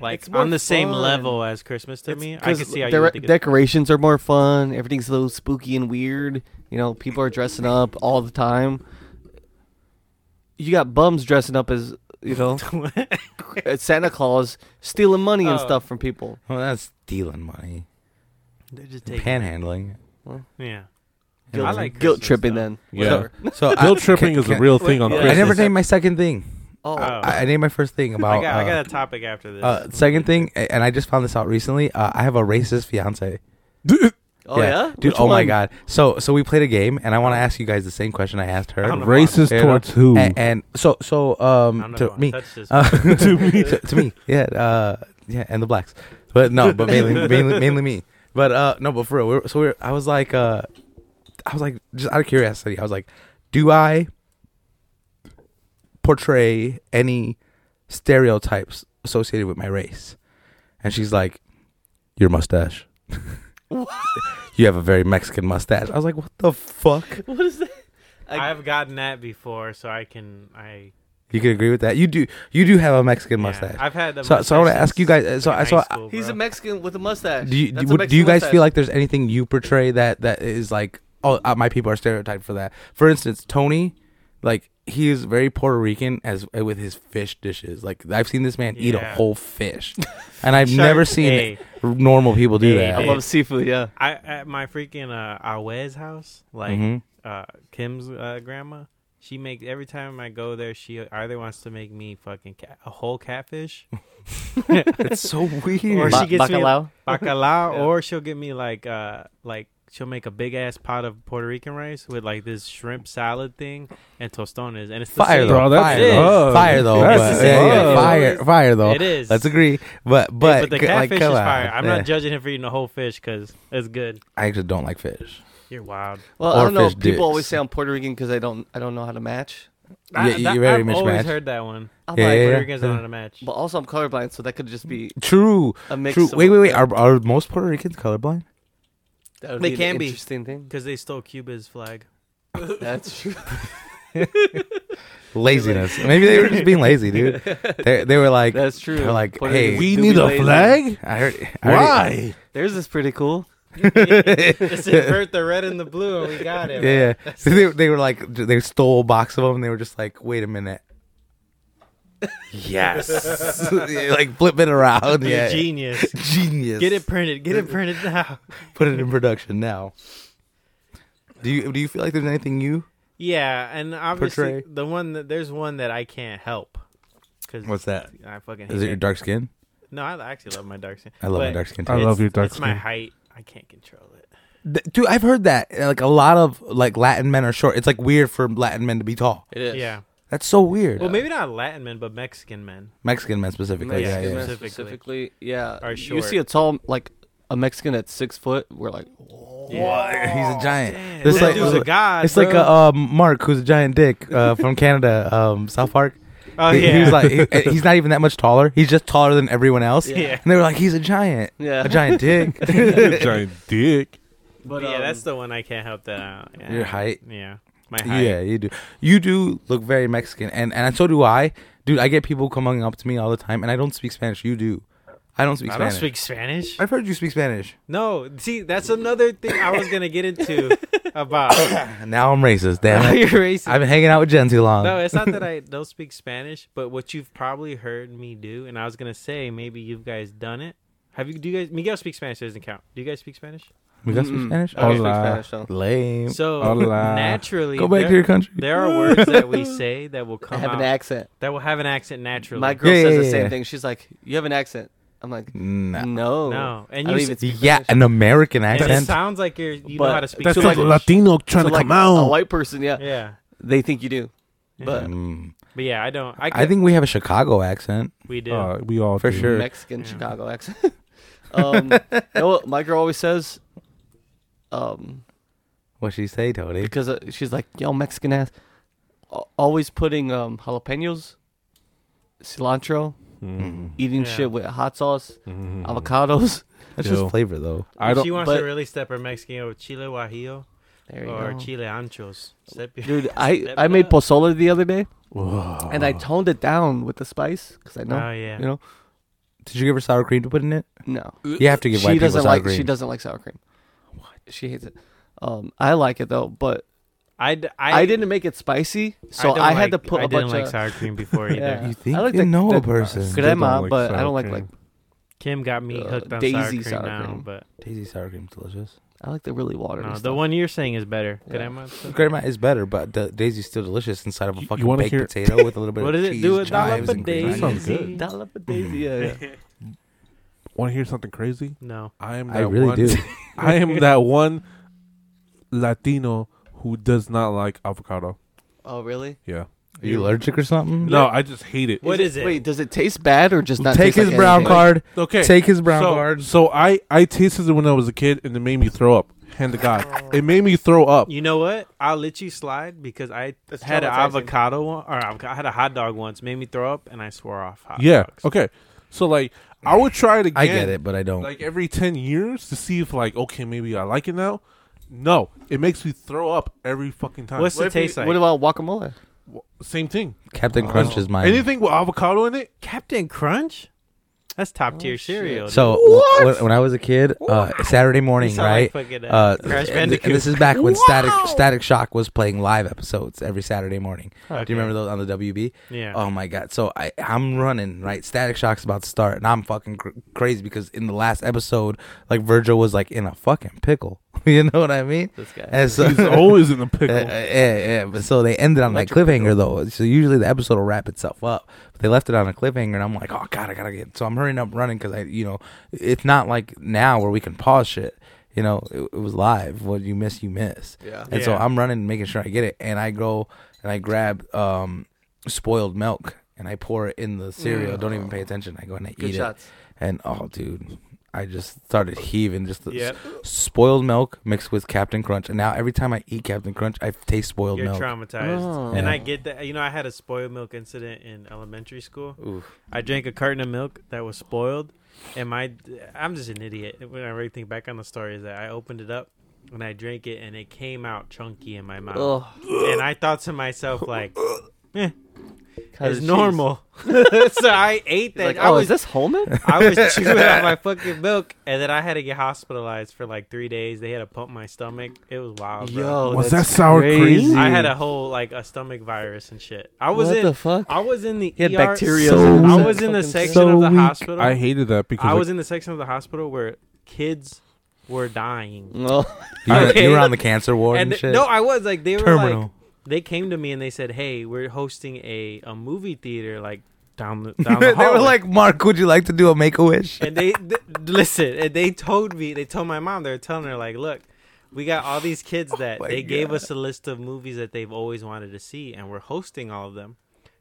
[SPEAKER 4] like
[SPEAKER 2] It's more
[SPEAKER 4] on the same
[SPEAKER 2] fun.
[SPEAKER 4] level as Christmas to me. I can see how you
[SPEAKER 2] Dere-
[SPEAKER 4] would think it's-
[SPEAKER 2] decorations are more fun. Everything's a little spooky and weird. You know, people are dressing up all the time. You got bums dressing up as you know as Santa Claus, stealing money and
[SPEAKER 4] Oh.
[SPEAKER 2] stuff from people.
[SPEAKER 1] Well, that's stealing money,
[SPEAKER 4] They're just taking.
[SPEAKER 1] panhandling.
[SPEAKER 4] Yeah.
[SPEAKER 1] Guilt-
[SPEAKER 4] I like
[SPEAKER 2] guilt
[SPEAKER 4] Christmas
[SPEAKER 2] tripping.
[SPEAKER 4] stuff.
[SPEAKER 2] Then
[SPEAKER 3] Yeah.
[SPEAKER 2] Whatever.
[SPEAKER 1] So I-
[SPEAKER 3] Guilt tripping is a
[SPEAKER 1] can-
[SPEAKER 3] real thing on
[SPEAKER 2] yeah. I
[SPEAKER 1] I
[SPEAKER 3] Christmas.
[SPEAKER 1] never named my second thing.
[SPEAKER 2] Oh,
[SPEAKER 4] Oh.
[SPEAKER 1] I, I named my first thing about.
[SPEAKER 4] I got I
[SPEAKER 1] uh,
[SPEAKER 4] got a topic after this.
[SPEAKER 1] uh, second thing, a- and I just found this out recently. Uh, I have a racist fiance.
[SPEAKER 2] oh yeah,
[SPEAKER 1] dude.
[SPEAKER 2] Which
[SPEAKER 1] oh my
[SPEAKER 2] one?
[SPEAKER 1] god. So so we played a game, and I want to ask you guys the same question I asked her.
[SPEAKER 4] I don't know.
[SPEAKER 3] Racist
[SPEAKER 1] You know?
[SPEAKER 3] towards who?
[SPEAKER 1] And, and so so
[SPEAKER 4] I don't
[SPEAKER 1] um
[SPEAKER 4] know
[SPEAKER 1] to
[SPEAKER 4] if I
[SPEAKER 1] me,
[SPEAKER 4] wanna touch this.
[SPEAKER 1] Uh, to me, to, to me, yeah, uh, yeah, and the blacks, but no, but mainly, mainly, mainly me. But uh, no, but for real, we're, so we're, I was like, uh, I was like, just out of curiosity, I was like, do I portray any stereotypes associated with my race? And she's like, your mustache. you have a very Mexican mustache. I was like, what the fuck?
[SPEAKER 2] What is that? I-
[SPEAKER 4] I've gotten that before, so I can I
[SPEAKER 1] You can agree with that. You do, you do have a Mexican
[SPEAKER 4] yeah.
[SPEAKER 1] mustache.
[SPEAKER 4] I've had the
[SPEAKER 1] So- so I wanna
[SPEAKER 4] mustache
[SPEAKER 1] ask you
[SPEAKER 4] since,
[SPEAKER 1] guys- uh, so
[SPEAKER 4] like,
[SPEAKER 1] I- so
[SPEAKER 4] high
[SPEAKER 1] I-
[SPEAKER 4] school,
[SPEAKER 2] He's
[SPEAKER 4] bro.
[SPEAKER 2] a Mexican with a mustache.
[SPEAKER 1] Do you
[SPEAKER 2] That's
[SPEAKER 1] do,
[SPEAKER 2] a
[SPEAKER 1] do
[SPEAKER 2] Mexican
[SPEAKER 1] you guys
[SPEAKER 2] mustache.
[SPEAKER 1] feel like there's anything you portray that that is like oh uh, my people are stereotyped for that? For instance, Tony, like he is very Puerto Rican as uh, with his fish dishes. Like I've seen this man eat a
[SPEAKER 4] Yeah.
[SPEAKER 1] whole fish, and I've
[SPEAKER 4] Shark-
[SPEAKER 1] never seen
[SPEAKER 4] Hey,
[SPEAKER 1] r- normal people do
[SPEAKER 4] Hey,
[SPEAKER 2] I
[SPEAKER 1] that.
[SPEAKER 4] hey.
[SPEAKER 2] love seafood. Yeah.
[SPEAKER 4] I at my freaking uh Awez house, like
[SPEAKER 1] Mhm.
[SPEAKER 4] uh Kim's uh, grandma, she makes every time I go there, she either wants to make me fucking cat, a whole catfish
[SPEAKER 1] It's so
[SPEAKER 4] Or
[SPEAKER 1] weird.
[SPEAKER 4] she gets me a-
[SPEAKER 2] bacalao.
[SPEAKER 4] bacalao,
[SPEAKER 2] Yeah.
[SPEAKER 4] or she'll get me like uh like she'll make a big ass pot of Puerto Rican rice with like this shrimp salad thing and tostones, and it's the
[SPEAKER 1] Fire
[SPEAKER 4] same.
[SPEAKER 1] though,
[SPEAKER 3] Bro, that's
[SPEAKER 1] fire,
[SPEAKER 4] it
[SPEAKER 1] though.
[SPEAKER 3] is.
[SPEAKER 1] fire though,
[SPEAKER 3] That's
[SPEAKER 1] but-
[SPEAKER 4] the
[SPEAKER 1] yeah, yeah,
[SPEAKER 4] same.
[SPEAKER 1] fire, fire though.
[SPEAKER 4] It is.
[SPEAKER 1] Let's agree, but
[SPEAKER 4] Hey,
[SPEAKER 1] but,
[SPEAKER 4] but the
[SPEAKER 1] c-
[SPEAKER 4] catfish
[SPEAKER 1] come
[SPEAKER 4] is
[SPEAKER 1] on.
[SPEAKER 4] fire. I'm
[SPEAKER 1] Yeah.
[SPEAKER 4] not judging him for eating the whole fish because it's good.
[SPEAKER 1] I actually don't like fish.
[SPEAKER 4] You're wild.
[SPEAKER 2] Well,
[SPEAKER 1] or
[SPEAKER 2] I don't know.
[SPEAKER 1] fish
[SPEAKER 2] People
[SPEAKER 1] dicks.
[SPEAKER 2] always say I'm Puerto Rican because I don't. I don't know how to match.
[SPEAKER 1] Yeah, you-
[SPEAKER 4] that-
[SPEAKER 1] you're very
[SPEAKER 4] I've
[SPEAKER 1] mismatched.
[SPEAKER 4] always heard that one.
[SPEAKER 2] I'm
[SPEAKER 1] Yeah,
[SPEAKER 2] like,
[SPEAKER 1] yeah,
[SPEAKER 4] Puerto
[SPEAKER 1] yeah.
[SPEAKER 4] Ricans don't want to match.
[SPEAKER 2] But also, I'm colorblind, so that could just be
[SPEAKER 1] True,
[SPEAKER 2] a mix.
[SPEAKER 1] true.
[SPEAKER 2] of-
[SPEAKER 1] Wait, wait, wait. Are are most Puerto Ricans colorblind?
[SPEAKER 2] That would
[SPEAKER 4] They
[SPEAKER 2] be
[SPEAKER 4] can
[SPEAKER 2] an
[SPEAKER 4] be.
[SPEAKER 2] interesting thing.
[SPEAKER 4] Because they stole Cuba's flag.
[SPEAKER 2] That's true.
[SPEAKER 1] Laziness. Maybe they were just being lazy, dude. They they were like,
[SPEAKER 2] That's true.
[SPEAKER 1] They're like,
[SPEAKER 2] Puerto
[SPEAKER 1] hey,
[SPEAKER 2] Ricans
[SPEAKER 1] we
[SPEAKER 2] do be lazy.
[SPEAKER 1] I heard. I heard-
[SPEAKER 3] Why?
[SPEAKER 2] There's this pretty cool.
[SPEAKER 4] Let's invert the red and the blue, and we got it.
[SPEAKER 1] Yeah, yeah. So they they were like they stole a box of them. and They were just like, wait a minute. yes, Yeah, like flip it around.
[SPEAKER 4] You're
[SPEAKER 1] Yeah,
[SPEAKER 4] genius.
[SPEAKER 1] genius.
[SPEAKER 4] Get it printed. Get it printed now.
[SPEAKER 1] Put it in production now. Do you do you feel like there's anything you?
[SPEAKER 4] Yeah, and obviously
[SPEAKER 1] Portray.
[SPEAKER 4] the one that there's one that I can't help. Cause
[SPEAKER 1] What's that?
[SPEAKER 4] I fucking hate
[SPEAKER 1] Is it your dark skin?
[SPEAKER 4] No, I actually love my dark skin.
[SPEAKER 1] I love my
[SPEAKER 4] But
[SPEAKER 1] dark skin. Too.
[SPEAKER 3] I
[SPEAKER 4] it's-
[SPEAKER 3] love your dark
[SPEAKER 4] It's my
[SPEAKER 3] skin.
[SPEAKER 4] height. I can't control it.
[SPEAKER 1] Th- Dude, I've heard that uh, like a lot of like Latin men are short. It's like weird for Latin men to be tall.
[SPEAKER 5] It is.
[SPEAKER 4] Yeah.
[SPEAKER 1] That's so weird.
[SPEAKER 4] Well, maybe not Latin men, but Mexican men.
[SPEAKER 1] Mexican men specifically.
[SPEAKER 5] Mexican
[SPEAKER 1] yeah, yeah,
[SPEAKER 5] men
[SPEAKER 1] yeah.
[SPEAKER 4] Specifically.
[SPEAKER 5] specifically.
[SPEAKER 2] Yeah.
[SPEAKER 4] Are
[SPEAKER 2] You
[SPEAKER 4] short.
[SPEAKER 2] see a tall like a Mexican at six foot, we're like,
[SPEAKER 1] He's a giant.
[SPEAKER 4] Damn,
[SPEAKER 1] It's
[SPEAKER 4] that
[SPEAKER 1] like-
[SPEAKER 4] dude's a god.
[SPEAKER 1] It's like
[SPEAKER 4] bro.
[SPEAKER 1] a, um, Mark, who's a giant dick uh, from Canada, um, South Park.
[SPEAKER 4] oh
[SPEAKER 1] he,
[SPEAKER 4] yeah.
[SPEAKER 1] he was like, he- he's not even that much taller. He's just taller than everyone else.
[SPEAKER 4] yeah.
[SPEAKER 1] And they were like, he's a giant,
[SPEAKER 2] yeah.
[SPEAKER 1] a giant dick.
[SPEAKER 3] giant dick.
[SPEAKER 2] But
[SPEAKER 4] But, yeah,
[SPEAKER 2] um,
[SPEAKER 4] that's the one I can't help that out. Yeah.
[SPEAKER 1] Your height.
[SPEAKER 4] Yeah. My height.
[SPEAKER 1] yeah, you do. You do look very Mexican, and and so do I, dude. I get people coming up to me all the time, and I don't speak Spanish. You do. I don't speak
[SPEAKER 4] I don't
[SPEAKER 1] Spanish.
[SPEAKER 4] speak Spanish.
[SPEAKER 1] I've heard you speak Spanish.
[SPEAKER 4] No, see, that's another thing I was gonna get into about.
[SPEAKER 1] Now I'm racist. Damn it.
[SPEAKER 4] You're racist.
[SPEAKER 1] I've been hanging out with Jen too long.
[SPEAKER 4] No, it's not that I don't speak Spanish, but what you've probably heard me do, and I was gonna say maybe you guys done it. Have you? Do you guys? Miguel speaks Spanish. Doesn't count. Do you guys speak Spanish?
[SPEAKER 1] we got speak Spanish.
[SPEAKER 2] I don't speak
[SPEAKER 3] Hola.
[SPEAKER 2] Spanish, no.
[SPEAKER 1] Lame.
[SPEAKER 4] So
[SPEAKER 3] Hola.
[SPEAKER 4] naturally,
[SPEAKER 1] Go back
[SPEAKER 4] there,
[SPEAKER 1] to your country.
[SPEAKER 4] there are words that we say that will
[SPEAKER 2] I
[SPEAKER 4] come
[SPEAKER 2] have
[SPEAKER 4] out
[SPEAKER 2] an accent.
[SPEAKER 4] that will have an accent naturally.
[SPEAKER 2] My girl
[SPEAKER 1] Yeah,
[SPEAKER 2] says
[SPEAKER 1] yeah,
[SPEAKER 2] the
[SPEAKER 1] yeah,
[SPEAKER 2] same
[SPEAKER 1] yeah.
[SPEAKER 2] thing. She's like, "You have an accent." I'm like,
[SPEAKER 1] Nah.
[SPEAKER 2] "No,
[SPEAKER 4] no, and
[SPEAKER 2] I
[SPEAKER 4] you
[SPEAKER 2] don't
[SPEAKER 4] s-
[SPEAKER 2] even speak
[SPEAKER 1] Yeah,
[SPEAKER 2] Spanish."
[SPEAKER 1] an American
[SPEAKER 4] and it
[SPEAKER 1] accent.
[SPEAKER 4] sounds like you're you know
[SPEAKER 2] But
[SPEAKER 4] how to speak.
[SPEAKER 3] That's
[SPEAKER 2] So
[SPEAKER 3] like
[SPEAKER 4] Spanish.
[SPEAKER 2] like-
[SPEAKER 3] Latino trying
[SPEAKER 2] So,
[SPEAKER 3] to
[SPEAKER 2] like,
[SPEAKER 3] come out.
[SPEAKER 2] A white person, yeah,
[SPEAKER 4] yeah,
[SPEAKER 2] they think you do,
[SPEAKER 4] Yeah.
[SPEAKER 2] but
[SPEAKER 1] Mm.
[SPEAKER 4] but yeah, I don't. I,
[SPEAKER 1] I
[SPEAKER 4] could,
[SPEAKER 1] think we have a Chicago accent.
[SPEAKER 4] we do.
[SPEAKER 3] Uh, we all
[SPEAKER 1] For
[SPEAKER 3] do.
[SPEAKER 1] sure.
[SPEAKER 2] Mexican
[SPEAKER 4] Yeah.
[SPEAKER 2] Chicago accent. um, you know what my girl always says? Um,
[SPEAKER 1] What she say, Tony?
[SPEAKER 2] because uh, she's like, "Yo, Mexican ass," Al- always putting um jalapenos, cilantro,
[SPEAKER 3] Mm.
[SPEAKER 2] eating
[SPEAKER 4] Yeah. Mm-hmm.
[SPEAKER 2] shit with hot sauce,
[SPEAKER 3] Mm.
[SPEAKER 2] avocados.
[SPEAKER 1] That's
[SPEAKER 3] Yo.
[SPEAKER 1] just flavor, though.
[SPEAKER 3] I
[SPEAKER 4] she
[SPEAKER 3] don't.
[SPEAKER 4] wants
[SPEAKER 2] but-
[SPEAKER 4] to really step her Mexican with chile guajillo
[SPEAKER 2] There you
[SPEAKER 4] or
[SPEAKER 2] go.
[SPEAKER 4] chile anchos. Step your-
[SPEAKER 2] Dude, I,
[SPEAKER 4] Step
[SPEAKER 2] I
[SPEAKER 4] it
[SPEAKER 2] made
[SPEAKER 4] up.
[SPEAKER 2] pozole the other day,
[SPEAKER 3] Whoa.
[SPEAKER 2] and
[SPEAKER 4] Ah.
[SPEAKER 2] I toned it down with the spice because I know,
[SPEAKER 4] Oh yeah.
[SPEAKER 2] you know,
[SPEAKER 1] Did you give her sour cream to put in it?
[SPEAKER 2] no.
[SPEAKER 1] You have to give white
[SPEAKER 2] she
[SPEAKER 1] people
[SPEAKER 2] doesn't
[SPEAKER 1] sour
[SPEAKER 2] like
[SPEAKER 1] cream.
[SPEAKER 2] she doesn't like sour cream. She hates it. Um, I like it though, but
[SPEAKER 4] I, d-
[SPEAKER 2] I,
[SPEAKER 4] I
[SPEAKER 2] didn't make it spicy, so
[SPEAKER 4] don't
[SPEAKER 2] I, had to
[SPEAKER 4] like-
[SPEAKER 2] put
[SPEAKER 4] I
[SPEAKER 2] a
[SPEAKER 4] didn't
[SPEAKER 2] bunch
[SPEAKER 4] like
[SPEAKER 2] of
[SPEAKER 4] sour cream before either.
[SPEAKER 2] Yeah.
[SPEAKER 1] You think
[SPEAKER 2] I like
[SPEAKER 1] you
[SPEAKER 2] the-
[SPEAKER 1] know
[SPEAKER 2] the-
[SPEAKER 1] a person?
[SPEAKER 3] Still don't
[SPEAKER 2] grandma,
[SPEAKER 3] like
[SPEAKER 2] but
[SPEAKER 3] sour
[SPEAKER 2] I don't like
[SPEAKER 3] cream.
[SPEAKER 2] like
[SPEAKER 4] Kim got me
[SPEAKER 2] Uh,
[SPEAKER 4] hooked on sour
[SPEAKER 2] Daisy
[SPEAKER 4] cream
[SPEAKER 2] sour
[SPEAKER 4] now,
[SPEAKER 2] cream.
[SPEAKER 4] but
[SPEAKER 1] Daisy sour cream's delicious.
[SPEAKER 2] I like the really watery
[SPEAKER 4] no,
[SPEAKER 2] stuff.
[SPEAKER 4] the one you're saying is better.
[SPEAKER 2] Yeah.
[SPEAKER 4] Could I mind some?
[SPEAKER 1] Grandma is better, but da- Daisy's still delicious inside of a
[SPEAKER 3] You- you
[SPEAKER 1] fucking
[SPEAKER 3] wanna
[SPEAKER 1] baked
[SPEAKER 3] hear-
[SPEAKER 1] potato with a little bit
[SPEAKER 4] What
[SPEAKER 1] of
[SPEAKER 4] does it
[SPEAKER 1] cheese,
[SPEAKER 4] do? A dollar
[SPEAKER 1] chives,
[SPEAKER 4] per
[SPEAKER 1] and green
[SPEAKER 4] day.
[SPEAKER 3] That sounds good.
[SPEAKER 4] Daisy?
[SPEAKER 2] Dollar for Daisy, yeah, yeah.
[SPEAKER 3] Want to hear something crazy?
[SPEAKER 4] No,
[SPEAKER 3] I am. That
[SPEAKER 1] I really
[SPEAKER 3] one,
[SPEAKER 1] do.
[SPEAKER 3] I am that one Latino who does not like avocado.
[SPEAKER 2] Oh, really?
[SPEAKER 3] Yeah.
[SPEAKER 1] Are you allergic or something?
[SPEAKER 3] No, I just hate it.
[SPEAKER 4] what is it?
[SPEAKER 2] Wait, does it taste bad or just not?
[SPEAKER 1] Take
[SPEAKER 2] taste
[SPEAKER 1] his
[SPEAKER 2] like
[SPEAKER 1] brown
[SPEAKER 2] anything?
[SPEAKER 1] card.
[SPEAKER 3] Okay.
[SPEAKER 1] Take his brown
[SPEAKER 3] so,
[SPEAKER 1] card.
[SPEAKER 3] So I I tasted it when I was a kid, and it made me throw up. Hand to God, it made me throw up.
[SPEAKER 4] you know what? I'll let you slide because I
[SPEAKER 2] That's
[SPEAKER 4] had an
[SPEAKER 2] traumatizing.
[SPEAKER 4] avocado one, or avoc- I had a hot dog once, made me throw up, and I swore off hot
[SPEAKER 3] Yeah.
[SPEAKER 4] dogs.
[SPEAKER 3] Okay. So like, I would try it again.
[SPEAKER 1] I get it, but I don't.
[SPEAKER 3] Like every ten years to see if like okay maybe I like it now. No, it makes me throw up every fucking time.
[SPEAKER 4] What's
[SPEAKER 3] What
[SPEAKER 4] the
[SPEAKER 3] if it-
[SPEAKER 4] taste like?
[SPEAKER 2] What about guacamole?
[SPEAKER 3] w- Same thing.
[SPEAKER 1] Captain Crunch is mine.
[SPEAKER 3] Anything with avocado in it.
[SPEAKER 4] Captain Crunch? That's
[SPEAKER 2] Oh,
[SPEAKER 4] top tier cereal. dude.
[SPEAKER 1] So When, when I was a kid, uh, Saturday morning,
[SPEAKER 4] You sound
[SPEAKER 1] right?
[SPEAKER 4] like fucking, uh,
[SPEAKER 1] uh,
[SPEAKER 4] Crash
[SPEAKER 1] and, th-
[SPEAKER 4] Bandicoot.
[SPEAKER 1] and this is back when Static Static Shock was playing live episodes every Saturday morning. Do you remember those on the WB?
[SPEAKER 4] Yeah.
[SPEAKER 1] Oh my god! So I I'm running right. Static Shock's about to start, and I'm fucking cr- crazy because in the last episode, like Virgil was like in a fucking pickle. you know what I mean?
[SPEAKER 2] This guy.
[SPEAKER 1] And so,
[SPEAKER 3] It's always in the
[SPEAKER 1] Uh, uh,
[SPEAKER 3] pickle.
[SPEAKER 1] yeah, yeah. But so they ended on that cliffhanger though. So usually the episode will wrap itself up. But they left it on a cliffhanger, and I'm like, oh god, I gotta get. So I'm hurrying up, running because I, you know, it's not like now where we can pause shit. You know, it, it was live. What you miss, you miss.
[SPEAKER 2] Yeah.
[SPEAKER 1] And so
[SPEAKER 4] Yeah.
[SPEAKER 1] I'm running, making sure I get it, and I go and I grab um, spoiled milk and I pour it in the cereal. Don't even pay attention. I go and I
[SPEAKER 2] Good
[SPEAKER 1] eat
[SPEAKER 2] shots.
[SPEAKER 1] it, and oh, dude. I just started heaving. Just the
[SPEAKER 4] Yep.
[SPEAKER 1] spoiled milk mixed with Captain Crunch, and now every time I eat Captain Crunch, I taste spoiled
[SPEAKER 4] You're
[SPEAKER 1] milk.
[SPEAKER 4] traumatized.
[SPEAKER 2] Oh.
[SPEAKER 4] And
[SPEAKER 1] Yeah.
[SPEAKER 4] I get that. You know, I had a spoiled milk incident in elementary school.
[SPEAKER 1] Oof.
[SPEAKER 4] I drank a carton of milk that was spoiled, and my I'm just an idiot. When I really think back on the story, is that I opened it up and I drank it, and it came out chunky in my mouth,
[SPEAKER 2] Ugh,
[SPEAKER 4] and I thought to myself like,
[SPEAKER 2] cottage
[SPEAKER 4] "It's
[SPEAKER 2] cheese.
[SPEAKER 4] normal." so I ate
[SPEAKER 2] You're
[SPEAKER 4] that.
[SPEAKER 2] Like,
[SPEAKER 4] I
[SPEAKER 2] oh,
[SPEAKER 4] was
[SPEAKER 2] is this Holman?
[SPEAKER 4] I was chewing out my fucking milk, and then I had to get hospitalized for like three days. They had to pump my stomach. It was wild, bro.
[SPEAKER 1] eh,
[SPEAKER 2] Yo,
[SPEAKER 3] Was
[SPEAKER 2] that's
[SPEAKER 3] that sour cream?
[SPEAKER 2] crazy.
[SPEAKER 4] I had a whole like a stomach virus and shit. I was
[SPEAKER 2] what
[SPEAKER 4] in
[SPEAKER 2] the fuck?
[SPEAKER 4] I was in the
[SPEAKER 2] He had
[SPEAKER 4] ER.
[SPEAKER 2] bacteria
[SPEAKER 1] So
[SPEAKER 4] I was in the
[SPEAKER 2] weak.
[SPEAKER 4] section
[SPEAKER 1] So
[SPEAKER 4] of the
[SPEAKER 1] weak.
[SPEAKER 4] hospital.
[SPEAKER 3] I hated that because
[SPEAKER 4] I
[SPEAKER 3] like,
[SPEAKER 4] was in the section of the hospital where kids were dying.
[SPEAKER 2] No.
[SPEAKER 1] You were,
[SPEAKER 4] Okay.
[SPEAKER 1] you were on the cancer ward and,
[SPEAKER 4] And
[SPEAKER 1] shit.
[SPEAKER 4] no, I was like they were
[SPEAKER 1] Terminal.
[SPEAKER 4] like they came to me and they said, "Hey, we're hosting a a movie theater like down the down the
[SPEAKER 1] they
[SPEAKER 4] hall."
[SPEAKER 1] were like, Mark, would you like to do a make a wish?
[SPEAKER 4] and they th- listen, and they told me, they told my mom, they were telling her like, "Look, we got all these kids that
[SPEAKER 1] Oh my
[SPEAKER 4] they gave
[SPEAKER 1] God.
[SPEAKER 4] us a list of movies that they've always wanted to see and we're hosting all of them.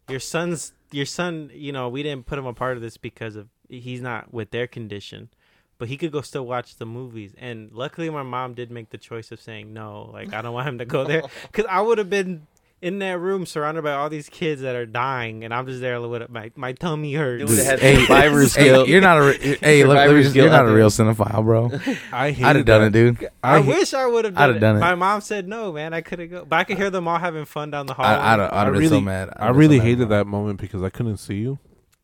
[SPEAKER 4] Your son's your son, you know, we didn't put him a part of this because of he's not with their condition." But he could go still watch the movies, and luckily my mom did make the choice of saying no. Like I don't want him to go there because I would have been in that room surrounded by all these kids that are dying, and I'm just there with my my tummy hurts.
[SPEAKER 2] would've had
[SPEAKER 1] Hey,
[SPEAKER 2] survivor's
[SPEAKER 1] hey,
[SPEAKER 2] guilt.
[SPEAKER 1] you're not a re- hey, let, let me
[SPEAKER 2] Survivor's
[SPEAKER 1] just, you're
[SPEAKER 2] guilt out
[SPEAKER 1] not a
[SPEAKER 2] there.
[SPEAKER 1] real cinephile, bro.
[SPEAKER 3] I hated
[SPEAKER 1] I'd have done
[SPEAKER 3] that.
[SPEAKER 1] it, dude.
[SPEAKER 4] I,
[SPEAKER 3] hate-
[SPEAKER 4] wish I would have
[SPEAKER 1] I'd
[SPEAKER 4] done,
[SPEAKER 1] have
[SPEAKER 4] it.
[SPEAKER 1] done it.
[SPEAKER 4] My mom said no, man. I couldn't go, but I could hear them all having fun down the hall.
[SPEAKER 1] I, I'd, I'd have been so mad.
[SPEAKER 3] I really hated
[SPEAKER 1] that.
[SPEAKER 3] that moment because I couldn't see you.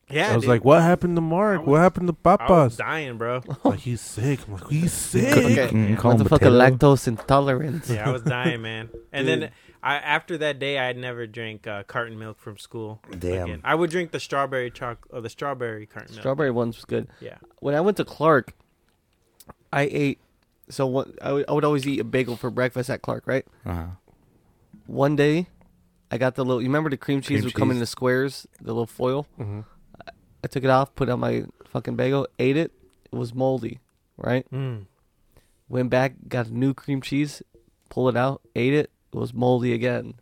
[SPEAKER 4] yeah,
[SPEAKER 3] I was
[SPEAKER 4] dude.
[SPEAKER 3] like, "What happened to Mark? what happened to
[SPEAKER 4] I was
[SPEAKER 3] Papa's?
[SPEAKER 4] dying, bro.
[SPEAKER 3] Like he's sick. I'm like he's sick.
[SPEAKER 2] Okay.
[SPEAKER 1] Mm, call him
[SPEAKER 2] Motherfucking
[SPEAKER 1] potato.
[SPEAKER 2] lactose intolerance.
[SPEAKER 4] Yeah, I was dying, man. And
[SPEAKER 2] Dude.
[SPEAKER 4] then I, after that day, I never drank uh, carton milk from school.
[SPEAKER 1] Damn.
[SPEAKER 4] again. I would drink the strawberry choc or the strawberry carton milk.
[SPEAKER 2] Strawberry ones was good.
[SPEAKER 4] Yeah,
[SPEAKER 2] When I went to Clark, I ate. So what, I would- I would always eat a bagel for breakfast at Clark, right?
[SPEAKER 1] Uh-huh.
[SPEAKER 2] One day, I got the little. You remember the cream cheese
[SPEAKER 1] Cream
[SPEAKER 2] would come
[SPEAKER 1] cheese.
[SPEAKER 2] in the squares, the little foil.
[SPEAKER 3] Mhm.
[SPEAKER 2] I took it off, put it on my fucking bagel, ate it. It was moldy, right?
[SPEAKER 1] Hmm.
[SPEAKER 4] mm.
[SPEAKER 2] Went back, got a new cream cheese, pulled it out, ate it. It was moldy again.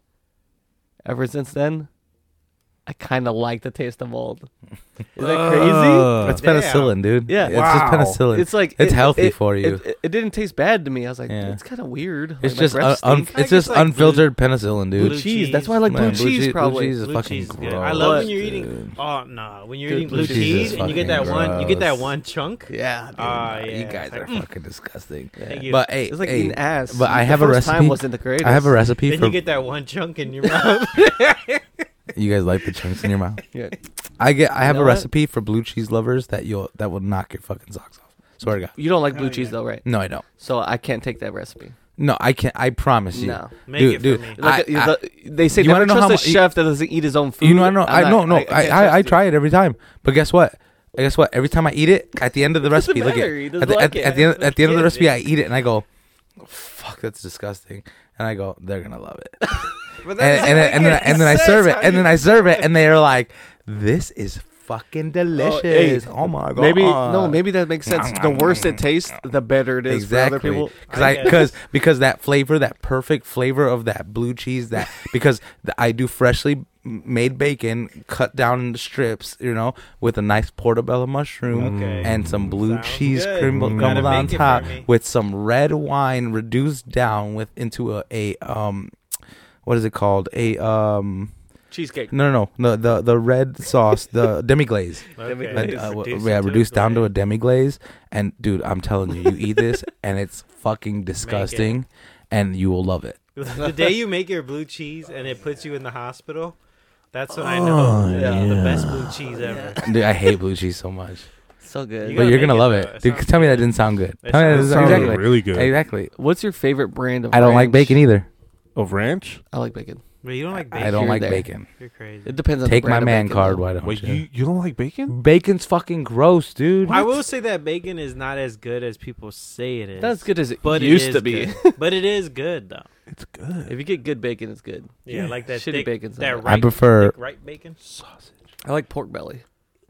[SPEAKER 2] Ever since then, I kind of like the taste of mold. Is that crazy?
[SPEAKER 3] Uh,
[SPEAKER 1] It's penicillin, dude.
[SPEAKER 2] Yeah.
[SPEAKER 1] It's just
[SPEAKER 3] Wow.
[SPEAKER 1] penicillin.
[SPEAKER 2] It's like
[SPEAKER 1] it's
[SPEAKER 2] it-
[SPEAKER 1] healthy
[SPEAKER 2] it-
[SPEAKER 1] for you.
[SPEAKER 2] It, it, it didn't taste bad to me. I was like,
[SPEAKER 1] Yeah.
[SPEAKER 2] it's kind of weird. Like,
[SPEAKER 1] it's
[SPEAKER 2] my
[SPEAKER 1] just
[SPEAKER 2] breath
[SPEAKER 1] un- un-
[SPEAKER 2] stink.
[SPEAKER 4] I
[SPEAKER 1] it's
[SPEAKER 4] guess
[SPEAKER 1] just
[SPEAKER 4] like
[SPEAKER 1] unfiltered penicillin, dude.
[SPEAKER 2] blue
[SPEAKER 4] Blue
[SPEAKER 2] cheese. That's why I
[SPEAKER 4] cheese.
[SPEAKER 2] like blue
[SPEAKER 1] Man,
[SPEAKER 2] cheese, probably.
[SPEAKER 1] Blue cheese is
[SPEAKER 4] Blue
[SPEAKER 1] fucking
[SPEAKER 4] cheese is
[SPEAKER 1] gross.
[SPEAKER 4] good. I love
[SPEAKER 2] But-
[SPEAKER 4] when you're eating.
[SPEAKER 1] dude.
[SPEAKER 4] Oh no, when you're
[SPEAKER 2] Dude,
[SPEAKER 4] eating
[SPEAKER 2] blue
[SPEAKER 4] blue
[SPEAKER 2] cheese
[SPEAKER 1] is
[SPEAKER 4] cheese and you get that
[SPEAKER 1] fucking
[SPEAKER 4] one, you get that
[SPEAKER 1] gross.
[SPEAKER 4] one chunk.
[SPEAKER 2] Yeah, dude.
[SPEAKER 4] Ah,
[SPEAKER 1] Nah,
[SPEAKER 4] yeah.
[SPEAKER 1] You guys
[SPEAKER 4] It's like,
[SPEAKER 1] are
[SPEAKER 4] mm.
[SPEAKER 1] fucking disgusting.
[SPEAKER 4] Thank you.
[SPEAKER 1] But hey,
[SPEAKER 2] It's like
[SPEAKER 1] hey,
[SPEAKER 2] eating ass.
[SPEAKER 1] but I
[SPEAKER 2] The
[SPEAKER 1] have a
[SPEAKER 2] first Time
[SPEAKER 1] recipe.
[SPEAKER 2] wasn't the greatest.
[SPEAKER 1] I have a recipe
[SPEAKER 4] Then
[SPEAKER 1] for
[SPEAKER 4] you
[SPEAKER 1] you,
[SPEAKER 4] get that one chunk in your mouth.
[SPEAKER 1] guys like the chunks in your mouth.
[SPEAKER 2] Yeah.
[SPEAKER 1] I get. I have
[SPEAKER 2] know
[SPEAKER 1] a
[SPEAKER 2] what?
[SPEAKER 1] recipe for blue cheese lovers that you'll that will knock your fucking socks off. Swear to God.
[SPEAKER 2] You don't like blue
[SPEAKER 4] Oh,
[SPEAKER 2] cheese
[SPEAKER 4] yeah.
[SPEAKER 2] though, right?
[SPEAKER 1] No, I don't.
[SPEAKER 2] So I can't take that recipe.
[SPEAKER 1] No, I can't. I promise you.
[SPEAKER 2] No.
[SPEAKER 4] Make
[SPEAKER 1] dude,
[SPEAKER 4] it for
[SPEAKER 1] dude,
[SPEAKER 4] me.
[SPEAKER 2] Like
[SPEAKER 1] I-
[SPEAKER 2] uh, the- they say,
[SPEAKER 1] You
[SPEAKER 2] you never
[SPEAKER 1] wanna know
[SPEAKER 2] trust
[SPEAKER 1] how
[SPEAKER 2] a
[SPEAKER 1] mu-
[SPEAKER 2] chef that doesn't eat his own food.
[SPEAKER 1] You know, I know,
[SPEAKER 2] I'm
[SPEAKER 1] I
[SPEAKER 2] not-
[SPEAKER 1] no, no, I
[SPEAKER 2] can't
[SPEAKER 1] I, I,
[SPEAKER 2] trust
[SPEAKER 1] try it every time. But guess what? I guess what? Every time I eat it, at the end of the
[SPEAKER 2] Doesn't
[SPEAKER 1] recipe, look
[SPEAKER 2] matter, he
[SPEAKER 1] at
[SPEAKER 2] doesn't
[SPEAKER 1] at the,
[SPEAKER 2] like
[SPEAKER 1] at,
[SPEAKER 2] it.
[SPEAKER 1] at the end at the end of the
[SPEAKER 4] That's
[SPEAKER 1] recipe,
[SPEAKER 4] it.
[SPEAKER 1] I eat it and I go, "Fuck, that's disgusting," and I go, "They're gonna love it,"
[SPEAKER 4] But
[SPEAKER 1] and and then, and, then, and then I serve it, and then I serve it, and they are like, "This is fucking delicious!" Oh, my god!
[SPEAKER 2] Maybe
[SPEAKER 1] uh,
[SPEAKER 2] no, maybe that makes sense. The worse it tastes, the better it is for
[SPEAKER 1] Exactly,
[SPEAKER 2] other people.
[SPEAKER 1] because
[SPEAKER 4] I
[SPEAKER 1] I
[SPEAKER 4] guess.
[SPEAKER 1] because because that flavor, that perfect flavor of that blue cheese, that because th- I do freshly m- made bacon, cut down into strips, you know, with a nice portobello mushroom
[SPEAKER 4] Okay. Mm,
[SPEAKER 1] and some blue
[SPEAKER 4] Sounds
[SPEAKER 1] cheese
[SPEAKER 4] good.
[SPEAKER 1] crumble
[SPEAKER 4] You
[SPEAKER 1] crumbled
[SPEAKER 4] gotta
[SPEAKER 1] on
[SPEAKER 4] make it for
[SPEAKER 1] top,
[SPEAKER 4] me.
[SPEAKER 1] with some red wine reduced down with into a, a um, what is it called? A um,
[SPEAKER 2] Cheesecake.
[SPEAKER 1] no no no the the, the red sauce, the demi glaze.
[SPEAKER 4] Okay.
[SPEAKER 1] And,
[SPEAKER 2] Reduce-
[SPEAKER 1] uh, w-
[SPEAKER 4] Reduce
[SPEAKER 1] yeah,
[SPEAKER 4] it to
[SPEAKER 1] reduced
[SPEAKER 4] a
[SPEAKER 1] down to a
[SPEAKER 4] glaze.
[SPEAKER 1] demi glaze. And dude, I'm telling you, you eat this and it's fucking disgusting, and you will love it.
[SPEAKER 4] the day you make your blue cheese and it puts you in the hospital, that's when I know
[SPEAKER 3] Oh,
[SPEAKER 4] that it's the
[SPEAKER 3] yeah.
[SPEAKER 4] best blue cheese ever.
[SPEAKER 1] Dude, I hate blue cheese so much,
[SPEAKER 2] So good.
[SPEAKER 4] You
[SPEAKER 1] but
[SPEAKER 4] gotta
[SPEAKER 1] you're gonna
[SPEAKER 4] make it,
[SPEAKER 1] love
[SPEAKER 4] though.
[SPEAKER 1] it,
[SPEAKER 4] It
[SPEAKER 1] dude.
[SPEAKER 4] sounds
[SPEAKER 1] Tell me that
[SPEAKER 4] good.
[SPEAKER 1] didn't sound good.
[SPEAKER 4] It
[SPEAKER 1] Tell me that
[SPEAKER 4] sounds
[SPEAKER 1] didn't
[SPEAKER 3] Sounded
[SPEAKER 1] sound exactly.
[SPEAKER 3] really good.
[SPEAKER 1] Exactly.
[SPEAKER 2] What's your favorite brand of?
[SPEAKER 1] I don't like
[SPEAKER 2] ranch?
[SPEAKER 1] bacon e- either.
[SPEAKER 3] Of ranch?
[SPEAKER 2] I like bacon.
[SPEAKER 4] But you don't like bacon.
[SPEAKER 1] I don't
[SPEAKER 2] Here,
[SPEAKER 1] like
[SPEAKER 2] there.
[SPEAKER 1] bacon.
[SPEAKER 4] You're crazy.
[SPEAKER 2] It depends on.
[SPEAKER 1] Take
[SPEAKER 2] the
[SPEAKER 1] my
[SPEAKER 2] brand of
[SPEAKER 1] man
[SPEAKER 2] bacon,
[SPEAKER 1] card.
[SPEAKER 2] though.
[SPEAKER 1] Why don't
[SPEAKER 3] Wait,
[SPEAKER 1] you?
[SPEAKER 3] you you don't like bacon?
[SPEAKER 1] Bacon's fucking gross, dude.
[SPEAKER 4] I will say that bacon is not as good as people say it is.
[SPEAKER 2] That's good as it
[SPEAKER 4] But it
[SPEAKER 2] used
[SPEAKER 4] is
[SPEAKER 2] to be.
[SPEAKER 4] good. but it is good though.
[SPEAKER 3] It's good.
[SPEAKER 2] if you get good bacon, it's good.
[SPEAKER 4] Yeah, like that
[SPEAKER 2] Shitty
[SPEAKER 4] thick,
[SPEAKER 2] bacon's not
[SPEAKER 4] that
[SPEAKER 2] bad.
[SPEAKER 4] ripe,
[SPEAKER 1] I prefer
[SPEAKER 4] thick ripe bacon.
[SPEAKER 2] I like pork belly.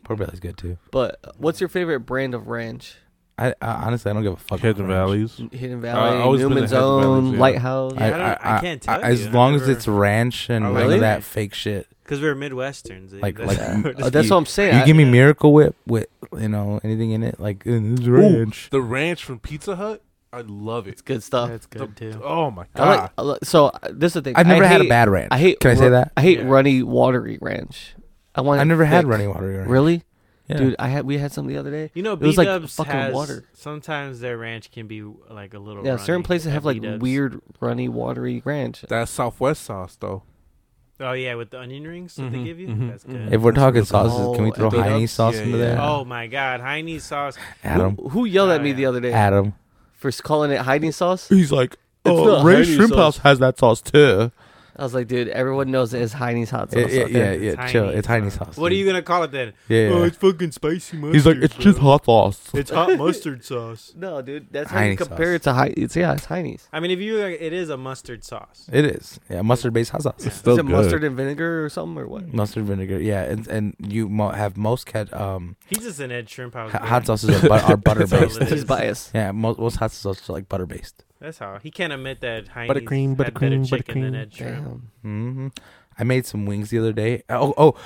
[SPEAKER 1] pork belly's good too.
[SPEAKER 2] But uh, what's your favorite brand of ranch?
[SPEAKER 1] I, I honestly I don't give a fuck.
[SPEAKER 3] Hidden
[SPEAKER 1] about ranch.
[SPEAKER 3] Valleys.
[SPEAKER 1] Uh,
[SPEAKER 2] Hidden
[SPEAKER 3] I've
[SPEAKER 2] Valley,
[SPEAKER 3] always been
[SPEAKER 2] Newman's
[SPEAKER 3] the Hidden
[SPEAKER 2] Own,
[SPEAKER 3] Valleys, yeah.
[SPEAKER 2] Lighthouse.
[SPEAKER 4] Yeah, I don't- I can't tell
[SPEAKER 1] as
[SPEAKER 4] you. I
[SPEAKER 1] long as
[SPEAKER 4] never-
[SPEAKER 1] it's ranch and
[SPEAKER 4] Oh,
[SPEAKER 1] none
[SPEAKER 2] really?
[SPEAKER 1] of that fake shit.
[SPEAKER 4] Because we're Midwesterns. dude.
[SPEAKER 1] Like-
[SPEAKER 4] That's-
[SPEAKER 1] like-
[SPEAKER 4] we're
[SPEAKER 2] Uh,
[SPEAKER 4] just-
[SPEAKER 2] that's what I'm saying.
[SPEAKER 1] You
[SPEAKER 2] I-
[SPEAKER 1] give me Miracle Whip with you know anything in it like uh, this is ranch.
[SPEAKER 3] The ranch from Pizza Hut? I love it.
[SPEAKER 2] it's good stuff.
[SPEAKER 4] that's good too.
[SPEAKER 3] Oh my
[SPEAKER 2] I like,
[SPEAKER 3] god.
[SPEAKER 2] I like- so uh, this is the thing.
[SPEAKER 1] I've never
[SPEAKER 2] I
[SPEAKER 1] had a
[SPEAKER 2] hate-
[SPEAKER 1] bad ranch.
[SPEAKER 2] I hate.
[SPEAKER 1] Can I say
[SPEAKER 2] ru-
[SPEAKER 1] that?
[SPEAKER 2] I hate
[SPEAKER 3] Yeah.
[SPEAKER 2] runny, watery ranch. I want.
[SPEAKER 1] I've
[SPEAKER 2] it
[SPEAKER 1] never had
[SPEAKER 2] thick.
[SPEAKER 1] running water. Ranch.
[SPEAKER 2] Really,
[SPEAKER 1] Yeah.
[SPEAKER 2] dude? I had. We had some the other day.
[SPEAKER 4] You know, B
[SPEAKER 2] was like
[SPEAKER 4] Dubs
[SPEAKER 2] fucking
[SPEAKER 4] has
[SPEAKER 2] water.
[SPEAKER 4] sometimes their ranch can be like a little.
[SPEAKER 2] Yeah, certain
[SPEAKER 4] runny
[SPEAKER 2] places
[SPEAKER 4] at
[SPEAKER 2] have like
[SPEAKER 4] B-Dubs.
[SPEAKER 2] weird runny, watery ranch.
[SPEAKER 3] That's Southwest sauce though.
[SPEAKER 4] Oh yeah, with the onion rings that
[SPEAKER 2] Mm-hmm,
[SPEAKER 4] they
[SPEAKER 3] Mhm,
[SPEAKER 4] give you.
[SPEAKER 3] mhm,
[SPEAKER 4] That's
[SPEAKER 3] mhm.
[SPEAKER 4] good.
[SPEAKER 1] If we're talking sauces,
[SPEAKER 2] Oh,
[SPEAKER 1] can we throw
[SPEAKER 2] at Big
[SPEAKER 1] Heinz
[SPEAKER 2] Ups?
[SPEAKER 1] sauce
[SPEAKER 3] Yeah,
[SPEAKER 1] into
[SPEAKER 3] yeah.
[SPEAKER 1] there?
[SPEAKER 4] Oh my god, Heinz sauce.
[SPEAKER 1] Adam,
[SPEAKER 2] Who, who yelled at
[SPEAKER 4] Oh,
[SPEAKER 2] me
[SPEAKER 4] yeah.
[SPEAKER 2] the other day
[SPEAKER 1] Adam.
[SPEAKER 2] for calling it hiding sauce?
[SPEAKER 1] He's like,
[SPEAKER 2] "Oh, not Ray's Heinz Shrimp sauce." House
[SPEAKER 1] has that sauce too.
[SPEAKER 2] I was like, dude, everyone knows it is Heine's hot sauce.
[SPEAKER 1] Yeah, yeah,
[SPEAKER 2] out
[SPEAKER 1] yeah,
[SPEAKER 2] there.
[SPEAKER 1] yeah,
[SPEAKER 4] It's
[SPEAKER 1] chill.
[SPEAKER 4] Heinz,
[SPEAKER 1] It's Heine
[SPEAKER 4] huh?
[SPEAKER 1] sauce.
[SPEAKER 4] What are
[SPEAKER 1] dude.
[SPEAKER 4] you gonna call it then?
[SPEAKER 1] Yeah, yeah.
[SPEAKER 4] Oh, it's fucking spicy mustard.
[SPEAKER 1] He's like, it's
[SPEAKER 4] bro.
[SPEAKER 1] just hot sauce.
[SPEAKER 4] It's hot mustard sauce.
[SPEAKER 2] No, dude, that's how you
[SPEAKER 1] Heine's
[SPEAKER 2] compare it to Heine. It's yeah, it's Heine's.
[SPEAKER 4] I mean, if you, it is a mustard sauce.
[SPEAKER 1] It is. Yeah, mustard based hot sauce.
[SPEAKER 4] It's
[SPEAKER 3] Still
[SPEAKER 2] is it
[SPEAKER 3] good.
[SPEAKER 2] mustard and vinegar or something or what?
[SPEAKER 1] Mustard vinegar. Yeah, and and you mo- have most cat um
[SPEAKER 4] He's just an Ed Shrimp House.
[SPEAKER 1] h-
[SPEAKER 4] guy.
[SPEAKER 1] hot sauces are, but- are butter
[SPEAKER 4] That's all
[SPEAKER 1] based.
[SPEAKER 4] it
[SPEAKER 2] He's
[SPEAKER 4] is.
[SPEAKER 2] biased.
[SPEAKER 1] Yeah, most, most hot sauces are like butter based.
[SPEAKER 4] That's how he can't admit that Heinz
[SPEAKER 3] Buttercream,
[SPEAKER 4] had better
[SPEAKER 3] buttercream,
[SPEAKER 4] chicken than
[SPEAKER 3] buttercream.
[SPEAKER 4] Ed Shrimp.
[SPEAKER 2] Damn.
[SPEAKER 1] hmm I made some wings the other day. Oh, oh,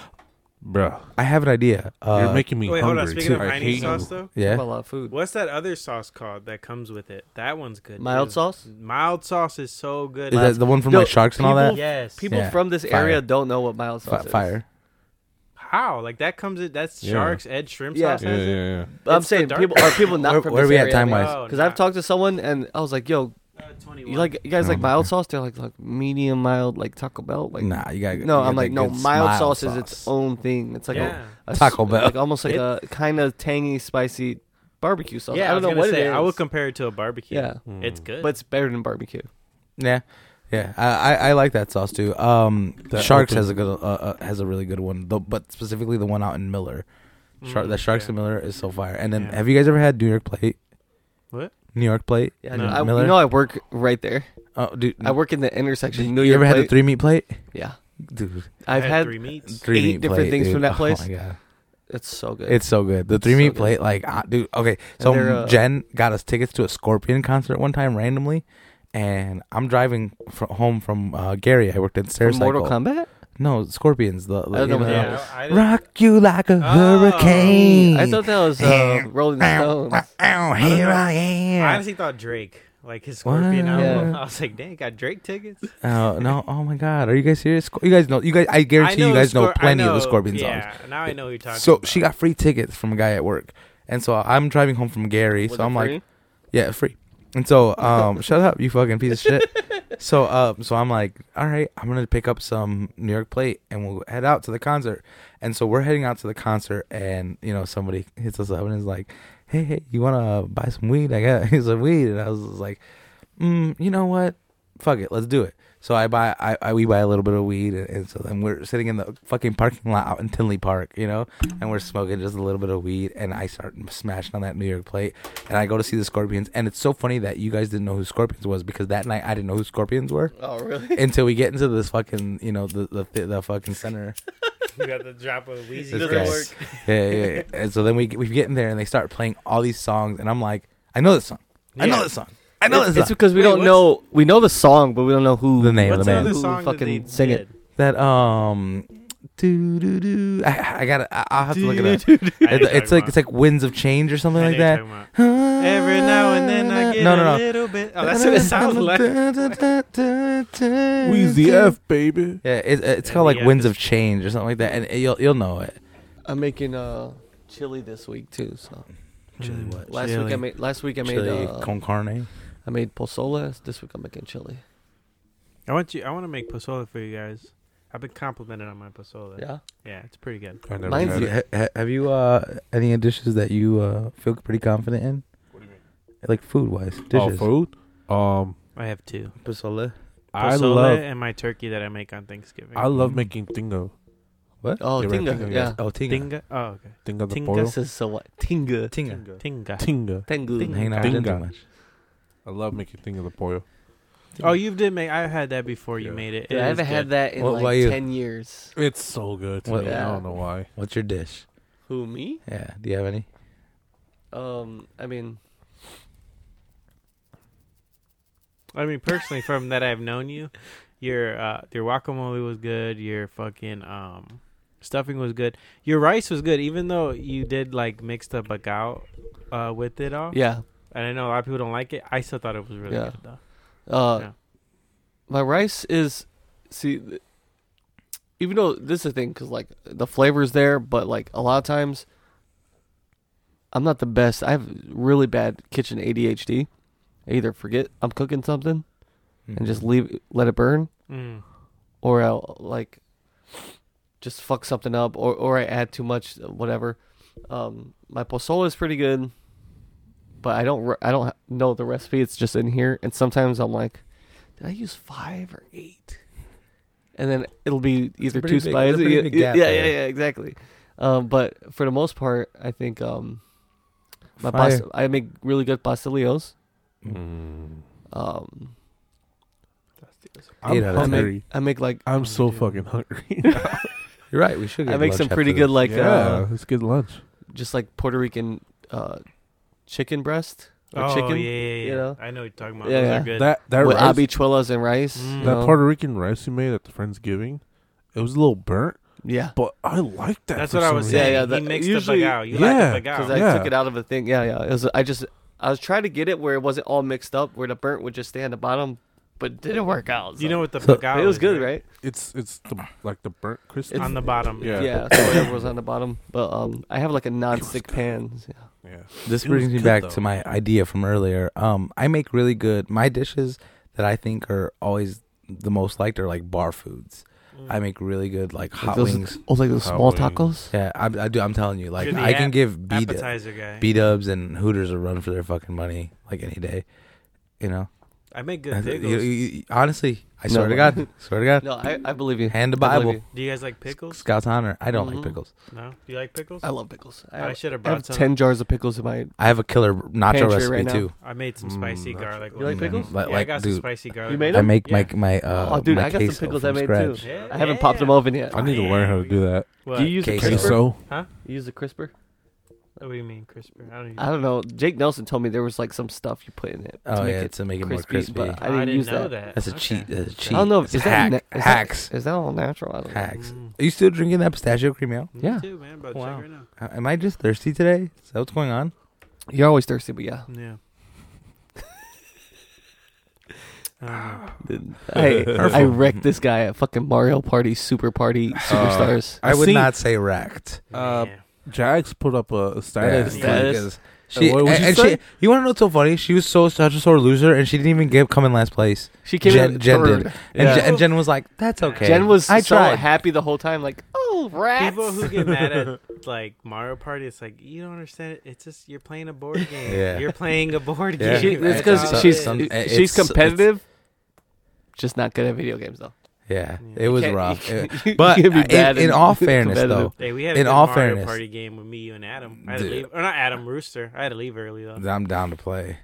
[SPEAKER 3] Bruh,
[SPEAKER 1] I have an idea. Uh,
[SPEAKER 3] you're making me
[SPEAKER 4] Wait, hold
[SPEAKER 3] hungry.
[SPEAKER 4] on. Speaking of
[SPEAKER 3] I
[SPEAKER 4] Heinz
[SPEAKER 3] hate
[SPEAKER 4] sauce,
[SPEAKER 3] you.
[SPEAKER 4] though,
[SPEAKER 2] Talk
[SPEAKER 1] yeah,
[SPEAKER 2] about a lot of uh, food.
[SPEAKER 4] what's that other sauce called that comes with it? That one's good.
[SPEAKER 2] Mild
[SPEAKER 4] too.
[SPEAKER 2] sauce?
[SPEAKER 4] Mild sauce is so good.
[SPEAKER 1] is that the one from
[SPEAKER 2] No,
[SPEAKER 1] like sharks and all that?
[SPEAKER 4] yes.
[SPEAKER 2] People
[SPEAKER 1] Yeah,
[SPEAKER 2] from this
[SPEAKER 1] fire.
[SPEAKER 2] area don't know what mild
[SPEAKER 1] Fi
[SPEAKER 2] sauce is.
[SPEAKER 1] fire.
[SPEAKER 4] How? Like that comes in that's
[SPEAKER 3] Yeah.
[SPEAKER 4] sharks, Ed shrimp
[SPEAKER 2] Yeah.
[SPEAKER 4] sauce
[SPEAKER 3] Yeah,
[SPEAKER 4] has it?
[SPEAKER 3] yeah,
[SPEAKER 2] But I'm
[SPEAKER 4] It's the
[SPEAKER 2] saying
[SPEAKER 4] dark-
[SPEAKER 2] people are people not
[SPEAKER 1] Where-
[SPEAKER 2] from
[SPEAKER 1] where
[SPEAKER 2] this
[SPEAKER 1] we at
[SPEAKER 2] area,
[SPEAKER 1] time-wise?
[SPEAKER 2] I
[SPEAKER 4] Oh,
[SPEAKER 2] Because
[SPEAKER 4] nah.
[SPEAKER 2] I've talked to someone and I was like, "Yo,
[SPEAKER 4] Uh, 21.
[SPEAKER 2] you like you guys like
[SPEAKER 1] Oh,
[SPEAKER 2] mild
[SPEAKER 1] okay.
[SPEAKER 2] sauce?" They're like, "Like medium mild, like Taco Bell." Like,
[SPEAKER 1] nah, you got
[SPEAKER 2] no, I'm like, no, mild sauce is its own thing. It's like a-
[SPEAKER 4] yeah.
[SPEAKER 2] a, s-
[SPEAKER 1] Taco Bell.
[SPEAKER 2] like almost like
[SPEAKER 4] It-
[SPEAKER 2] a kind of tangy, spicy barbecue sauce. I
[SPEAKER 4] yeah, I,
[SPEAKER 2] don't
[SPEAKER 4] was
[SPEAKER 2] know
[SPEAKER 4] gonna
[SPEAKER 2] what
[SPEAKER 4] say,
[SPEAKER 2] it is.
[SPEAKER 4] I would compare it to a barbecue.
[SPEAKER 2] yeah,
[SPEAKER 3] yeah.
[SPEAKER 4] It's
[SPEAKER 3] Mm.
[SPEAKER 4] good.
[SPEAKER 2] but it's better than barbecue.
[SPEAKER 1] Yeah, yeah. I, I, I like that sauce too. Um,
[SPEAKER 3] That
[SPEAKER 1] sharks
[SPEAKER 3] open-
[SPEAKER 1] has a good uh, uh, has a really good one, though, but specifically the one out in Miller. Shar-
[SPEAKER 4] Mm,
[SPEAKER 1] the sharks
[SPEAKER 4] yeah.
[SPEAKER 1] in Miller is so fire. And then,
[SPEAKER 4] Yeah.
[SPEAKER 1] have you guys ever had New York plate?
[SPEAKER 4] What?
[SPEAKER 1] New York plate?
[SPEAKER 2] Yeah,
[SPEAKER 4] No.
[SPEAKER 2] no. I,
[SPEAKER 1] Mm. Miller?
[SPEAKER 2] you know I work right there.
[SPEAKER 1] Oh, dude,
[SPEAKER 2] I work in the intersection.
[SPEAKER 1] Did
[SPEAKER 2] New
[SPEAKER 1] you
[SPEAKER 2] York
[SPEAKER 1] ever had the
[SPEAKER 2] plate.
[SPEAKER 1] three meat plate?
[SPEAKER 2] Yeah,
[SPEAKER 1] Dude,
[SPEAKER 2] I've had.
[SPEAKER 4] three meats.
[SPEAKER 1] three
[SPEAKER 2] Eight
[SPEAKER 1] meat
[SPEAKER 2] different
[SPEAKER 1] plate,
[SPEAKER 2] things
[SPEAKER 1] dude.
[SPEAKER 2] from that
[SPEAKER 1] Oh
[SPEAKER 2] place?
[SPEAKER 1] my God.
[SPEAKER 2] It's so good.
[SPEAKER 1] It's so good. The
[SPEAKER 2] It's
[SPEAKER 1] three
[SPEAKER 2] so
[SPEAKER 1] meat
[SPEAKER 2] good.
[SPEAKER 1] plate, like, ah, dude. Okay, so
[SPEAKER 2] they're, uh,
[SPEAKER 1] Jen got us tickets to a Scorpion concert one time randomly, and I'm driving fr- home from uh, Gary. I worked at
[SPEAKER 2] from
[SPEAKER 1] Sarah
[SPEAKER 2] Mortal Kombat.
[SPEAKER 1] No, Scorpions. The, the
[SPEAKER 2] don't know
[SPEAKER 1] you
[SPEAKER 2] what
[SPEAKER 1] know,
[SPEAKER 2] that
[SPEAKER 4] Yeah, I- I didn't-
[SPEAKER 1] Rock you like a
[SPEAKER 4] Oh.
[SPEAKER 1] hurricane.
[SPEAKER 2] I thought that was uh, Rolling
[SPEAKER 1] Ow,
[SPEAKER 2] Stones.
[SPEAKER 1] ow, ow, here I
[SPEAKER 4] I
[SPEAKER 1] am.
[SPEAKER 4] honestly thought Drake, like his Scorpion
[SPEAKER 1] Wow.
[SPEAKER 4] album.
[SPEAKER 2] Yeah.
[SPEAKER 4] I was like, dang, got Drake tickets.
[SPEAKER 1] Oh no! Oh my God! Are you guys serious? Sco- You guys know? You guys? I
[SPEAKER 4] I
[SPEAKER 1] guarantee
[SPEAKER 4] know
[SPEAKER 1] you guys know
[SPEAKER 4] Scor- I
[SPEAKER 1] plenty of the
[SPEAKER 4] know-
[SPEAKER 1] Scorpion songs.
[SPEAKER 4] Yeah, now I know who you're talking.
[SPEAKER 1] So
[SPEAKER 4] about.
[SPEAKER 1] she got free tickets from a guy at work, and so I'm driving home from Gary.
[SPEAKER 2] Was
[SPEAKER 1] so
[SPEAKER 2] it
[SPEAKER 1] I'm
[SPEAKER 2] free?
[SPEAKER 1] like, yeah, free. And so, um, shut up, you fucking piece of shit. So, um, so I'm like, all right, I'm gonna pick up some New York plate, and we'll head out to the concert. And so we're heading out to the concert, and you know, somebody hits us up and is like, hey, hey, you wanna buy some weed? I got some weed, and I was just like, mm, you know what? Fuck it, let's do it. So I buy, I, I we buy a little bit of weed, and, and so then we're sitting in the fucking parking lot out in Tinley Park, you know, and we're smoking just a little bit of weed, and I start smashing on that New York plate, and I go to see the Scorpions, and it's so funny that you guys didn't know who Scorpions was because that night I didn't know who Scorpions were
[SPEAKER 2] Oh really?
[SPEAKER 1] until we get into this fucking, you know, the the, the fucking center.
[SPEAKER 4] you got the drop of
[SPEAKER 1] This
[SPEAKER 4] Weezy. doesn't
[SPEAKER 1] guy.
[SPEAKER 4] work.
[SPEAKER 1] Yeah, yeah, yeah. And so then we we get in there, and they start playing all these songs, and I'm like, I know this song, I know
[SPEAKER 4] Yeah.
[SPEAKER 1] this song, I know
[SPEAKER 2] it's,
[SPEAKER 1] this
[SPEAKER 2] it's
[SPEAKER 1] song.
[SPEAKER 2] because we
[SPEAKER 4] Wait,
[SPEAKER 2] don't
[SPEAKER 4] what's-
[SPEAKER 2] know. We know the song, but we don't know who
[SPEAKER 1] The name of
[SPEAKER 4] What's
[SPEAKER 1] the
[SPEAKER 4] the
[SPEAKER 1] band.
[SPEAKER 4] other
[SPEAKER 2] Who
[SPEAKER 4] song that
[SPEAKER 2] fucking
[SPEAKER 4] they
[SPEAKER 2] sing
[SPEAKER 4] did?
[SPEAKER 2] it?
[SPEAKER 1] That um, do do do. I, I gotta. I, I'll have to look it up.
[SPEAKER 4] I know
[SPEAKER 1] It-
[SPEAKER 4] what you're
[SPEAKER 1] it's like
[SPEAKER 4] talking
[SPEAKER 1] it's like Winds of Change or something
[SPEAKER 4] I
[SPEAKER 1] like
[SPEAKER 4] know
[SPEAKER 1] that.
[SPEAKER 4] what you're talking about.
[SPEAKER 1] Every
[SPEAKER 4] Every now and then I get
[SPEAKER 1] no, no, no.
[SPEAKER 4] a little bit. Oh, that's what it sounds like.
[SPEAKER 3] Wheezy F, baby.
[SPEAKER 1] Yeah, it, it's
[SPEAKER 4] Yeah,
[SPEAKER 1] called like
[SPEAKER 4] the F
[SPEAKER 1] Winds
[SPEAKER 4] is-
[SPEAKER 1] of Change or something like that, and it- you'll you'll know it.
[SPEAKER 2] I'm making uh chili this week too. So Mm.
[SPEAKER 1] Chili what?
[SPEAKER 2] last week I made last week I made
[SPEAKER 1] Chili
[SPEAKER 2] uh,
[SPEAKER 1] con carne.
[SPEAKER 2] I made pozoles. This week I'm making chili.
[SPEAKER 4] I want you. I want to make pozole for you guys. I've been complimented on my pozole.
[SPEAKER 2] Yeah.
[SPEAKER 4] yeah, it's pretty good.
[SPEAKER 3] I never
[SPEAKER 2] Mine's
[SPEAKER 3] had it.
[SPEAKER 1] Ha- ha- Have you uh any dishes that you uh feel pretty confident in? Like Oh, food wise,
[SPEAKER 3] All
[SPEAKER 1] dishes.
[SPEAKER 3] Oh, food. Um,
[SPEAKER 4] I have two.
[SPEAKER 1] Pozole.
[SPEAKER 3] I
[SPEAKER 4] Pozole Mm-hmm.
[SPEAKER 3] love
[SPEAKER 4] and my turkey that I make on Thanksgiving.
[SPEAKER 3] I love
[SPEAKER 1] Mm.
[SPEAKER 3] making tinga.
[SPEAKER 2] Oh,
[SPEAKER 3] You're right,
[SPEAKER 2] tinga.
[SPEAKER 3] tinga,
[SPEAKER 2] yeah.
[SPEAKER 3] yes.
[SPEAKER 1] Oh, tinga.
[SPEAKER 4] tinga. Oh, okay.
[SPEAKER 3] Tinga the
[SPEAKER 4] Tinga.
[SPEAKER 3] boil.
[SPEAKER 2] This is so what? Tinga.
[SPEAKER 1] Tinga.
[SPEAKER 4] Tinga.
[SPEAKER 3] Tinga.
[SPEAKER 2] Tengu.
[SPEAKER 4] Tinga.
[SPEAKER 1] Hanging out with Jen too
[SPEAKER 3] Tinga.
[SPEAKER 1] much.
[SPEAKER 3] I love making tinga the boil.
[SPEAKER 4] Oh, you did make. I had that before you
[SPEAKER 3] Yeah.
[SPEAKER 4] made it.
[SPEAKER 2] Dude,
[SPEAKER 4] It
[SPEAKER 2] I
[SPEAKER 4] is
[SPEAKER 2] haven't had
[SPEAKER 4] good.
[SPEAKER 2] that in
[SPEAKER 1] What about
[SPEAKER 2] like
[SPEAKER 1] you?
[SPEAKER 2] ten years.
[SPEAKER 3] It's so good to
[SPEAKER 1] What-
[SPEAKER 3] me. I
[SPEAKER 2] Yeah.
[SPEAKER 3] don't know why.
[SPEAKER 1] What's your dish?
[SPEAKER 2] Who me?
[SPEAKER 1] Yeah. Do you have any?
[SPEAKER 2] Um, I mean,
[SPEAKER 4] I mean, personally, from that I've known you, your uh, your guacamole was good. Your fucking um, stuffing was good. Your rice was good, even though you did like mix the bagao uh, with it all.
[SPEAKER 2] yeah.
[SPEAKER 4] And I know a lot of people don't like it. I still thought it was really
[SPEAKER 2] Yeah.
[SPEAKER 4] good though.
[SPEAKER 2] Uh,
[SPEAKER 4] Yeah.
[SPEAKER 2] my rice is see, th- even though this is the thing, cause like the flavor's there, but like a lot of times, I'm not the best. I have really bad kitchen ADHD. I either forget I'm cooking something and just leave let it burn,
[SPEAKER 4] Mm.
[SPEAKER 2] or I'll like just fuck something up, or or I add too much, whatever. Um, my pozole is pretty good, but I don't re- I don't ha- know the recipe. It's just in here, and sometimes I'm like, did I use five or eight? and then it'll be either
[SPEAKER 1] pretty
[SPEAKER 2] two
[SPEAKER 1] big-
[SPEAKER 2] spies.
[SPEAKER 1] it's a pretty
[SPEAKER 2] yeah,
[SPEAKER 1] big
[SPEAKER 2] yeah,
[SPEAKER 1] gap
[SPEAKER 2] yeah,
[SPEAKER 1] there.
[SPEAKER 2] yeah, exactly. Um, but for the most part, I think um, my
[SPEAKER 1] Fire.
[SPEAKER 2] past- I make really good pastelillos.
[SPEAKER 3] Mm.
[SPEAKER 2] Um,
[SPEAKER 1] Eight
[SPEAKER 3] I'm
[SPEAKER 1] out of ten.
[SPEAKER 3] hungry.
[SPEAKER 2] I make like
[SPEAKER 3] I'm so fucking hungry.
[SPEAKER 1] You're right. We should. Get
[SPEAKER 2] I make
[SPEAKER 1] lunch
[SPEAKER 2] some
[SPEAKER 1] after
[SPEAKER 2] pretty good
[SPEAKER 1] this.
[SPEAKER 2] like uh,
[SPEAKER 3] let's get lunch.
[SPEAKER 2] just like Puerto Rican uh, chicken breast or
[SPEAKER 4] oh,
[SPEAKER 2] chicken
[SPEAKER 4] yeah, yeah, yeah.
[SPEAKER 2] you know?
[SPEAKER 4] I know what you're talking about.
[SPEAKER 2] Yeah,
[SPEAKER 4] Those
[SPEAKER 2] yeah.
[SPEAKER 4] are good.
[SPEAKER 3] That that
[SPEAKER 2] with
[SPEAKER 3] rice,
[SPEAKER 2] habichuelas and rice.
[SPEAKER 4] Mm.
[SPEAKER 2] you
[SPEAKER 3] that
[SPEAKER 2] know?
[SPEAKER 3] Puerto Rican rice you made at the Friendsgiving, it was a little burnt,
[SPEAKER 2] yeah,
[SPEAKER 3] but I like that.
[SPEAKER 4] That's
[SPEAKER 3] for
[SPEAKER 4] what I
[SPEAKER 3] some
[SPEAKER 4] was
[SPEAKER 3] reason.
[SPEAKER 4] saying.
[SPEAKER 2] Yeah, yeah,
[SPEAKER 4] he
[SPEAKER 2] that-
[SPEAKER 4] mixed
[SPEAKER 2] usually-
[SPEAKER 4] the bagao. You
[SPEAKER 3] Yeah,
[SPEAKER 4] like the
[SPEAKER 2] because
[SPEAKER 4] bagao.
[SPEAKER 2] I
[SPEAKER 3] Yeah.
[SPEAKER 2] took it out of a thing. Yeah, yeah. It was, I just I was trying to get it where it wasn't all mixed up, where the burnt would just stay on the bottom, but it didn't work out. so-
[SPEAKER 4] you know what the
[SPEAKER 1] So-
[SPEAKER 4] bagao
[SPEAKER 2] But it was
[SPEAKER 4] is,
[SPEAKER 2] good, right?
[SPEAKER 3] It's it's the, like the burnt crispy.
[SPEAKER 2] It's-
[SPEAKER 4] On the bottom.
[SPEAKER 3] Yeah.
[SPEAKER 2] Yeah, so whatever was on the bottom. But um, I have like a non-stick pan. Yeah.
[SPEAKER 3] yeah.
[SPEAKER 1] This
[SPEAKER 3] It was
[SPEAKER 1] brings me
[SPEAKER 3] good,
[SPEAKER 1] back
[SPEAKER 3] though.
[SPEAKER 1] to my idea from earlier. Um, I make really good my dishes that I think are always the most liked are like bar foods. I make really good like hot
[SPEAKER 2] those-
[SPEAKER 1] wings.
[SPEAKER 2] Oh, like those
[SPEAKER 3] Hot
[SPEAKER 2] small
[SPEAKER 3] wings.
[SPEAKER 2] tacos.
[SPEAKER 1] Yeah, I, I do. I'm telling you, like
[SPEAKER 4] You're the
[SPEAKER 1] I can
[SPEAKER 4] ap-
[SPEAKER 1] give B dubs,
[SPEAKER 4] appetizer guy.
[SPEAKER 1] B dubs, and Hooters a run for their fucking money, like any day. You know,
[SPEAKER 4] I make
[SPEAKER 1] I-
[SPEAKER 4] good
[SPEAKER 1] you-
[SPEAKER 4] pickles.
[SPEAKER 1] you- you- honestly, I
[SPEAKER 2] No.
[SPEAKER 1] swear to God, swear to God,
[SPEAKER 2] No, I, I believe you.
[SPEAKER 1] hand the
[SPEAKER 2] I believe
[SPEAKER 1] Bible,
[SPEAKER 2] you.
[SPEAKER 4] Do you guys like pickles?
[SPEAKER 1] Scout's honor. I don't
[SPEAKER 2] Mhm.
[SPEAKER 1] like pickles.
[SPEAKER 4] No. Do you like pickles?
[SPEAKER 2] I love pickles. I,
[SPEAKER 4] I
[SPEAKER 2] have-
[SPEAKER 4] should have
[SPEAKER 2] I have
[SPEAKER 4] brought some.
[SPEAKER 2] ten jars of pickles in my.
[SPEAKER 1] I have a killer nacho
[SPEAKER 2] Pantry
[SPEAKER 1] recipe
[SPEAKER 2] right now.
[SPEAKER 1] too.
[SPEAKER 4] I made some
[SPEAKER 3] Mm,
[SPEAKER 4] spicy
[SPEAKER 3] that's-
[SPEAKER 4] garlic.
[SPEAKER 2] You like
[SPEAKER 4] ones.
[SPEAKER 2] pickles?
[SPEAKER 1] Like-
[SPEAKER 4] yeah, I
[SPEAKER 1] like,
[SPEAKER 4] got
[SPEAKER 1] dude,
[SPEAKER 4] some spicy garlic.
[SPEAKER 2] made
[SPEAKER 1] I
[SPEAKER 2] them?
[SPEAKER 1] make
[SPEAKER 4] Yeah.
[SPEAKER 1] my my uh,
[SPEAKER 2] oh, dude,
[SPEAKER 1] my
[SPEAKER 2] I got some
[SPEAKER 1] queso
[SPEAKER 2] pickles I
[SPEAKER 1] from
[SPEAKER 2] made
[SPEAKER 1] scratch.
[SPEAKER 2] too.
[SPEAKER 4] Yeah.
[SPEAKER 2] I haven't popped them open yet.
[SPEAKER 3] I need to learn how to do that.
[SPEAKER 4] What?
[SPEAKER 2] Do you use a
[SPEAKER 1] Queso.
[SPEAKER 2] crisper?
[SPEAKER 3] Queso.
[SPEAKER 2] You use a crisper?
[SPEAKER 4] what do you mean crisper? I don't even.
[SPEAKER 2] I don't know. Jake Nelson told me there was like some stuff you put in it to
[SPEAKER 1] Oh
[SPEAKER 2] make
[SPEAKER 1] yeah,
[SPEAKER 2] it
[SPEAKER 1] to make it more crispy.
[SPEAKER 2] crispy, but I
[SPEAKER 4] I
[SPEAKER 2] didn't,
[SPEAKER 4] didn't
[SPEAKER 2] use
[SPEAKER 4] know
[SPEAKER 2] that.
[SPEAKER 4] that.
[SPEAKER 1] That's a
[SPEAKER 4] Okay.
[SPEAKER 1] cheat. That's a cheat.
[SPEAKER 2] I don't know.
[SPEAKER 1] It's
[SPEAKER 2] If, is
[SPEAKER 1] hack,
[SPEAKER 2] that na- is
[SPEAKER 1] hacks.
[SPEAKER 2] That, is that all natural? I don't know.
[SPEAKER 1] hacks.
[SPEAKER 4] Mm.
[SPEAKER 1] Are you still drinking that pistachio cream ale?
[SPEAKER 4] Me
[SPEAKER 2] Yeah.
[SPEAKER 4] too, man. About to
[SPEAKER 1] Wow.
[SPEAKER 4] check right now.
[SPEAKER 1] Uh, Am I just thirsty today? Is that what's going on?
[SPEAKER 2] You're always thirsty, but yeah.
[SPEAKER 4] Yeah.
[SPEAKER 2] I, I wrecked this guy at fucking Mario Party Super Party
[SPEAKER 1] Uh,
[SPEAKER 2] Superstars.
[SPEAKER 1] I,
[SPEAKER 3] I
[SPEAKER 1] would
[SPEAKER 3] see-
[SPEAKER 1] not say wrecked.
[SPEAKER 3] Uh,
[SPEAKER 4] Man.
[SPEAKER 3] Jags put up a, a status.
[SPEAKER 4] Yeah. Status.
[SPEAKER 1] because She,
[SPEAKER 3] what would
[SPEAKER 1] and,
[SPEAKER 3] you
[SPEAKER 1] and
[SPEAKER 3] say?
[SPEAKER 1] she, you want to know what's so funny? She was so such a sore loser, and she didn't even get come in last place.
[SPEAKER 2] she came
[SPEAKER 1] Jen-
[SPEAKER 2] in
[SPEAKER 1] Jen
[SPEAKER 2] third.
[SPEAKER 1] did. And,
[SPEAKER 2] Yeah.
[SPEAKER 1] Jen, and Jen was like, "That's okay."
[SPEAKER 2] Jen was
[SPEAKER 1] I
[SPEAKER 2] so
[SPEAKER 1] tried.
[SPEAKER 2] happy the whole time, like, oh, rats.
[SPEAKER 4] People who get mad at like Mario Party, it's like you don't understand. It. It's just you're playing a board game.
[SPEAKER 1] Yeah.
[SPEAKER 4] You're playing a board
[SPEAKER 1] Yeah.
[SPEAKER 2] She-
[SPEAKER 4] game.
[SPEAKER 1] Right.
[SPEAKER 2] it's
[SPEAKER 4] That's
[SPEAKER 2] because
[SPEAKER 4] all
[SPEAKER 1] So-
[SPEAKER 2] she's
[SPEAKER 4] it
[SPEAKER 1] some-
[SPEAKER 4] is.
[SPEAKER 1] it's-
[SPEAKER 2] she's
[SPEAKER 1] it's-
[SPEAKER 2] competitive, just not good at video games though.
[SPEAKER 1] Yeah,
[SPEAKER 4] Yeah.
[SPEAKER 1] it was
[SPEAKER 2] Can't-
[SPEAKER 1] rough.
[SPEAKER 2] you-
[SPEAKER 1] It-
[SPEAKER 2] you
[SPEAKER 1] But
[SPEAKER 2] can't be
[SPEAKER 1] in-
[SPEAKER 2] bad
[SPEAKER 1] in
[SPEAKER 2] and
[SPEAKER 1] all fairness,
[SPEAKER 2] competitive.
[SPEAKER 1] though,
[SPEAKER 4] Hey, we had a
[SPEAKER 1] In
[SPEAKER 4] good
[SPEAKER 1] all
[SPEAKER 4] Mario
[SPEAKER 1] fairness-
[SPEAKER 4] Party game with me, you, and Adam. I had to
[SPEAKER 1] Dude.
[SPEAKER 4] leave, or not Adam Rooster. I had to leave early though.
[SPEAKER 1] I'm down to play.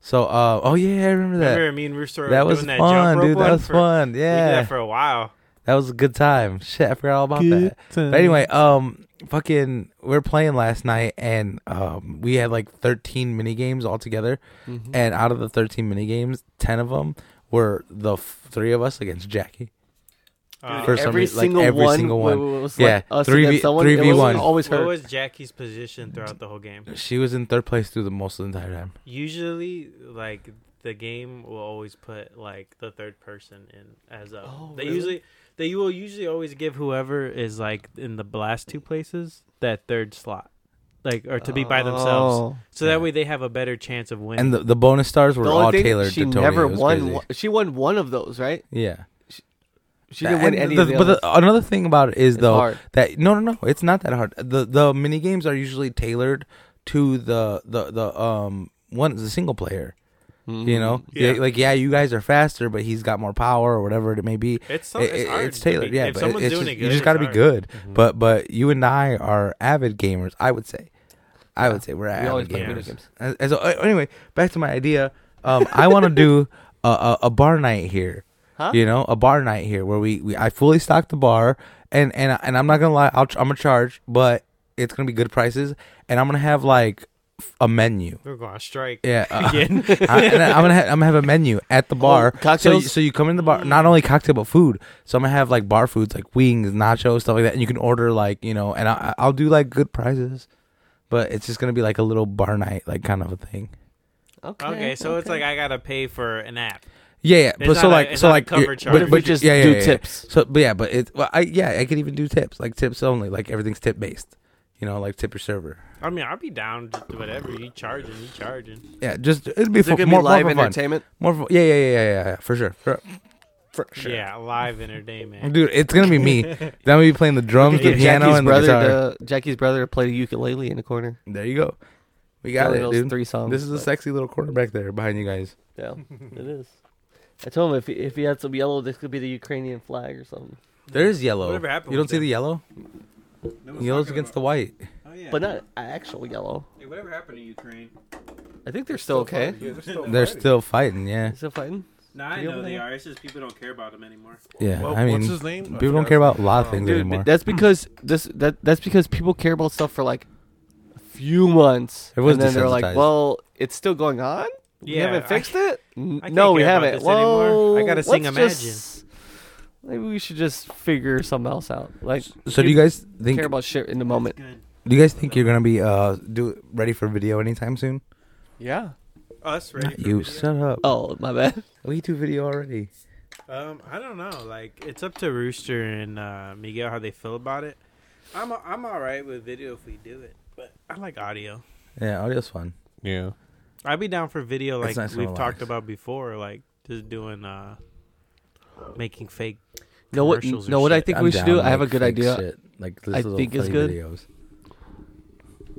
[SPEAKER 1] So, uh, oh yeah, I remember that.
[SPEAKER 4] Remember me and Rooster were
[SPEAKER 1] that
[SPEAKER 4] doing
[SPEAKER 1] was
[SPEAKER 4] that
[SPEAKER 1] fun,
[SPEAKER 4] jump rope
[SPEAKER 1] dude.
[SPEAKER 4] one
[SPEAKER 1] That was
[SPEAKER 4] for,
[SPEAKER 1] fun.
[SPEAKER 4] We did
[SPEAKER 1] Yeah,
[SPEAKER 4] that for a while.
[SPEAKER 1] that was a good time. Shit, I forgot all about that. But anyway, um, fucking, we were playing last night, and um, we had like 13 mini games all together.
[SPEAKER 2] Mhm.
[SPEAKER 1] And out of the 13 mini games, 10 of them were the f- three of us against Jackie.
[SPEAKER 4] Uh,
[SPEAKER 1] for some
[SPEAKER 2] every
[SPEAKER 1] reason, like,
[SPEAKER 2] single
[SPEAKER 1] every
[SPEAKER 2] one,
[SPEAKER 1] single
[SPEAKER 2] wa-
[SPEAKER 1] one.
[SPEAKER 2] wa- was
[SPEAKER 1] Yeah,
[SPEAKER 2] like us
[SPEAKER 1] 3v
[SPEAKER 2] against someone. It
[SPEAKER 1] 3v1.
[SPEAKER 2] was always
[SPEAKER 4] what
[SPEAKER 2] her.
[SPEAKER 4] was Jackie's position throughout the whole game?
[SPEAKER 1] She was in third place through the most of the entire time.
[SPEAKER 4] Usually, like the game will always put like the third person in as a.
[SPEAKER 2] Oh,
[SPEAKER 4] they
[SPEAKER 2] really?
[SPEAKER 4] usually they will usually always give whoever is like in the last two places that third slot, like or to be by themselves.
[SPEAKER 2] Oh.
[SPEAKER 4] So
[SPEAKER 1] Yeah.
[SPEAKER 4] that way they have a better chance of winning.
[SPEAKER 1] And the, the bonus stars were
[SPEAKER 2] The only
[SPEAKER 1] all
[SPEAKER 2] thing,
[SPEAKER 1] tailored
[SPEAKER 2] she
[SPEAKER 1] to Tony.
[SPEAKER 2] never
[SPEAKER 1] It was
[SPEAKER 2] won.
[SPEAKER 1] crazy.
[SPEAKER 2] one- She won one of those, right?
[SPEAKER 1] Yeah.
[SPEAKER 2] She didn't win
[SPEAKER 1] And
[SPEAKER 2] any
[SPEAKER 1] the-
[SPEAKER 2] of the
[SPEAKER 1] But
[SPEAKER 2] others.
[SPEAKER 1] the, another thing about it is,
[SPEAKER 2] It's
[SPEAKER 1] though,
[SPEAKER 2] hard.
[SPEAKER 1] that no, no, no, it's not that hard. The the mini games are usually tailored to the the the um one the single player.
[SPEAKER 2] Mm-hmm.
[SPEAKER 1] You know,
[SPEAKER 4] Yeah.
[SPEAKER 1] Yeah, like yeah, you guys are faster, but he's got more power or whatever it may be.
[SPEAKER 4] it's some,
[SPEAKER 1] It-
[SPEAKER 4] it's,
[SPEAKER 1] it-
[SPEAKER 4] hard
[SPEAKER 1] it's
[SPEAKER 4] to
[SPEAKER 1] tailored,
[SPEAKER 4] be-
[SPEAKER 1] yeah.
[SPEAKER 4] If
[SPEAKER 1] but
[SPEAKER 4] someone's
[SPEAKER 1] it's
[SPEAKER 4] doing
[SPEAKER 1] just-
[SPEAKER 4] it good,
[SPEAKER 1] you just
[SPEAKER 4] it's
[SPEAKER 1] got to be
[SPEAKER 4] hard. Mm-hmm.
[SPEAKER 1] good. But but you and I are avid gamers. I would say, I would say we're
[SPEAKER 2] we always
[SPEAKER 1] avid
[SPEAKER 2] play video
[SPEAKER 1] gamers.
[SPEAKER 2] games.
[SPEAKER 1] And, and so uh, anyway, back to my idea. Um, I want to do a, a a bar night here.
[SPEAKER 2] Huh?
[SPEAKER 1] You know, a bar night here where we, we I fully stock the bar, and and and I'm not gonna lie, I'll, ch- I'm gonna charge, but it's gonna be good prices, and I'm gonna have like f- a menu.
[SPEAKER 4] We're going to strike.
[SPEAKER 1] Yeah, uh,
[SPEAKER 4] Again.
[SPEAKER 1] I, and I- I'm gonna have, I'm gonna have a menu at the bar. so,
[SPEAKER 2] cocktails?
[SPEAKER 1] so you come in the bar, not only cocktail but food. So I'm gonna have like bar foods like wings, nachos, stuff like that, and you can order like you know, and I, I'll do like good prices, but it's just gonna be like a little bar night, like kind of a thing.
[SPEAKER 2] Okay,
[SPEAKER 4] Okay, so it's like I gotta pay for an app.
[SPEAKER 1] Yeah, yeah.
[SPEAKER 4] It's
[SPEAKER 1] but so
[SPEAKER 4] not a-
[SPEAKER 1] like
[SPEAKER 4] it's
[SPEAKER 1] so
[SPEAKER 4] not a
[SPEAKER 1] like
[SPEAKER 4] cover
[SPEAKER 1] but-
[SPEAKER 4] charge.
[SPEAKER 1] but,
[SPEAKER 4] What if
[SPEAKER 2] we
[SPEAKER 1] you-
[SPEAKER 2] just
[SPEAKER 1] yeah, yeah,
[SPEAKER 2] do
[SPEAKER 1] yeah, yeah.
[SPEAKER 2] tips?
[SPEAKER 1] So but yeah, but it well, I yeah I could even do tips like tips only like everything's tip based, you know like tip your server.
[SPEAKER 4] I mean, I'll be down to do whatever you charging, you charging.
[SPEAKER 1] Yeah, just it'd be
[SPEAKER 2] Is there
[SPEAKER 1] for,
[SPEAKER 2] gonna
[SPEAKER 1] more,
[SPEAKER 2] be live
[SPEAKER 1] more for fun.
[SPEAKER 2] entertainment?
[SPEAKER 1] More for, yeah, yeah, yeah, yeah, yeah, yeah, for sure. For, for sure.
[SPEAKER 4] Yeah, live entertainment.
[SPEAKER 1] Dude, it's gonna be me. then I'm gonna be playing the drums, the
[SPEAKER 2] Get
[SPEAKER 1] piano,
[SPEAKER 2] Jackie's
[SPEAKER 1] and the guitar.
[SPEAKER 2] brother, to, Jackie's brother, to play the ukulele in the corner.
[SPEAKER 1] There you go. We got
[SPEAKER 2] Only
[SPEAKER 1] it,
[SPEAKER 2] those
[SPEAKER 1] dude.
[SPEAKER 2] Three songs.
[SPEAKER 1] This is a
[SPEAKER 2] but-
[SPEAKER 1] sexy little corner back there behind you guys.
[SPEAKER 2] Yeah, it is. I told him if he, if he had some yellow, this could be the Ukrainian flag or something.
[SPEAKER 1] There is yellow.
[SPEAKER 4] Whatever happened
[SPEAKER 1] you don't
[SPEAKER 4] with
[SPEAKER 1] see
[SPEAKER 4] them?
[SPEAKER 1] the yellow? Yellow's against the white.
[SPEAKER 4] Oh, yeah.
[SPEAKER 2] But not a- actual yellow.
[SPEAKER 4] Hey, whatever happened in Ukraine?
[SPEAKER 2] I think they're still okay.
[SPEAKER 3] Yeah, they're still
[SPEAKER 1] They're
[SPEAKER 3] fighting.
[SPEAKER 1] still fighting, yeah.
[SPEAKER 2] Still fighting.
[SPEAKER 4] No, I
[SPEAKER 2] They
[SPEAKER 4] know
[SPEAKER 2] over
[SPEAKER 4] they
[SPEAKER 2] there?
[SPEAKER 4] are. It's just people don't care about them anymore.
[SPEAKER 1] Yeah.
[SPEAKER 3] Well,
[SPEAKER 1] I mean,
[SPEAKER 3] what's his name? I
[SPEAKER 1] people don't
[SPEAKER 3] forgot
[SPEAKER 1] care
[SPEAKER 3] his
[SPEAKER 1] about a
[SPEAKER 3] name.
[SPEAKER 1] lot of
[SPEAKER 3] Um,
[SPEAKER 1] things
[SPEAKER 2] Dude,
[SPEAKER 1] anymore.
[SPEAKER 2] that's because this that that's because people care about stuff for like a few months,
[SPEAKER 1] Everyone's
[SPEAKER 2] and then they're like,
[SPEAKER 1] desensitized.
[SPEAKER 2] "Well, it's still going on. we haven't fixed it. N-
[SPEAKER 4] I can't
[SPEAKER 2] no, we
[SPEAKER 4] care about
[SPEAKER 2] haven't.
[SPEAKER 4] this anymore. I
[SPEAKER 2] Well,
[SPEAKER 4] gotta sing
[SPEAKER 2] let's
[SPEAKER 4] Imagine.
[SPEAKER 2] just- maybe we should just figure something else out. Like,
[SPEAKER 1] so do you guys think
[SPEAKER 2] care about shit in the moment?
[SPEAKER 4] Good.
[SPEAKER 1] do you guys think you're going to be uh do ready for video anytime soon?
[SPEAKER 2] Yeah.
[SPEAKER 4] Us, right?
[SPEAKER 1] You shut up.
[SPEAKER 2] Oh, my bad.
[SPEAKER 1] We do video already.
[SPEAKER 4] Um, I don't know. Like, it's up to Rooster and uh, Miguel how they feel about it. I'm a- I'm all right with video if we do it, but I like audio.
[SPEAKER 1] Yeah, audio's fun.
[SPEAKER 3] Yeah.
[SPEAKER 4] I'd be down for video, like
[SPEAKER 1] It's nice to
[SPEAKER 4] we've talked
[SPEAKER 1] relax.
[SPEAKER 4] about before, like just doing uh, making fake.
[SPEAKER 2] Know what?
[SPEAKER 4] commercials or
[SPEAKER 2] Know what I
[SPEAKER 4] shit.
[SPEAKER 2] think
[SPEAKER 1] I'm
[SPEAKER 2] we should
[SPEAKER 1] down,
[SPEAKER 2] do? I have a
[SPEAKER 1] like,
[SPEAKER 2] good
[SPEAKER 1] fake
[SPEAKER 2] idea.
[SPEAKER 1] Shit. Like this
[SPEAKER 2] I
[SPEAKER 1] little
[SPEAKER 2] think it's
[SPEAKER 1] funny
[SPEAKER 2] good.
[SPEAKER 1] videos.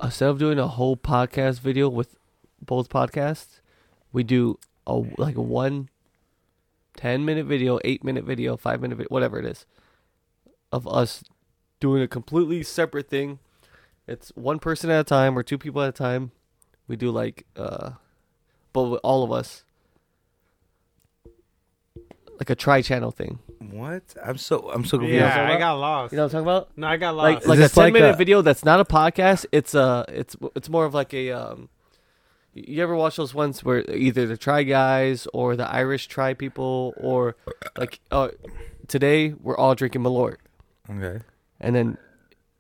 [SPEAKER 2] Instead of doing a whole podcast video with both podcasts, we do a like one 10 minute video, 8 minute video, 5 minute video, whatever it is of us doing a completely separate thing. It's one person at a time or two people at a time. We do like uh but with all of us like a tri-channel thing.
[SPEAKER 1] What? I'm so I'm so confused.
[SPEAKER 4] Yeah, I
[SPEAKER 2] about-
[SPEAKER 4] got lost.
[SPEAKER 2] You know what I'm talking about?
[SPEAKER 4] no, I got
[SPEAKER 2] like
[SPEAKER 4] lost.
[SPEAKER 2] like a
[SPEAKER 1] this
[SPEAKER 2] ten
[SPEAKER 1] like
[SPEAKER 2] minute
[SPEAKER 1] a-
[SPEAKER 2] video that's not a podcast. It's a it's it's more of like a um. You ever watch those ones where either the Try Guys or the Irish Try people or like uh, today we're all drinking Malort
[SPEAKER 1] Okay.
[SPEAKER 2] and then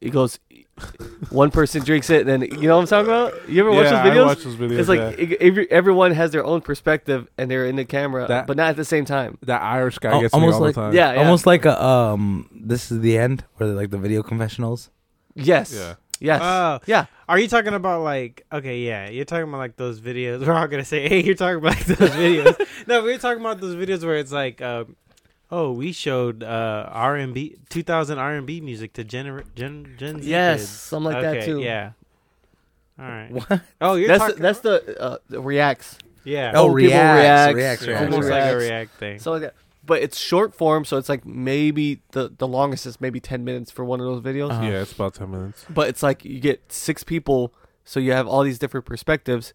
[SPEAKER 2] it goes one person drinks it and then you know what I'm talking about. You ever watch
[SPEAKER 3] yeah,
[SPEAKER 2] those videos?
[SPEAKER 3] I watch those videos.
[SPEAKER 2] it's like e- every, everyone has their own perspective and they're in the camera,
[SPEAKER 3] That-
[SPEAKER 2] but not at the same time.
[SPEAKER 3] that Irish guy
[SPEAKER 1] Al-
[SPEAKER 3] gets
[SPEAKER 1] almost
[SPEAKER 3] me all
[SPEAKER 1] like-
[SPEAKER 3] the time.
[SPEAKER 2] Yeah, yeah.
[SPEAKER 1] Almost like a um this is the end where they're like the video confessionals.
[SPEAKER 2] Yes.
[SPEAKER 3] Yeah.
[SPEAKER 2] Yes.
[SPEAKER 4] Oh.
[SPEAKER 2] yeah.
[SPEAKER 4] Are you talking about like okay, yeah, you're talking about like those videos. We're all gonna say, hey, you're talking about like, those videos. no, we are talking about those videos where it's like, um, oh, we showed uh, R and B, 2000 R and B music to gener- gen Gen Z.
[SPEAKER 2] Yes.
[SPEAKER 4] kids.
[SPEAKER 2] Something like that
[SPEAKER 4] Okay,
[SPEAKER 2] too.
[SPEAKER 4] Yeah. All right.
[SPEAKER 1] What?
[SPEAKER 4] Oh, you're
[SPEAKER 2] That's
[SPEAKER 4] talking.
[SPEAKER 2] the, that's the uh, the reacts.
[SPEAKER 4] yeah.
[SPEAKER 1] Oh,
[SPEAKER 2] people
[SPEAKER 1] reacts,
[SPEAKER 2] react,
[SPEAKER 1] reacts,
[SPEAKER 4] It's
[SPEAKER 2] yeah.
[SPEAKER 1] reacts,
[SPEAKER 4] almost
[SPEAKER 1] reacts.
[SPEAKER 4] like a
[SPEAKER 2] reacts.
[SPEAKER 4] React thing.
[SPEAKER 2] So like that. But it's short form, so it's like maybe the the longest is maybe ten minutes for one of those videos.
[SPEAKER 4] Uh,
[SPEAKER 1] Uh-huh.
[SPEAKER 3] Yeah, it's about ten minutes.
[SPEAKER 2] But it's like you get six people, so you have all these different perspectives.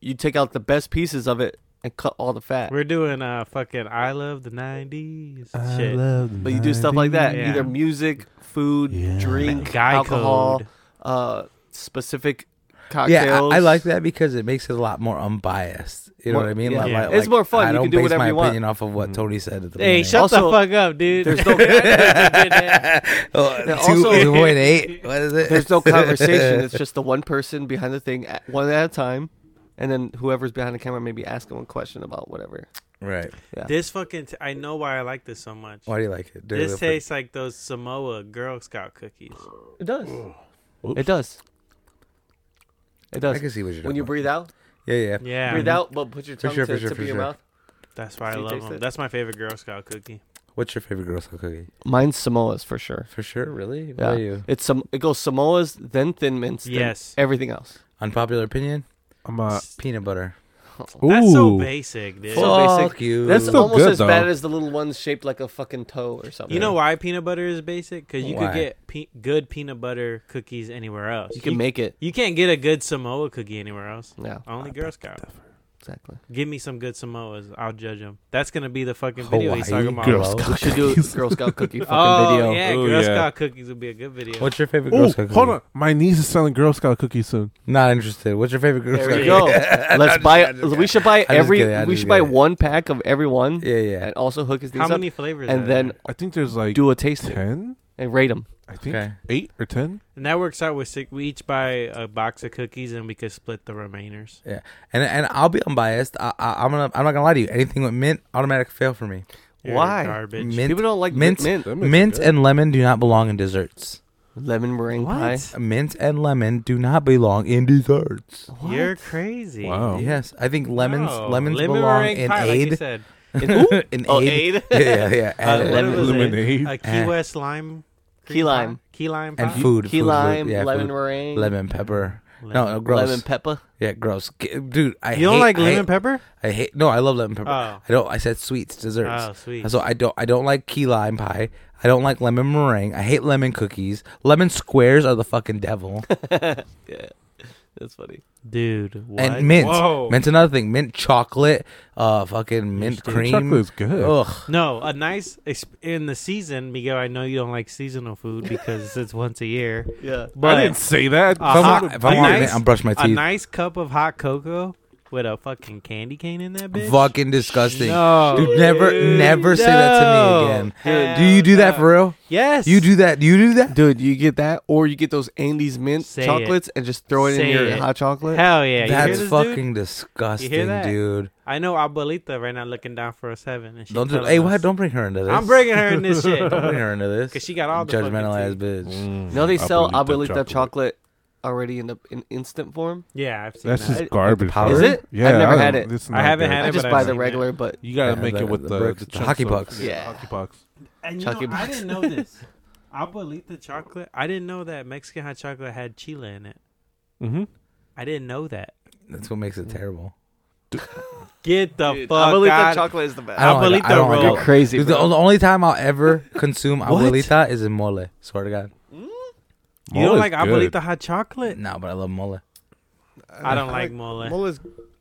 [SPEAKER 2] You take out the best pieces of it and cut all the fat.
[SPEAKER 4] We're doing uh fucking I love the '90s shit.
[SPEAKER 2] But you do stuff like that,
[SPEAKER 4] Yeah.
[SPEAKER 2] either music, food,
[SPEAKER 3] Yeah.
[SPEAKER 2] drink,
[SPEAKER 4] Guy
[SPEAKER 2] alcohol,
[SPEAKER 4] code.
[SPEAKER 2] uh, specific cocktails.
[SPEAKER 1] Yeah, I, I like that because it makes it a lot more unbiased. You know
[SPEAKER 2] More-
[SPEAKER 1] what I mean?
[SPEAKER 2] yeah.
[SPEAKER 1] Like,
[SPEAKER 4] Yeah.
[SPEAKER 1] like-
[SPEAKER 2] It's more fun.
[SPEAKER 1] I
[SPEAKER 2] You
[SPEAKER 1] don't
[SPEAKER 2] can do
[SPEAKER 1] base
[SPEAKER 2] whatever
[SPEAKER 1] my
[SPEAKER 2] you want.
[SPEAKER 1] opinion off of what Tony said at the
[SPEAKER 4] Hey,
[SPEAKER 1] beginning.
[SPEAKER 4] shut
[SPEAKER 2] Also,
[SPEAKER 4] the fuck up, dude.
[SPEAKER 2] there's no-
[SPEAKER 1] Uh,
[SPEAKER 2] And
[SPEAKER 1] two
[SPEAKER 2] also-
[SPEAKER 1] point eight. What is it?
[SPEAKER 2] There's no conversation. it's just the one person behind the thing, at, one at a time, and then whoever's behind the camera maybe asking one question about whatever.
[SPEAKER 1] right.
[SPEAKER 4] This fucking. T- I know why I like this so much.
[SPEAKER 1] Why do you like it? Do
[SPEAKER 4] This
[SPEAKER 1] it for-
[SPEAKER 4] tastes like those Samoa Girl Scout cookies.
[SPEAKER 2] It does.
[SPEAKER 3] Oops.
[SPEAKER 2] It does. It
[SPEAKER 1] I
[SPEAKER 2] does.
[SPEAKER 1] can see what you're
[SPEAKER 2] When
[SPEAKER 1] doing.
[SPEAKER 2] you breathe out,
[SPEAKER 1] Yeah, yeah.
[SPEAKER 4] Yeah,
[SPEAKER 2] breathe out, but put your
[SPEAKER 1] For
[SPEAKER 2] tongue
[SPEAKER 1] sure,
[SPEAKER 2] to
[SPEAKER 1] for
[SPEAKER 2] the
[SPEAKER 1] sure,
[SPEAKER 2] tip
[SPEAKER 1] for
[SPEAKER 2] of your
[SPEAKER 1] sure.
[SPEAKER 2] mouth.
[SPEAKER 4] that's why I
[SPEAKER 2] So you
[SPEAKER 4] love
[SPEAKER 2] taste
[SPEAKER 4] them.
[SPEAKER 2] it?
[SPEAKER 4] That's my favorite Girl Scout cookie.
[SPEAKER 1] What's your favorite Girl Scout cookie?
[SPEAKER 2] Mine's Samoa's for sure.
[SPEAKER 1] For sure, really. What
[SPEAKER 2] Yeah.
[SPEAKER 1] are you?
[SPEAKER 2] It's some. It goes Samoa's, then Thin Mints, then
[SPEAKER 4] Yes,
[SPEAKER 2] everything else.
[SPEAKER 1] Unpopular opinion:
[SPEAKER 3] I'm uh,
[SPEAKER 1] peanut butter.
[SPEAKER 4] that's so
[SPEAKER 3] ooh.
[SPEAKER 4] basic, dude.
[SPEAKER 2] Full- So basic.
[SPEAKER 1] Fuck you.
[SPEAKER 2] That's
[SPEAKER 3] still
[SPEAKER 2] almost
[SPEAKER 3] good,
[SPEAKER 2] as bad
[SPEAKER 3] though.
[SPEAKER 2] as the little ones shaped like a fucking toe or something.
[SPEAKER 4] you know why peanut butter is basic? Because you
[SPEAKER 1] Why?
[SPEAKER 4] could get pe- good peanut butter cookies anywhere else.
[SPEAKER 2] You can make it.
[SPEAKER 4] You can't get a good Samoa cookie anywhere else.
[SPEAKER 2] Yeah,
[SPEAKER 4] Only Girl Scout.
[SPEAKER 2] exactly.
[SPEAKER 4] Give me some good Samoas. I'll judge them. That's gonna be the fucking video he's
[SPEAKER 1] Hawaii
[SPEAKER 4] talking about.
[SPEAKER 3] Girl
[SPEAKER 1] Hello?
[SPEAKER 3] Scout.
[SPEAKER 2] We should do a Girl Scout cookie fucking
[SPEAKER 4] oh
[SPEAKER 2] video.
[SPEAKER 4] yeah,
[SPEAKER 3] Ooh,
[SPEAKER 4] Girl
[SPEAKER 3] yeah.
[SPEAKER 4] Scout cookies would be a good video.
[SPEAKER 1] What's your favorite Girl
[SPEAKER 3] Ooh,
[SPEAKER 1] Scout cookie?
[SPEAKER 3] hold on. My niece is selling Girl Scout cookies soon.
[SPEAKER 1] Not interested. What's your favorite Girl
[SPEAKER 2] There
[SPEAKER 1] Scout?
[SPEAKER 2] we
[SPEAKER 1] cookie?
[SPEAKER 2] go. Let's buy. We should buy
[SPEAKER 1] I'm just
[SPEAKER 2] every.
[SPEAKER 1] kidding, I
[SPEAKER 2] we
[SPEAKER 1] just
[SPEAKER 2] should buy
[SPEAKER 1] kidding.
[SPEAKER 2] one pack of every one,
[SPEAKER 1] Yeah, yeah.
[SPEAKER 2] and also hook his these
[SPEAKER 4] How
[SPEAKER 2] up,
[SPEAKER 4] many flavors? are
[SPEAKER 2] and then
[SPEAKER 4] there?
[SPEAKER 3] I think there's like
[SPEAKER 2] do a tasting
[SPEAKER 3] ten.
[SPEAKER 2] and rate them.
[SPEAKER 3] I think
[SPEAKER 1] Okay.
[SPEAKER 3] eight or ten.
[SPEAKER 4] and that works out with six. We each buy a box of cookies, and we could split the remainers.
[SPEAKER 1] And and I'll be unbiased. I, I, I'm gonna I'm not gonna lie to you. Anything with mint, automatic fail for me.
[SPEAKER 4] You're
[SPEAKER 2] Why?
[SPEAKER 4] garbage?
[SPEAKER 1] Mint,
[SPEAKER 2] People don't like mint,
[SPEAKER 1] mint,
[SPEAKER 2] mint.
[SPEAKER 3] Them is
[SPEAKER 1] mint,
[SPEAKER 3] good.
[SPEAKER 1] and lemon do not belong in desserts.
[SPEAKER 2] lemon meringue pie.
[SPEAKER 4] What?
[SPEAKER 1] Mint and lemon do not belong in desserts.
[SPEAKER 4] You're crazy.
[SPEAKER 3] wow.
[SPEAKER 1] Yes, I think lemons
[SPEAKER 4] No.
[SPEAKER 1] lemons
[SPEAKER 4] Oh, Lemon
[SPEAKER 1] belong
[SPEAKER 4] meringue
[SPEAKER 1] in
[SPEAKER 4] pie, like you
[SPEAKER 1] aid.
[SPEAKER 4] said.
[SPEAKER 1] In, in
[SPEAKER 2] Oh,
[SPEAKER 1] aid.
[SPEAKER 2] aid?
[SPEAKER 1] yeah, yeah.
[SPEAKER 4] Uh,
[SPEAKER 1] aid.
[SPEAKER 4] lemon-
[SPEAKER 1] Lemon-
[SPEAKER 3] Lemonade.
[SPEAKER 4] A Key
[SPEAKER 1] Eh.
[SPEAKER 4] West lime.
[SPEAKER 2] Key
[SPEAKER 4] cream pie?
[SPEAKER 2] lime.
[SPEAKER 4] Key lime.
[SPEAKER 1] and
[SPEAKER 4] pie?
[SPEAKER 1] food, food,
[SPEAKER 2] Key
[SPEAKER 1] food,
[SPEAKER 2] lime,
[SPEAKER 1] yeah,
[SPEAKER 2] lemon
[SPEAKER 1] food.
[SPEAKER 2] meringue.
[SPEAKER 1] lemon pepper. No, no, gross.
[SPEAKER 2] Lemon pepper.
[SPEAKER 1] yeah, gross. G- Dude, I
[SPEAKER 4] you don't
[SPEAKER 1] hate-
[SPEAKER 4] like
[SPEAKER 1] I
[SPEAKER 4] lemon
[SPEAKER 1] hate-
[SPEAKER 4] pepper?
[SPEAKER 1] I hate. No, I love lemon pepper.
[SPEAKER 4] Oh.
[SPEAKER 1] I don't. I said sweets, desserts.
[SPEAKER 4] Oh, sweet.
[SPEAKER 1] So I don't. I don't like key lime pie. I don't like lemon meringue. I hate lemon cookies. Lemon squares are the fucking devil.
[SPEAKER 2] Yeah, that's funny.
[SPEAKER 4] Dude, what?
[SPEAKER 1] And mint.
[SPEAKER 4] Whoa.
[SPEAKER 1] Mint's another thing. Mint chocolate. Uh, fucking mint
[SPEAKER 3] Dude,
[SPEAKER 1] cream.
[SPEAKER 3] Chocolate's good.
[SPEAKER 1] Ugh.
[SPEAKER 4] No, a nice exp- in the season, Miguel. I know you don't like seasonal food because it's once a year.
[SPEAKER 2] Yeah.
[SPEAKER 4] But
[SPEAKER 3] I didn't say that.
[SPEAKER 1] If
[SPEAKER 4] Uh,
[SPEAKER 1] I'm,
[SPEAKER 4] hot-
[SPEAKER 1] on- if I'm
[SPEAKER 4] a
[SPEAKER 1] on
[SPEAKER 4] nice-
[SPEAKER 1] mint, I'm brushing my
[SPEAKER 4] a
[SPEAKER 1] teeth.
[SPEAKER 4] nice cup of hot cocoa with a fucking candy cane in that bitch.
[SPEAKER 1] Fucking disgusting.
[SPEAKER 4] No,
[SPEAKER 1] Dude, never,
[SPEAKER 4] dude,
[SPEAKER 1] never say that to
[SPEAKER 4] no.
[SPEAKER 1] me again.
[SPEAKER 4] Hell
[SPEAKER 1] do you do that
[SPEAKER 4] no.
[SPEAKER 1] for real?
[SPEAKER 4] Yes,
[SPEAKER 1] You do that? You do that?
[SPEAKER 2] Dude, you get that, or you get those Andes mint
[SPEAKER 4] Say it.
[SPEAKER 2] chocolates and just throw it
[SPEAKER 4] Say
[SPEAKER 2] in your
[SPEAKER 4] it.
[SPEAKER 2] hot chocolate.
[SPEAKER 4] Hell yeah, you hear
[SPEAKER 1] That's
[SPEAKER 4] this, dude?
[SPEAKER 1] fucking disgusting,
[SPEAKER 4] that?
[SPEAKER 1] dude.
[SPEAKER 4] I know Abuelita right now looking down for us heaven. And she
[SPEAKER 1] Don't do.
[SPEAKER 4] telling
[SPEAKER 1] Hey,
[SPEAKER 4] us,
[SPEAKER 1] what? Don't bring her into this.
[SPEAKER 4] I'm bringing her in this shit
[SPEAKER 1] Don't bring her into this.
[SPEAKER 4] because she got all the fucking
[SPEAKER 1] judgmental ass
[SPEAKER 4] tea.
[SPEAKER 1] bitch.
[SPEAKER 3] Mm,
[SPEAKER 2] No, they sell Abuelita chocolate. already in the in instant form.
[SPEAKER 4] Yeah, I've seen
[SPEAKER 3] That's
[SPEAKER 4] that.
[SPEAKER 3] just
[SPEAKER 2] I-
[SPEAKER 3] garbage.
[SPEAKER 1] powder?
[SPEAKER 2] Is it?
[SPEAKER 3] Yeah,
[SPEAKER 2] I've never
[SPEAKER 3] I
[SPEAKER 2] had
[SPEAKER 3] don't-
[SPEAKER 2] it.
[SPEAKER 3] it's
[SPEAKER 4] I
[SPEAKER 3] not
[SPEAKER 4] haven't
[SPEAKER 3] good.
[SPEAKER 4] had
[SPEAKER 2] I
[SPEAKER 4] it,
[SPEAKER 2] just
[SPEAKER 4] but
[SPEAKER 2] buy
[SPEAKER 4] I've
[SPEAKER 2] the
[SPEAKER 4] seen
[SPEAKER 2] regular, but
[SPEAKER 3] You gotta
[SPEAKER 1] Yeah,
[SPEAKER 3] make
[SPEAKER 1] the-
[SPEAKER 3] it with
[SPEAKER 1] the
[SPEAKER 3] the,
[SPEAKER 1] bricks,
[SPEAKER 3] the
[SPEAKER 1] the hockey
[SPEAKER 3] chunks of-
[SPEAKER 1] pucks.
[SPEAKER 2] Yeah.
[SPEAKER 3] hockey pucks.
[SPEAKER 4] And you
[SPEAKER 2] Chucky
[SPEAKER 4] know, I
[SPEAKER 2] E. Box.
[SPEAKER 4] didn't know this. Abuelita chocolate. I didn't know that Mexican hot chocolate had chile in it.
[SPEAKER 3] Mm-hmm.
[SPEAKER 4] I didn't know that.
[SPEAKER 1] That's what makes it terrible.
[SPEAKER 4] Get the
[SPEAKER 2] Dude,
[SPEAKER 4] fuck
[SPEAKER 2] Abuelita
[SPEAKER 4] out.
[SPEAKER 2] chocolate is the best.
[SPEAKER 1] I don't like it.
[SPEAKER 4] Abuelita
[SPEAKER 1] I don't like
[SPEAKER 4] roll.
[SPEAKER 1] it.
[SPEAKER 2] You're crazy.
[SPEAKER 1] Dude, the,
[SPEAKER 2] bro.
[SPEAKER 1] the only time I'll ever consume abuelita is in mole. Swear to God.
[SPEAKER 4] you don't
[SPEAKER 3] Mole's
[SPEAKER 4] like
[SPEAKER 3] good.
[SPEAKER 4] Abuelita hot chocolate?
[SPEAKER 1] No, but I love mole.
[SPEAKER 4] I don't like mole.
[SPEAKER 2] Mole is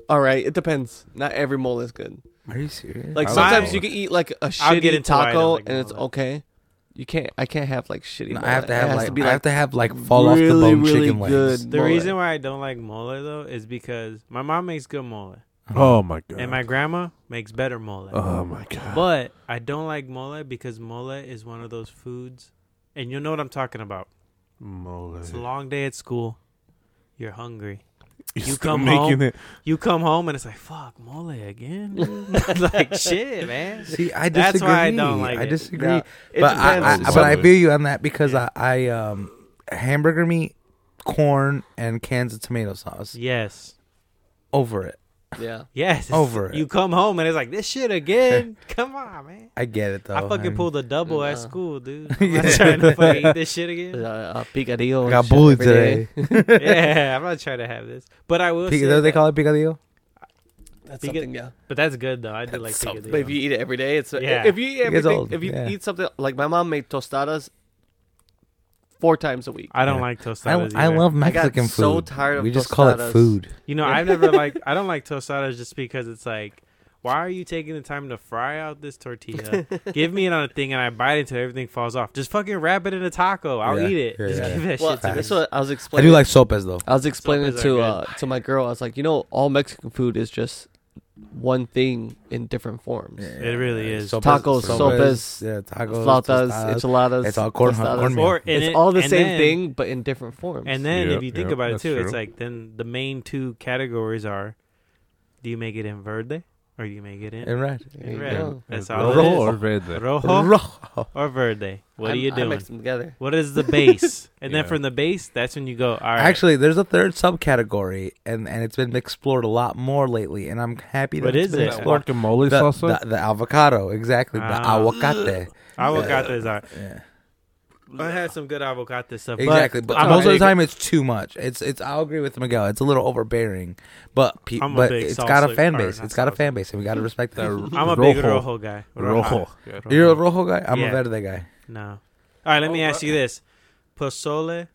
[SPEAKER 2] all right. It depends. Not every mole is good.
[SPEAKER 1] Are you serious?
[SPEAKER 2] Like
[SPEAKER 3] I like
[SPEAKER 2] sometimes
[SPEAKER 3] mole.
[SPEAKER 2] you can eat like a
[SPEAKER 4] I'll get
[SPEAKER 2] shitty
[SPEAKER 4] into why I don't
[SPEAKER 2] taco
[SPEAKER 4] like
[SPEAKER 2] and it's
[SPEAKER 4] mole.
[SPEAKER 2] okay. You can't. I can't have like shitty.
[SPEAKER 1] No,
[SPEAKER 2] mole.
[SPEAKER 1] I have to
[SPEAKER 2] It
[SPEAKER 1] have
[SPEAKER 2] has
[SPEAKER 1] like,
[SPEAKER 2] be
[SPEAKER 1] I have to have like fall off the
[SPEAKER 2] really,
[SPEAKER 1] bone
[SPEAKER 2] really
[SPEAKER 1] chicken legs.
[SPEAKER 2] good
[SPEAKER 4] The
[SPEAKER 2] mole.
[SPEAKER 4] reason why I don't like mole though is because my mom makes good mole
[SPEAKER 1] Uh-huh.
[SPEAKER 3] Oh my god.
[SPEAKER 4] and my grandma makes better mole.
[SPEAKER 3] oh my god.
[SPEAKER 4] But I don't like mole because mole is one of those foods, and you know what I'm talking about.
[SPEAKER 3] Mole.
[SPEAKER 4] It's a long day at school. You're hungry.
[SPEAKER 3] You're
[SPEAKER 4] you
[SPEAKER 3] still
[SPEAKER 4] come
[SPEAKER 3] making
[SPEAKER 4] home-
[SPEAKER 3] it.
[SPEAKER 4] You come home and it's like fuck mole again. dude." like shit, man.
[SPEAKER 1] See, I disagree.
[SPEAKER 4] That's why I don't like
[SPEAKER 1] I
[SPEAKER 4] it.
[SPEAKER 1] disagree.
[SPEAKER 2] Yeah. It
[SPEAKER 1] but I, I,
[SPEAKER 2] depends.
[SPEAKER 1] but I
[SPEAKER 3] Exactly.
[SPEAKER 1] feel you on that because I, I um hamburger meat, corn, and cans of tomato sauce
[SPEAKER 4] Yes.
[SPEAKER 1] over it.
[SPEAKER 2] yeah.
[SPEAKER 4] Yes.
[SPEAKER 1] Over it.
[SPEAKER 4] You come home and it's like this shit again. come on, man.
[SPEAKER 1] I get it though.
[SPEAKER 4] I fucking
[SPEAKER 1] mean,
[SPEAKER 4] pulled a double at
[SPEAKER 2] Nah.
[SPEAKER 4] school, dude. I'm not trying to fucking eat this shit again.
[SPEAKER 2] Uh, picadillo.
[SPEAKER 1] I
[SPEAKER 2] and
[SPEAKER 1] got
[SPEAKER 2] shit
[SPEAKER 1] bullied
[SPEAKER 2] every day.
[SPEAKER 1] today.
[SPEAKER 4] yeah, I'm not trying to have this. But I will.
[SPEAKER 1] Pic-
[SPEAKER 4] say
[SPEAKER 1] is that what they
[SPEAKER 4] that-
[SPEAKER 1] call it picadillo?
[SPEAKER 2] That's
[SPEAKER 4] Pica-
[SPEAKER 2] something. Yeah.
[SPEAKER 4] But that's good though. I did like
[SPEAKER 1] That's
[SPEAKER 4] picadillo.
[SPEAKER 2] But if you eat it every day, it's uh,
[SPEAKER 4] Yeah.
[SPEAKER 2] if you eat
[SPEAKER 1] It gets
[SPEAKER 2] everything,
[SPEAKER 1] old,
[SPEAKER 2] if you
[SPEAKER 1] yeah.
[SPEAKER 2] eat something like my mom made tostadas four times a week.
[SPEAKER 4] I don't
[SPEAKER 1] Yeah.
[SPEAKER 4] like
[SPEAKER 1] I,
[SPEAKER 4] tostadas.
[SPEAKER 1] I
[SPEAKER 4] either.
[SPEAKER 1] love Mexican
[SPEAKER 2] I got
[SPEAKER 1] food.
[SPEAKER 2] so tired of
[SPEAKER 1] we just call it
[SPEAKER 2] tostadas.
[SPEAKER 1] food.
[SPEAKER 4] You know, I've never like. I don't like tostadas just because it's like, why are you taking the time to fry out this tortilla? give me it on a thing and I bite until everything falls off. Just fucking wrap it in a taco. I'll
[SPEAKER 1] Yeah,
[SPEAKER 4] eat it.
[SPEAKER 1] yeah,
[SPEAKER 4] just
[SPEAKER 1] yeah.
[SPEAKER 4] give that
[SPEAKER 2] Well,
[SPEAKER 4] shit to me.
[SPEAKER 2] that's what I was
[SPEAKER 1] I
[SPEAKER 2] explaining.
[SPEAKER 1] do like sopes though.
[SPEAKER 2] I was explaining
[SPEAKER 4] Sopas are
[SPEAKER 2] to
[SPEAKER 4] good.
[SPEAKER 2] uh, to my girl. I was like, you know, all Mexican food is just one thing in different forms.
[SPEAKER 4] It really is.
[SPEAKER 2] Tacos, sopes,
[SPEAKER 1] yeah, tacos,
[SPEAKER 2] Flautas,
[SPEAKER 1] tostadas.
[SPEAKER 2] enchiladas.
[SPEAKER 1] It's all corn-
[SPEAKER 2] tostadas.
[SPEAKER 1] cornmeal.
[SPEAKER 4] Or and
[SPEAKER 2] It's
[SPEAKER 4] it-
[SPEAKER 2] all the
[SPEAKER 4] and
[SPEAKER 2] same
[SPEAKER 4] then-
[SPEAKER 2] thing, but in different forms.
[SPEAKER 4] And then
[SPEAKER 3] Yep,
[SPEAKER 4] if you think
[SPEAKER 3] yep,
[SPEAKER 4] about it
[SPEAKER 3] that's
[SPEAKER 4] too, it's
[SPEAKER 3] true.
[SPEAKER 4] like then the main two categories are: do you make it in verde or do you make it in,
[SPEAKER 1] And red.
[SPEAKER 2] There you
[SPEAKER 4] Right.
[SPEAKER 2] go.
[SPEAKER 4] That's
[SPEAKER 3] Yeah.
[SPEAKER 4] all it
[SPEAKER 3] Rojo
[SPEAKER 4] is.
[SPEAKER 3] or verde.
[SPEAKER 4] rojo
[SPEAKER 1] Rojo.
[SPEAKER 4] or verde? What
[SPEAKER 2] I'm-
[SPEAKER 4] are you
[SPEAKER 2] I
[SPEAKER 4] doing?
[SPEAKER 2] mix them together.
[SPEAKER 4] What is the base? And then
[SPEAKER 3] Yeah.
[SPEAKER 4] from the base, that's when you go. All right.
[SPEAKER 1] Actually, there's a third subcategory, and, and it's been explored a lot more lately, and I'm happy that
[SPEAKER 4] What
[SPEAKER 1] it's
[SPEAKER 4] is
[SPEAKER 1] been
[SPEAKER 4] it?
[SPEAKER 1] explored.
[SPEAKER 3] Guacamole
[SPEAKER 1] the,
[SPEAKER 3] salsa.
[SPEAKER 1] the- the avocado, exactly. the
[SPEAKER 4] Ah.
[SPEAKER 1] avocate.
[SPEAKER 4] avocados are.
[SPEAKER 1] Yeah.
[SPEAKER 4] I had some good avocado stuff.
[SPEAKER 1] Exactly. But,
[SPEAKER 4] I'm a
[SPEAKER 1] most of the
[SPEAKER 4] big-
[SPEAKER 1] time, it's too much. It's it's. I'll agree with Miguel. It's a little overbearing, but pe-
[SPEAKER 4] I'm a
[SPEAKER 1] but
[SPEAKER 4] big
[SPEAKER 1] it's got a
[SPEAKER 4] salsa-
[SPEAKER 1] fan
[SPEAKER 4] or
[SPEAKER 1] base.
[SPEAKER 4] not
[SPEAKER 1] It's got a
[SPEAKER 4] salsa.
[SPEAKER 1] fan base, and we got to respect that.
[SPEAKER 4] I'm a big rojo guy.
[SPEAKER 3] Rojo. Yeah.
[SPEAKER 1] You're a rojo guy. I'm
[SPEAKER 4] Yeah.
[SPEAKER 1] a verde guy.
[SPEAKER 4] No. All right. Let me
[SPEAKER 3] Oh,
[SPEAKER 4] ask you
[SPEAKER 3] right.
[SPEAKER 4] this: pozole,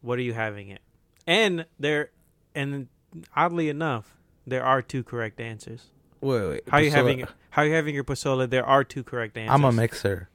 [SPEAKER 4] what are you having it? And there, and oddly enough, there are two correct answers.
[SPEAKER 1] Wait, wait.
[SPEAKER 4] How you
[SPEAKER 1] Pozole-
[SPEAKER 4] having? How you having your pozole? There are two correct answers.
[SPEAKER 1] I'm a mixer.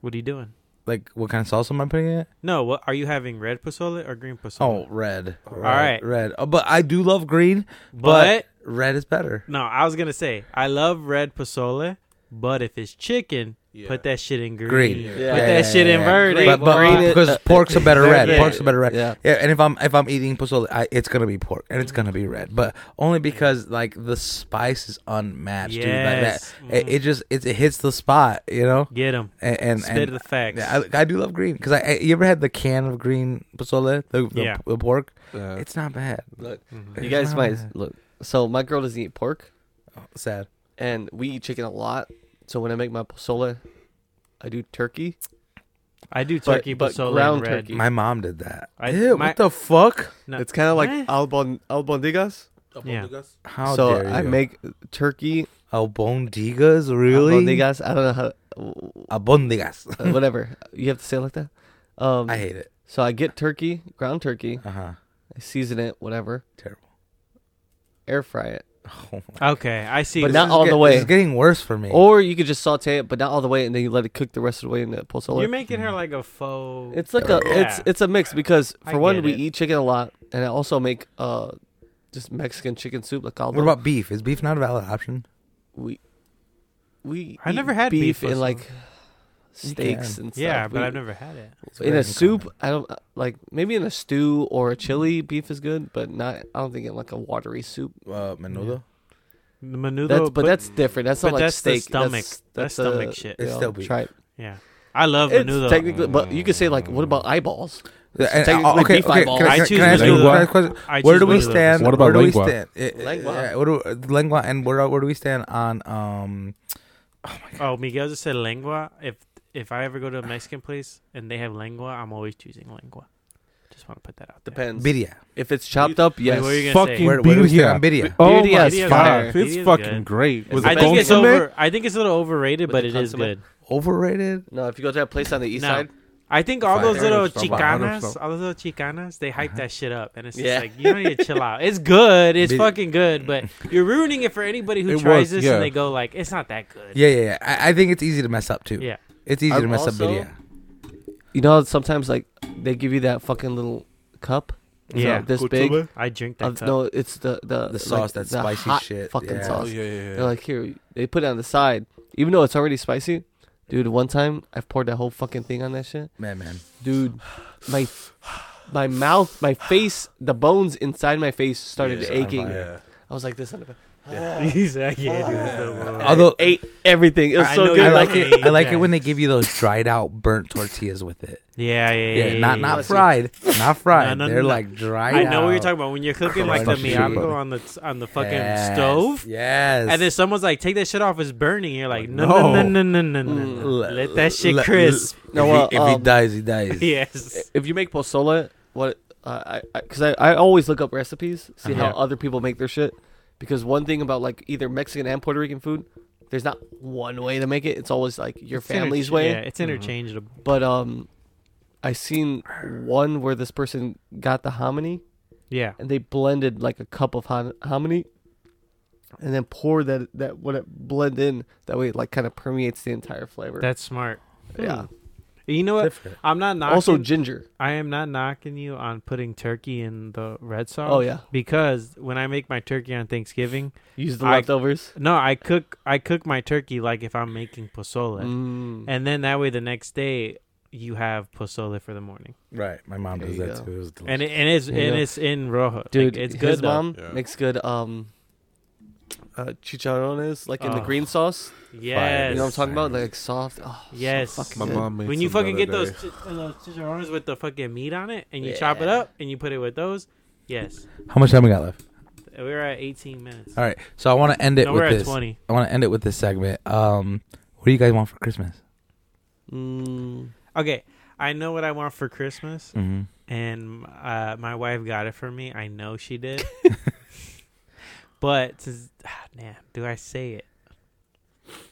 [SPEAKER 4] What are you doing?
[SPEAKER 1] Like, what kind of salsa am I putting in it?
[SPEAKER 4] No. What are you having? Red pozole or green pozole?
[SPEAKER 1] Oh, red. All
[SPEAKER 4] right.
[SPEAKER 1] Red. Oh, but I do love green,
[SPEAKER 4] but,
[SPEAKER 1] but, red is better.
[SPEAKER 4] no. I was gonna say I love red pozole, but if it's chicken,
[SPEAKER 3] Yeah.
[SPEAKER 4] put that shit in green.
[SPEAKER 1] Green.
[SPEAKER 2] Yeah.
[SPEAKER 4] Put that shit in verde.
[SPEAKER 1] But, but
[SPEAKER 4] boy.
[SPEAKER 2] Green is-
[SPEAKER 1] because pork's a better red.
[SPEAKER 4] Yeah.
[SPEAKER 1] Pork's a better red.
[SPEAKER 2] Yeah.
[SPEAKER 1] Yeah, and if I'm if I'm eating pozole, I, it's gonna be pork and it's gonna be red, but only because like the spice is unmatched,
[SPEAKER 4] Yes.
[SPEAKER 1] dude. Like that, it, it just it, it hits the spot, you know.
[SPEAKER 4] Get them.
[SPEAKER 1] And and,
[SPEAKER 4] Spit
[SPEAKER 1] and
[SPEAKER 4] the facts.
[SPEAKER 1] yeah, I, I do love green because I, I- you ever had the can of green pozole, the, the,
[SPEAKER 4] Yeah.
[SPEAKER 1] the pork.
[SPEAKER 3] Yeah.
[SPEAKER 1] It's not bad.
[SPEAKER 2] Look,
[SPEAKER 4] Mhm.
[SPEAKER 2] you guys
[SPEAKER 1] Wow.
[SPEAKER 2] might oh, look. So my girl doesn't eat pork,
[SPEAKER 1] Sad.
[SPEAKER 2] and we eat chicken a lot. So when I make my pozole, I do turkey
[SPEAKER 4] I do
[SPEAKER 2] But-
[SPEAKER 4] turkey, but,
[SPEAKER 2] but
[SPEAKER 4] solely
[SPEAKER 2] ground
[SPEAKER 4] in red.
[SPEAKER 2] turkey.
[SPEAKER 1] My mom did that.
[SPEAKER 4] I-
[SPEAKER 1] Ew,
[SPEAKER 4] my-
[SPEAKER 1] what the fuck?
[SPEAKER 4] No,
[SPEAKER 2] It's kind of like
[SPEAKER 4] What?
[SPEAKER 2] albon albondigas.
[SPEAKER 4] Yeah.
[SPEAKER 1] How
[SPEAKER 2] so
[SPEAKER 1] dare you?
[SPEAKER 2] I make turkey
[SPEAKER 1] albondigas. Really?
[SPEAKER 2] albondigas. I don't know how.
[SPEAKER 1] Albondigas.
[SPEAKER 2] uh, whatever. You have to say it like that. Um,
[SPEAKER 1] Hmm. I hate it.
[SPEAKER 2] so I get turkey, ground turkey.
[SPEAKER 1] Uh huh.
[SPEAKER 2] I season it, whatever.
[SPEAKER 1] Terrible.
[SPEAKER 2] Air fry it,
[SPEAKER 1] Oh my.
[SPEAKER 4] okay, I see.
[SPEAKER 2] but
[SPEAKER 1] This
[SPEAKER 2] not
[SPEAKER 1] is
[SPEAKER 2] all
[SPEAKER 1] get-
[SPEAKER 2] the way. Oh.
[SPEAKER 1] It's getting worse for me.
[SPEAKER 2] or you could just saute it, but not all the way, and then you let it cook the rest of the way in the pozole.
[SPEAKER 4] You're making her like a faux.
[SPEAKER 2] it's like a it's
[SPEAKER 4] Yeah.
[SPEAKER 2] it's a mix because
[SPEAKER 4] I
[SPEAKER 2] for one
[SPEAKER 4] get
[SPEAKER 2] we
[SPEAKER 4] it.
[SPEAKER 2] eat chicken a lot, and I also make uh just Mexican chicken soup like all
[SPEAKER 1] what about beef? Is beef not a valid option?
[SPEAKER 2] we we
[SPEAKER 4] I
[SPEAKER 2] eat
[SPEAKER 4] never had beef
[SPEAKER 2] and
[SPEAKER 4] with
[SPEAKER 2] like
[SPEAKER 1] You
[SPEAKER 2] steaks
[SPEAKER 1] can.
[SPEAKER 2] and stuff.
[SPEAKER 4] yeah, but
[SPEAKER 2] We-
[SPEAKER 4] I've never had it.
[SPEAKER 1] It's
[SPEAKER 2] in
[SPEAKER 1] very
[SPEAKER 2] a soup
[SPEAKER 1] uncommon.
[SPEAKER 2] i don't uh, like maybe in a stew or a chili beef is good but not i don't think in like a watery soup
[SPEAKER 1] Uh, menudo.
[SPEAKER 4] The menudo,
[SPEAKER 2] that's but, that's different that's
[SPEAKER 4] but
[SPEAKER 2] not like
[SPEAKER 4] that's the
[SPEAKER 2] steak
[SPEAKER 4] stomach.
[SPEAKER 2] that's,
[SPEAKER 4] That's
[SPEAKER 2] uh,
[SPEAKER 4] stomach shit.
[SPEAKER 2] you
[SPEAKER 1] It's
[SPEAKER 2] know,
[SPEAKER 1] still beef.
[SPEAKER 2] tripe.
[SPEAKER 4] Yeah, I love
[SPEAKER 2] it's
[SPEAKER 4] menudo.
[SPEAKER 2] technically but you could say like what about eyeballs
[SPEAKER 1] Yeah, and, uh,
[SPEAKER 2] technically
[SPEAKER 1] okay,
[SPEAKER 2] beef
[SPEAKER 1] okay,
[SPEAKER 2] eyeballs.
[SPEAKER 1] Can I,
[SPEAKER 4] I
[SPEAKER 1] can I-
[SPEAKER 4] choose
[SPEAKER 1] can I ask you
[SPEAKER 3] menudo.
[SPEAKER 1] one last question?
[SPEAKER 4] I
[SPEAKER 1] Where
[SPEAKER 4] choose
[SPEAKER 1] do we
[SPEAKER 4] menudo.
[SPEAKER 1] stand?
[SPEAKER 3] What about
[SPEAKER 1] where do we
[SPEAKER 3] lengua?
[SPEAKER 1] stand? eh, eh,
[SPEAKER 2] Lengua.
[SPEAKER 1] yeah, what do, lengua and where, where do we stand on um?
[SPEAKER 4] Oh, Miguel just said lengua. If if I ever go to a Mexican place and they have lengua, I'm always choosing lengua. Just want to put that out there.
[SPEAKER 2] depends
[SPEAKER 1] Birria.
[SPEAKER 2] if it's chopped up yes
[SPEAKER 4] what were you gonna say?
[SPEAKER 3] Fucking
[SPEAKER 1] Where- where do we stand on
[SPEAKER 3] birria.
[SPEAKER 1] birria?
[SPEAKER 3] Oh
[SPEAKER 2] Birria
[SPEAKER 3] my
[SPEAKER 2] is fire.
[SPEAKER 3] god, it's
[SPEAKER 4] Birria is
[SPEAKER 3] fucking
[SPEAKER 4] good.
[SPEAKER 3] great. Was
[SPEAKER 2] Is
[SPEAKER 4] I
[SPEAKER 3] it
[SPEAKER 4] think it's
[SPEAKER 3] consomme?
[SPEAKER 4] over. I think think it's a little overrated,
[SPEAKER 2] With
[SPEAKER 4] but
[SPEAKER 2] the
[SPEAKER 4] it is
[SPEAKER 2] consomme?
[SPEAKER 4] good.
[SPEAKER 1] Overrated.
[SPEAKER 2] no if you go to that place on the east
[SPEAKER 4] No.
[SPEAKER 2] side
[SPEAKER 4] I think all
[SPEAKER 1] Fire.
[SPEAKER 4] those little
[SPEAKER 3] Fire. Fire.
[SPEAKER 4] chicanas, all those little chicanas, they
[SPEAKER 2] Uh-huh.
[SPEAKER 4] hype that shit up, and it's just
[SPEAKER 2] Yeah.
[SPEAKER 4] like you don't need to chill out. It's good, it's
[SPEAKER 1] Bit-
[SPEAKER 4] fucking good, but you're ruining it for anybody who
[SPEAKER 3] It
[SPEAKER 4] tries
[SPEAKER 3] was,
[SPEAKER 4] this
[SPEAKER 3] yeah.
[SPEAKER 4] and they go like, it's not that good.
[SPEAKER 1] Yeah, yeah, yeah. I, I think it's easy to mess up too.
[SPEAKER 4] Yeah.
[SPEAKER 1] It's easy
[SPEAKER 2] I've
[SPEAKER 1] to mess
[SPEAKER 2] also-
[SPEAKER 1] up birria.
[SPEAKER 2] you know sometimes like they give you that fucking little cup It's
[SPEAKER 4] Yeah.
[SPEAKER 2] not this big
[SPEAKER 4] I drink that.
[SPEAKER 2] Uh,
[SPEAKER 4] cup.
[SPEAKER 2] no it's the the
[SPEAKER 1] The sauce,
[SPEAKER 2] like,
[SPEAKER 1] that
[SPEAKER 2] the
[SPEAKER 1] spicy
[SPEAKER 2] hot
[SPEAKER 1] shit.
[SPEAKER 2] fucking
[SPEAKER 1] Yeah.
[SPEAKER 3] Oh
[SPEAKER 2] sauce
[SPEAKER 3] yeah, yeah,
[SPEAKER 2] They're
[SPEAKER 3] yeah.
[SPEAKER 2] like, here, they put it on the side, even though it's already spicy. Dude, one time I poured that whole fucking thing on that shit.
[SPEAKER 1] Man, man.
[SPEAKER 2] Dude, my my mouth, my face, the bones inside my face started
[SPEAKER 1] Yeah,
[SPEAKER 2] aching.
[SPEAKER 1] fire.
[SPEAKER 3] Yeah.
[SPEAKER 2] I was like, this. on the-
[SPEAKER 4] He's like, yeah, dude, it's so good.
[SPEAKER 1] Although
[SPEAKER 2] I ate everything. It was
[SPEAKER 4] I
[SPEAKER 2] so
[SPEAKER 4] know
[SPEAKER 2] good.
[SPEAKER 1] I
[SPEAKER 4] you
[SPEAKER 1] like
[SPEAKER 4] love
[SPEAKER 1] it. I like
[SPEAKER 4] Yeah.
[SPEAKER 1] it when they give you those dried out burnt tortillas with it.
[SPEAKER 4] yeah, yeah, yeah,
[SPEAKER 1] Yeah, not
[SPEAKER 4] yeah, yeah.
[SPEAKER 1] not fried, not fried.
[SPEAKER 4] No, no,
[SPEAKER 1] They're
[SPEAKER 4] no.
[SPEAKER 1] like dried.
[SPEAKER 4] I know what you're
[SPEAKER 1] out.
[SPEAKER 4] talking about when you're cooking like the
[SPEAKER 3] Crunchy.
[SPEAKER 4] miyago on the t- on the fucking
[SPEAKER 1] Yes,
[SPEAKER 4] stove,
[SPEAKER 1] Yes.
[SPEAKER 4] and then someone's like, "Take that shit off, it's burning." You're like, "No, no, no, no, no, no, no.
[SPEAKER 1] Mm.
[SPEAKER 4] let that shit
[SPEAKER 1] Let-
[SPEAKER 4] crisp."
[SPEAKER 2] No,
[SPEAKER 1] if,
[SPEAKER 2] well,
[SPEAKER 1] he, if he
[SPEAKER 2] um,
[SPEAKER 1] dies, he dies.
[SPEAKER 4] yes,
[SPEAKER 2] If you make posola, what uh, I because I, I, always look up recipes, see how
[SPEAKER 1] Uh-huh.
[SPEAKER 2] other people make their shit. Because one thing about like either Mexican and Puerto Rican food, there's not one way to make it. It's always like your
[SPEAKER 4] It's inter-
[SPEAKER 2] family's way.
[SPEAKER 4] Yeah, it's interchangeable.
[SPEAKER 2] But um, I seen one where this person got the hominy
[SPEAKER 4] Yeah,
[SPEAKER 2] and they blended like a cup of hom- hominy, and then poured that that when it blend in that way it like kind of permeates the entire flavor.
[SPEAKER 4] that's smart.
[SPEAKER 2] yeah.
[SPEAKER 4] You know what?
[SPEAKER 1] Different.
[SPEAKER 4] I'm not knocking.
[SPEAKER 2] Also ginger.
[SPEAKER 4] I am not knocking you on putting turkey in the red sauce.
[SPEAKER 2] Oh, yeah.
[SPEAKER 4] because when I make my turkey on Thanksgiving,
[SPEAKER 2] Use the
[SPEAKER 4] I-
[SPEAKER 2] leftovers.
[SPEAKER 4] no, I cook I cook my turkey like if I'm making pozole,
[SPEAKER 2] Mm.
[SPEAKER 4] and then that way the next day you have pozole for the morning,
[SPEAKER 1] Right. My mom
[SPEAKER 2] There
[SPEAKER 1] does
[SPEAKER 2] you
[SPEAKER 1] that
[SPEAKER 2] go.
[SPEAKER 1] too. It was delicious.
[SPEAKER 4] and it, and it's
[SPEAKER 2] There
[SPEAKER 4] and
[SPEAKER 2] you go.
[SPEAKER 4] it's in rojo.
[SPEAKER 2] Dude,
[SPEAKER 4] Like, it's
[SPEAKER 2] his
[SPEAKER 4] good. though.
[SPEAKER 2] mom
[SPEAKER 3] Yeah.
[SPEAKER 2] makes good um, uh, chicharrones like in the
[SPEAKER 4] Oh.
[SPEAKER 2] green sauce.
[SPEAKER 4] Yes,
[SPEAKER 2] You know what I'm talking about?
[SPEAKER 1] Nice.
[SPEAKER 2] Like soft. Oh, so
[SPEAKER 4] Yes.
[SPEAKER 2] fucking
[SPEAKER 3] My
[SPEAKER 2] good.
[SPEAKER 3] mom made
[SPEAKER 4] when you
[SPEAKER 3] some
[SPEAKER 4] fucking
[SPEAKER 3] the
[SPEAKER 4] get
[SPEAKER 3] other
[SPEAKER 4] those
[SPEAKER 3] day.
[SPEAKER 4] chi- uh, those chicharrones with the fucking meat on it, and you chop it
[SPEAKER 2] Yeah.
[SPEAKER 4] up and you put it with those. Yes,
[SPEAKER 1] How much time we got left?
[SPEAKER 4] we're at 18 minutes.
[SPEAKER 1] All right. So I want to end it
[SPEAKER 4] no,
[SPEAKER 1] with
[SPEAKER 4] we're
[SPEAKER 1] this.
[SPEAKER 4] at 20.
[SPEAKER 1] I want to end it with this segment. Um, what do you guys want for Christmas?
[SPEAKER 2] Mm.
[SPEAKER 4] Okay, I know what I want for Christmas,
[SPEAKER 1] Mm-hmm.
[SPEAKER 4] and uh, my wife got it for me. I know she did, but since, ah, man, do I say it?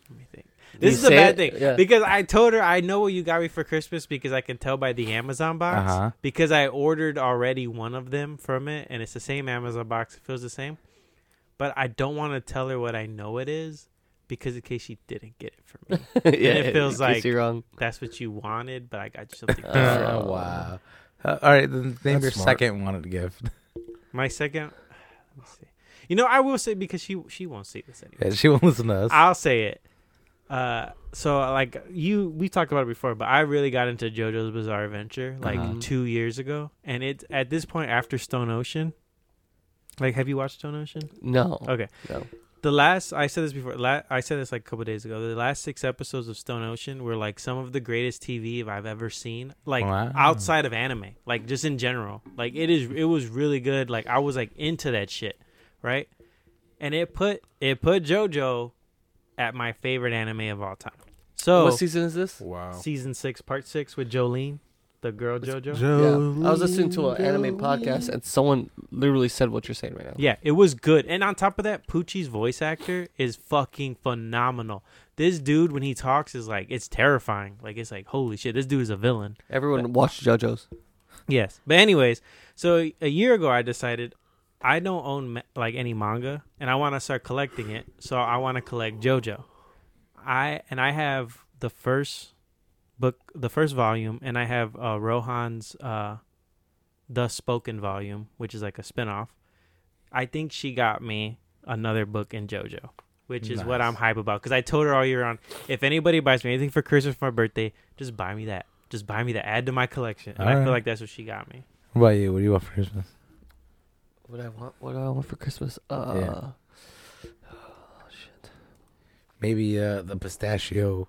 [SPEAKER 4] Let me think. This
[SPEAKER 2] You
[SPEAKER 4] is a
[SPEAKER 2] say
[SPEAKER 4] bad
[SPEAKER 2] it?
[SPEAKER 4] thing
[SPEAKER 2] Yeah.
[SPEAKER 4] because I told her I know what you got me for Christmas because I can tell by the Amazon box.
[SPEAKER 1] Uh-huh.
[SPEAKER 4] because I ordered already one of them from it, and it's the same Amazon box. It feels the same, but I don't want to tell her what I know it is because in case she didn't get it from me,
[SPEAKER 2] yeah,
[SPEAKER 4] it feels
[SPEAKER 2] in case
[SPEAKER 4] like-
[SPEAKER 2] you're wrong.
[SPEAKER 4] that's what you wanted. But I got you something
[SPEAKER 2] Uh,
[SPEAKER 4] different.
[SPEAKER 1] Oh, wow. Uh, all right. Then name
[SPEAKER 3] That's
[SPEAKER 1] your
[SPEAKER 3] smart.
[SPEAKER 1] second wanted gift.
[SPEAKER 4] My second, let me see. You know, I will say because she she won't see this anyway.
[SPEAKER 1] Yeah, she won't listen to us.
[SPEAKER 4] I'll say it. Uh, so like you, we talked about it before, but I really got into JoJo's Bizarre Adventure like
[SPEAKER 1] Uh-huh.
[SPEAKER 4] two years ago, and it's at this point after Stone Ocean. Like, have you watched Stone Ocean?
[SPEAKER 2] No.
[SPEAKER 4] Okay.
[SPEAKER 2] No.
[SPEAKER 4] the last I said this before. La- I said this like a couple days ago. The last six episodes of Stone Ocean were like some of the greatest TV I've ever seen. Like
[SPEAKER 1] Wow.
[SPEAKER 4] outside of anime, like just in general. Like it is. It was really good. Like I was like into that shit, right? And it put it put JoJo at my favorite anime of all time. So
[SPEAKER 2] what season is this?
[SPEAKER 3] Wow.
[SPEAKER 4] season six, part six with Jolene, the girl JoJo.
[SPEAKER 2] I was listening to an anime podcast and someone literally said what you're saying right now.
[SPEAKER 4] Yeah, it was good. And on top of that, Poochie's voice actor is fucking phenomenal. This dude, when he talks, is like, it's terrifying. Like, it's like, holy shit, this dude is a villain.
[SPEAKER 2] Everyone watched JoJo's.
[SPEAKER 4] Yes. But, anyways, so a year ago, I decided I don't own ma- like any manga and I want to start collecting it. So, I want to collect JoJo. I, and I have the first book, the first volume, and I have uh, Rohan's, uh, the spoken volume, which is like a spinoff. I think she got me another book in JoJo, which is what
[SPEAKER 1] Nice.
[SPEAKER 4] I'm hype about. Because I told her all year round, if anybody buys me anything for Christmas for my birthday, just buy me that. Just buy me that. Add to my collection. And I
[SPEAKER 1] Alright.
[SPEAKER 4] feel like that's what she got me.
[SPEAKER 1] What about you? What do you want for Christmas?
[SPEAKER 2] What I want? What do I want for Christmas? Uh,
[SPEAKER 1] Yeah. Maybe uh, the pistachio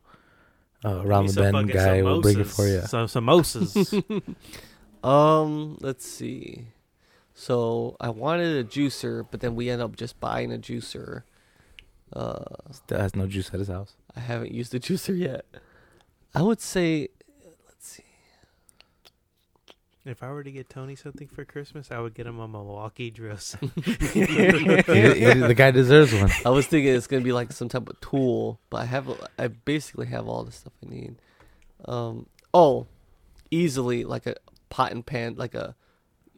[SPEAKER 1] uh, around
[SPEAKER 4] Give
[SPEAKER 1] the
[SPEAKER 4] me some
[SPEAKER 1] bend
[SPEAKER 4] fucking
[SPEAKER 1] guy will bring it
[SPEAKER 4] samosas.
[SPEAKER 1] for you.
[SPEAKER 4] Some samosas.
[SPEAKER 2] Um, let's see. So I wanted a juicer, but then we end up just buying a juicer. Uh,
[SPEAKER 1] Still has no juice at his house.
[SPEAKER 2] I haven't used the juicer yet. I would say, let's see.
[SPEAKER 4] if I were to get Tony something for Christmas, I would get him a Milwaukee drill set.
[SPEAKER 1] He- he- the guy deserves one.
[SPEAKER 2] I was thinking it's gonna be like some type of tool, but I have, I basically have all the stuff I need. Um, oh, easily like a pot and pan, like a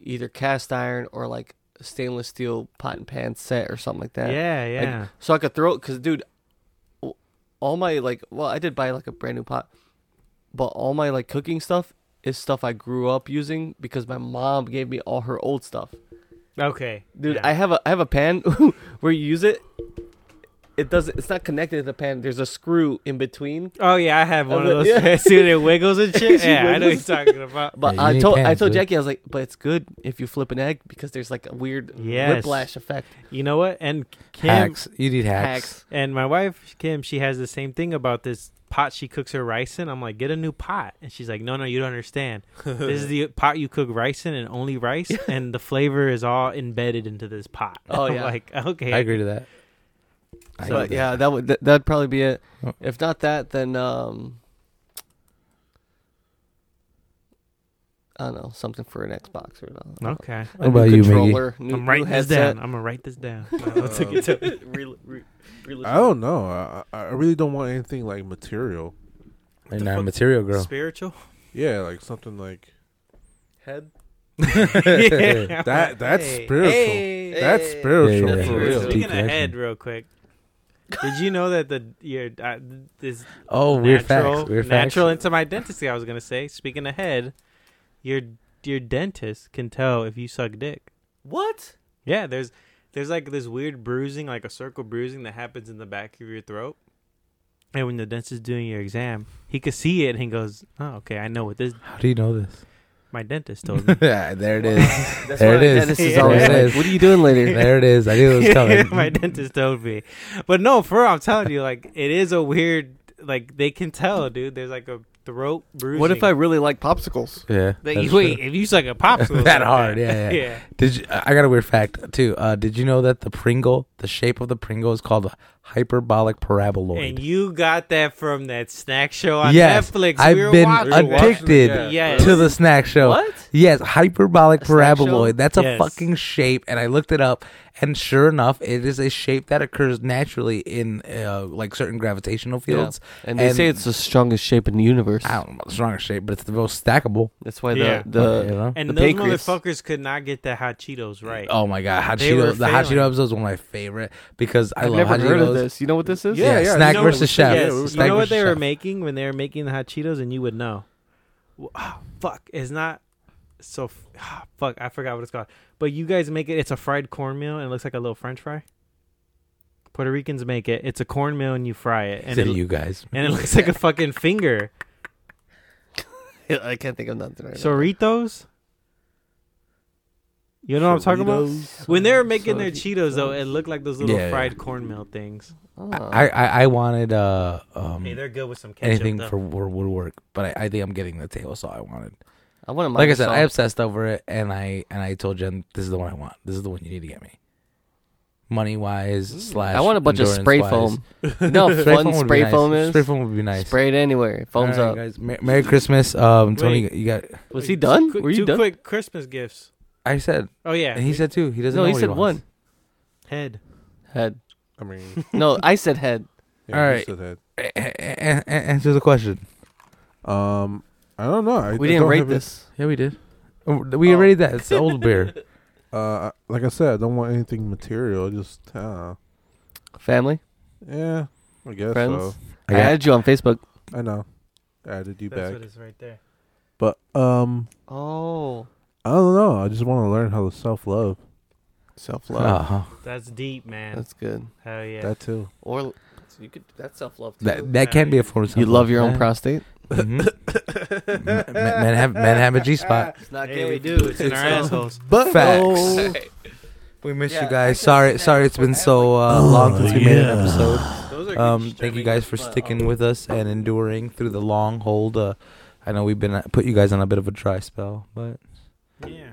[SPEAKER 2] either cast iron or like a stainless steel pot and pan set or something like that.
[SPEAKER 4] yeah, yeah.
[SPEAKER 2] so I could throw it. Cause dude, w- all my like, well, I did buy like a brand new pot, but all my like cooking stuff is stuff I grew up using because my mom gave me all her old stuff.
[SPEAKER 4] okay.
[SPEAKER 2] Dude,
[SPEAKER 4] yeah.
[SPEAKER 2] I have a I have a pan where you use it. It doesn't. It's not connected to the pan. There's a screw in between.
[SPEAKER 4] Oh yeah, I have one of those.
[SPEAKER 2] Yeah.
[SPEAKER 4] See when it wiggles and shit.
[SPEAKER 2] She
[SPEAKER 4] Yeah, I know what you're
[SPEAKER 2] wiggles.
[SPEAKER 4] talking about.
[SPEAKER 2] But
[SPEAKER 1] Yeah, you
[SPEAKER 2] I
[SPEAKER 1] need
[SPEAKER 2] told I
[SPEAKER 1] pans,
[SPEAKER 2] told
[SPEAKER 1] dude.
[SPEAKER 2] Jackie I was like, but it's good if you flip an egg because there's like a weird
[SPEAKER 4] Yes.
[SPEAKER 2] whiplash effect.
[SPEAKER 4] You know what? And Kim
[SPEAKER 1] Hacks. You need hacks.
[SPEAKER 2] Hacks.
[SPEAKER 4] and my wife Kim, she has the same thing about this pot she cooks her rice in. I'm like, get a new pot, and she's like, no, no, you don't understand. this is the pot you cook rice in, and only rice, and the flavor is all embedded into this pot.
[SPEAKER 2] Oh,
[SPEAKER 4] I'm
[SPEAKER 2] yeah.
[SPEAKER 4] like okay,
[SPEAKER 1] I agree to that. I
[SPEAKER 2] So
[SPEAKER 1] agree to
[SPEAKER 2] yeah, that would that, that'd probably be it.
[SPEAKER 1] Oh.
[SPEAKER 2] If not that, then um, I don't know something for an Xbox or not.
[SPEAKER 4] Okay,
[SPEAKER 1] What about you, Miggy?
[SPEAKER 2] controller, new,
[SPEAKER 4] I'm
[SPEAKER 2] new
[SPEAKER 4] writing this
[SPEAKER 2] headset.
[SPEAKER 4] down. I'm gonna write this down.
[SPEAKER 2] Re- re- re-
[SPEAKER 3] I don't know. I, I I really don't want anything like material.
[SPEAKER 1] And
[SPEAKER 4] the
[SPEAKER 1] now
[SPEAKER 4] fuck-
[SPEAKER 1] material girl.
[SPEAKER 4] Spiritual.
[SPEAKER 3] Yeah, like something like
[SPEAKER 2] head.
[SPEAKER 4] Yeah.
[SPEAKER 3] that. That's
[SPEAKER 4] Hey.
[SPEAKER 3] spiritual. That's
[SPEAKER 2] Hey.
[SPEAKER 3] spiritual
[SPEAKER 1] Yeah, yeah,
[SPEAKER 3] for
[SPEAKER 1] yeah.
[SPEAKER 3] real.
[SPEAKER 1] Deep
[SPEAKER 4] Speaking
[SPEAKER 1] connection.
[SPEAKER 4] of head, real quick. Did you know that the your uh, this
[SPEAKER 1] Oh, weird facts. Weird facts.
[SPEAKER 4] natural into my dentistry. I was gonna say. Speaking of head, your your dentist can tell if you suck dick.
[SPEAKER 2] What?
[SPEAKER 4] Yeah, there's there's like this weird bruising, like a circle bruising that happens in the back of your throat. And when the dentist is doing your exam, he could see it and he goes, "Oh, okay, I know what this
[SPEAKER 1] How do you know this?
[SPEAKER 4] my dentist told me."
[SPEAKER 1] Yeah, there it is.
[SPEAKER 2] That's
[SPEAKER 1] There it
[SPEAKER 2] what
[SPEAKER 1] is.
[SPEAKER 2] Dennis is
[SPEAKER 4] There
[SPEAKER 2] always
[SPEAKER 4] it
[SPEAKER 2] like,
[SPEAKER 1] is.
[SPEAKER 2] What are you doing later?
[SPEAKER 1] there it is. I knew it was coming.
[SPEAKER 4] my dentist told me. But no, for real, I'm telling you, like it is a weird like they can tell, dude. There's like a throat bruising.
[SPEAKER 2] What if I really like popsicles?
[SPEAKER 1] Yeah.
[SPEAKER 4] That
[SPEAKER 1] that's
[SPEAKER 4] you, wait,
[SPEAKER 1] true.
[SPEAKER 4] if you suck a popsicle
[SPEAKER 1] That
[SPEAKER 4] like
[SPEAKER 1] hard, yeah, yeah.
[SPEAKER 4] yeah.
[SPEAKER 1] Did you, I got a weird fact too? Uh, did you know that the Pringle, the shape of the Pringle, is called a hyperbolic paraboloid?
[SPEAKER 4] And you got that from that snack show on
[SPEAKER 1] Yes,
[SPEAKER 4] Netflix.
[SPEAKER 1] I've
[SPEAKER 4] we were
[SPEAKER 1] been
[SPEAKER 4] watching.
[SPEAKER 3] We were watching it,
[SPEAKER 1] addicted
[SPEAKER 4] yeah.
[SPEAKER 1] to the snack show.
[SPEAKER 2] What?
[SPEAKER 1] Yes, hyperbolic
[SPEAKER 2] A snack show?
[SPEAKER 1] paraboloid. That's a
[SPEAKER 4] Yes.
[SPEAKER 1] fucking shape, and I looked it up, and sure enough, it is a shape that occurs naturally in uh, like certain gravitational fields.
[SPEAKER 2] And they say it's the strongest shape in the universe.
[SPEAKER 1] I don't know about the strongest shape, but it's the most stackable.
[SPEAKER 2] That's why
[SPEAKER 4] Yeah.
[SPEAKER 2] the the
[SPEAKER 1] you know?
[SPEAKER 4] and
[SPEAKER 2] the
[SPEAKER 4] those
[SPEAKER 2] pancreas.
[SPEAKER 4] motherfuckers could not get the hot Cheetos right.
[SPEAKER 1] oh my god, hot
[SPEAKER 4] They were
[SPEAKER 1] Cheeto, the hot
[SPEAKER 4] failing.
[SPEAKER 1] Cheeto episode is one of my favorite because I
[SPEAKER 2] I've
[SPEAKER 1] love
[SPEAKER 2] never
[SPEAKER 1] hot
[SPEAKER 2] heard
[SPEAKER 1] Cheetos.
[SPEAKER 2] of this. You know what this is?
[SPEAKER 1] Yeah,
[SPEAKER 3] Yeah, yeah,
[SPEAKER 1] snack
[SPEAKER 4] You know
[SPEAKER 1] versus
[SPEAKER 4] what-
[SPEAKER 1] chef.
[SPEAKER 4] yes,
[SPEAKER 1] Snack
[SPEAKER 4] you know what
[SPEAKER 1] versus
[SPEAKER 4] they were
[SPEAKER 1] chef.
[SPEAKER 4] making when they were making the hot Cheetos, and you would know. Wh- ah, fuck, it's not. So f- ah, fuck, I forgot what it's called. But you guys make it. It's a fried cornmeal, and it looks like a little French fry. Puerto Ricans make it. It's a cornmeal, and you fry it, and
[SPEAKER 1] Said
[SPEAKER 4] it,
[SPEAKER 1] you guys.
[SPEAKER 4] and it looks like a fucking finger.
[SPEAKER 2] I can't think of nothing right now.
[SPEAKER 4] Sorritos. You know what I'm talking about? When they were making their Cheetos, though, it looked like those little
[SPEAKER 1] Yeah, yeah.
[SPEAKER 4] fried cornmeal things.
[SPEAKER 2] Oh.
[SPEAKER 1] I, I I wanted uh um
[SPEAKER 4] Hey, they're good with some ketchup.
[SPEAKER 1] anything
[SPEAKER 4] though.
[SPEAKER 1] for wor- woodwork, but I, I think I'm getting the table saw I wanted.
[SPEAKER 2] I want to
[SPEAKER 1] Like I said, I obsessed over it, and I and I told Jen this is the one I want. This is the one you need to get me. money wise slash.
[SPEAKER 2] I want a bunch of spray
[SPEAKER 1] endurance-wise.
[SPEAKER 2] foam. You know how fun
[SPEAKER 1] would be
[SPEAKER 2] spray
[SPEAKER 1] nice.
[SPEAKER 2] foam is?
[SPEAKER 1] Spray foam would be nice.
[SPEAKER 2] Spray it anywhere. Foams
[SPEAKER 1] All right,
[SPEAKER 2] up.
[SPEAKER 1] guys. Mer- Merry Christmas, um, Tony.
[SPEAKER 4] Wait.
[SPEAKER 1] You got.
[SPEAKER 2] Was
[SPEAKER 4] Wait,
[SPEAKER 2] he
[SPEAKER 4] two
[SPEAKER 2] done?
[SPEAKER 4] quick-
[SPEAKER 2] Were you
[SPEAKER 4] two
[SPEAKER 2] done?
[SPEAKER 4] quick Christmas gifts.
[SPEAKER 1] I said,
[SPEAKER 4] Oh yeah.
[SPEAKER 1] and he said too. He doesn't.
[SPEAKER 2] No,
[SPEAKER 1] know
[SPEAKER 2] he
[SPEAKER 1] what
[SPEAKER 2] said
[SPEAKER 1] wants.
[SPEAKER 2] one.
[SPEAKER 4] head.
[SPEAKER 2] Head.
[SPEAKER 3] I mean,
[SPEAKER 2] No, I said head.
[SPEAKER 3] yeah,
[SPEAKER 1] All
[SPEAKER 3] you
[SPEAKER 1] right.
[SPEAKER 3] said that.
[SPEAKER 1] A- a- a- a- Answer the question.
[SPEAKER 3] Um, I don't know. I,
[SPEAKER 2] We
[SPEAKER 3] I
[SPEAKER 2] didn't
[SPEAKER 3] don't
[SPEAKER 2] rate
[SPEAKER 3] have it-
[SPEAKER 2] this.
[SPEAKER 1] Yeah, we did. We
[SPEAKER 4] Oh.
[SPEAKER 1] already that. It's the old beer.
[SPEAKER 3] Uh, like I said, I don't want anything material. I Just uh,
[SPEAKER 2] Family,
[SPEAKER 3] yeah, I guess
[SPEAKER 2] friends.
[SPEAKER 3] so.
[SPEAKER 1] I
[SPEAKER 2] I,
[SPEAKER 1] got-
[SPEAKER 2] added you on Facebook.
[SPEAKER 3] I know. I added you
[SPEAKER 4] That's
[SPEAKER 3] back,
[SPEAKER 4] what it's right there.
[SPEAKER 3] but um,
[SPEAKER 2] Oh,
[SPEAKER 3] I don't know. I just want to learn how to self love.
[SPEAKER 2] self love.
[SPEAKER 1] Uh-huh.
[SPEAKER 4] That's deep, man.
[SPEAKER 2] That's good.
[SPEAKER 4] Hell yeah.
[SPEAKER 3] That too.
[SPEAKER 2] Or you could. That's self love
[SPEAKER 1] That that can be a form of
[SPEAKER 2] You love your own
[SPEAKER 1] self-love.
[SPEAKER 2] prostate.
[SPEAKER 1] Mhm. M- men have men have a G spot.
[SPEAKER 2] It's not
[SPEAKER 4] hey, we do. It's in our assholes.
[SPEAKER 1] But
[SPEAKER 3] oh.
[SPEAKER 1] facts. We miss you guys. Sorry, sorry. It's been so uh, long since we made an
[SPEAKER 3] yeah.
[SPEAKER 1] episode.
[SPEAKER 4] Those are
[SPEAKER 1] Um, thank you guys for sticking with us and enduring through the long uh, hold. Uh, I know we've been put you guys on a bit of a dry spell, but
[SPEAKER 4] Yeah.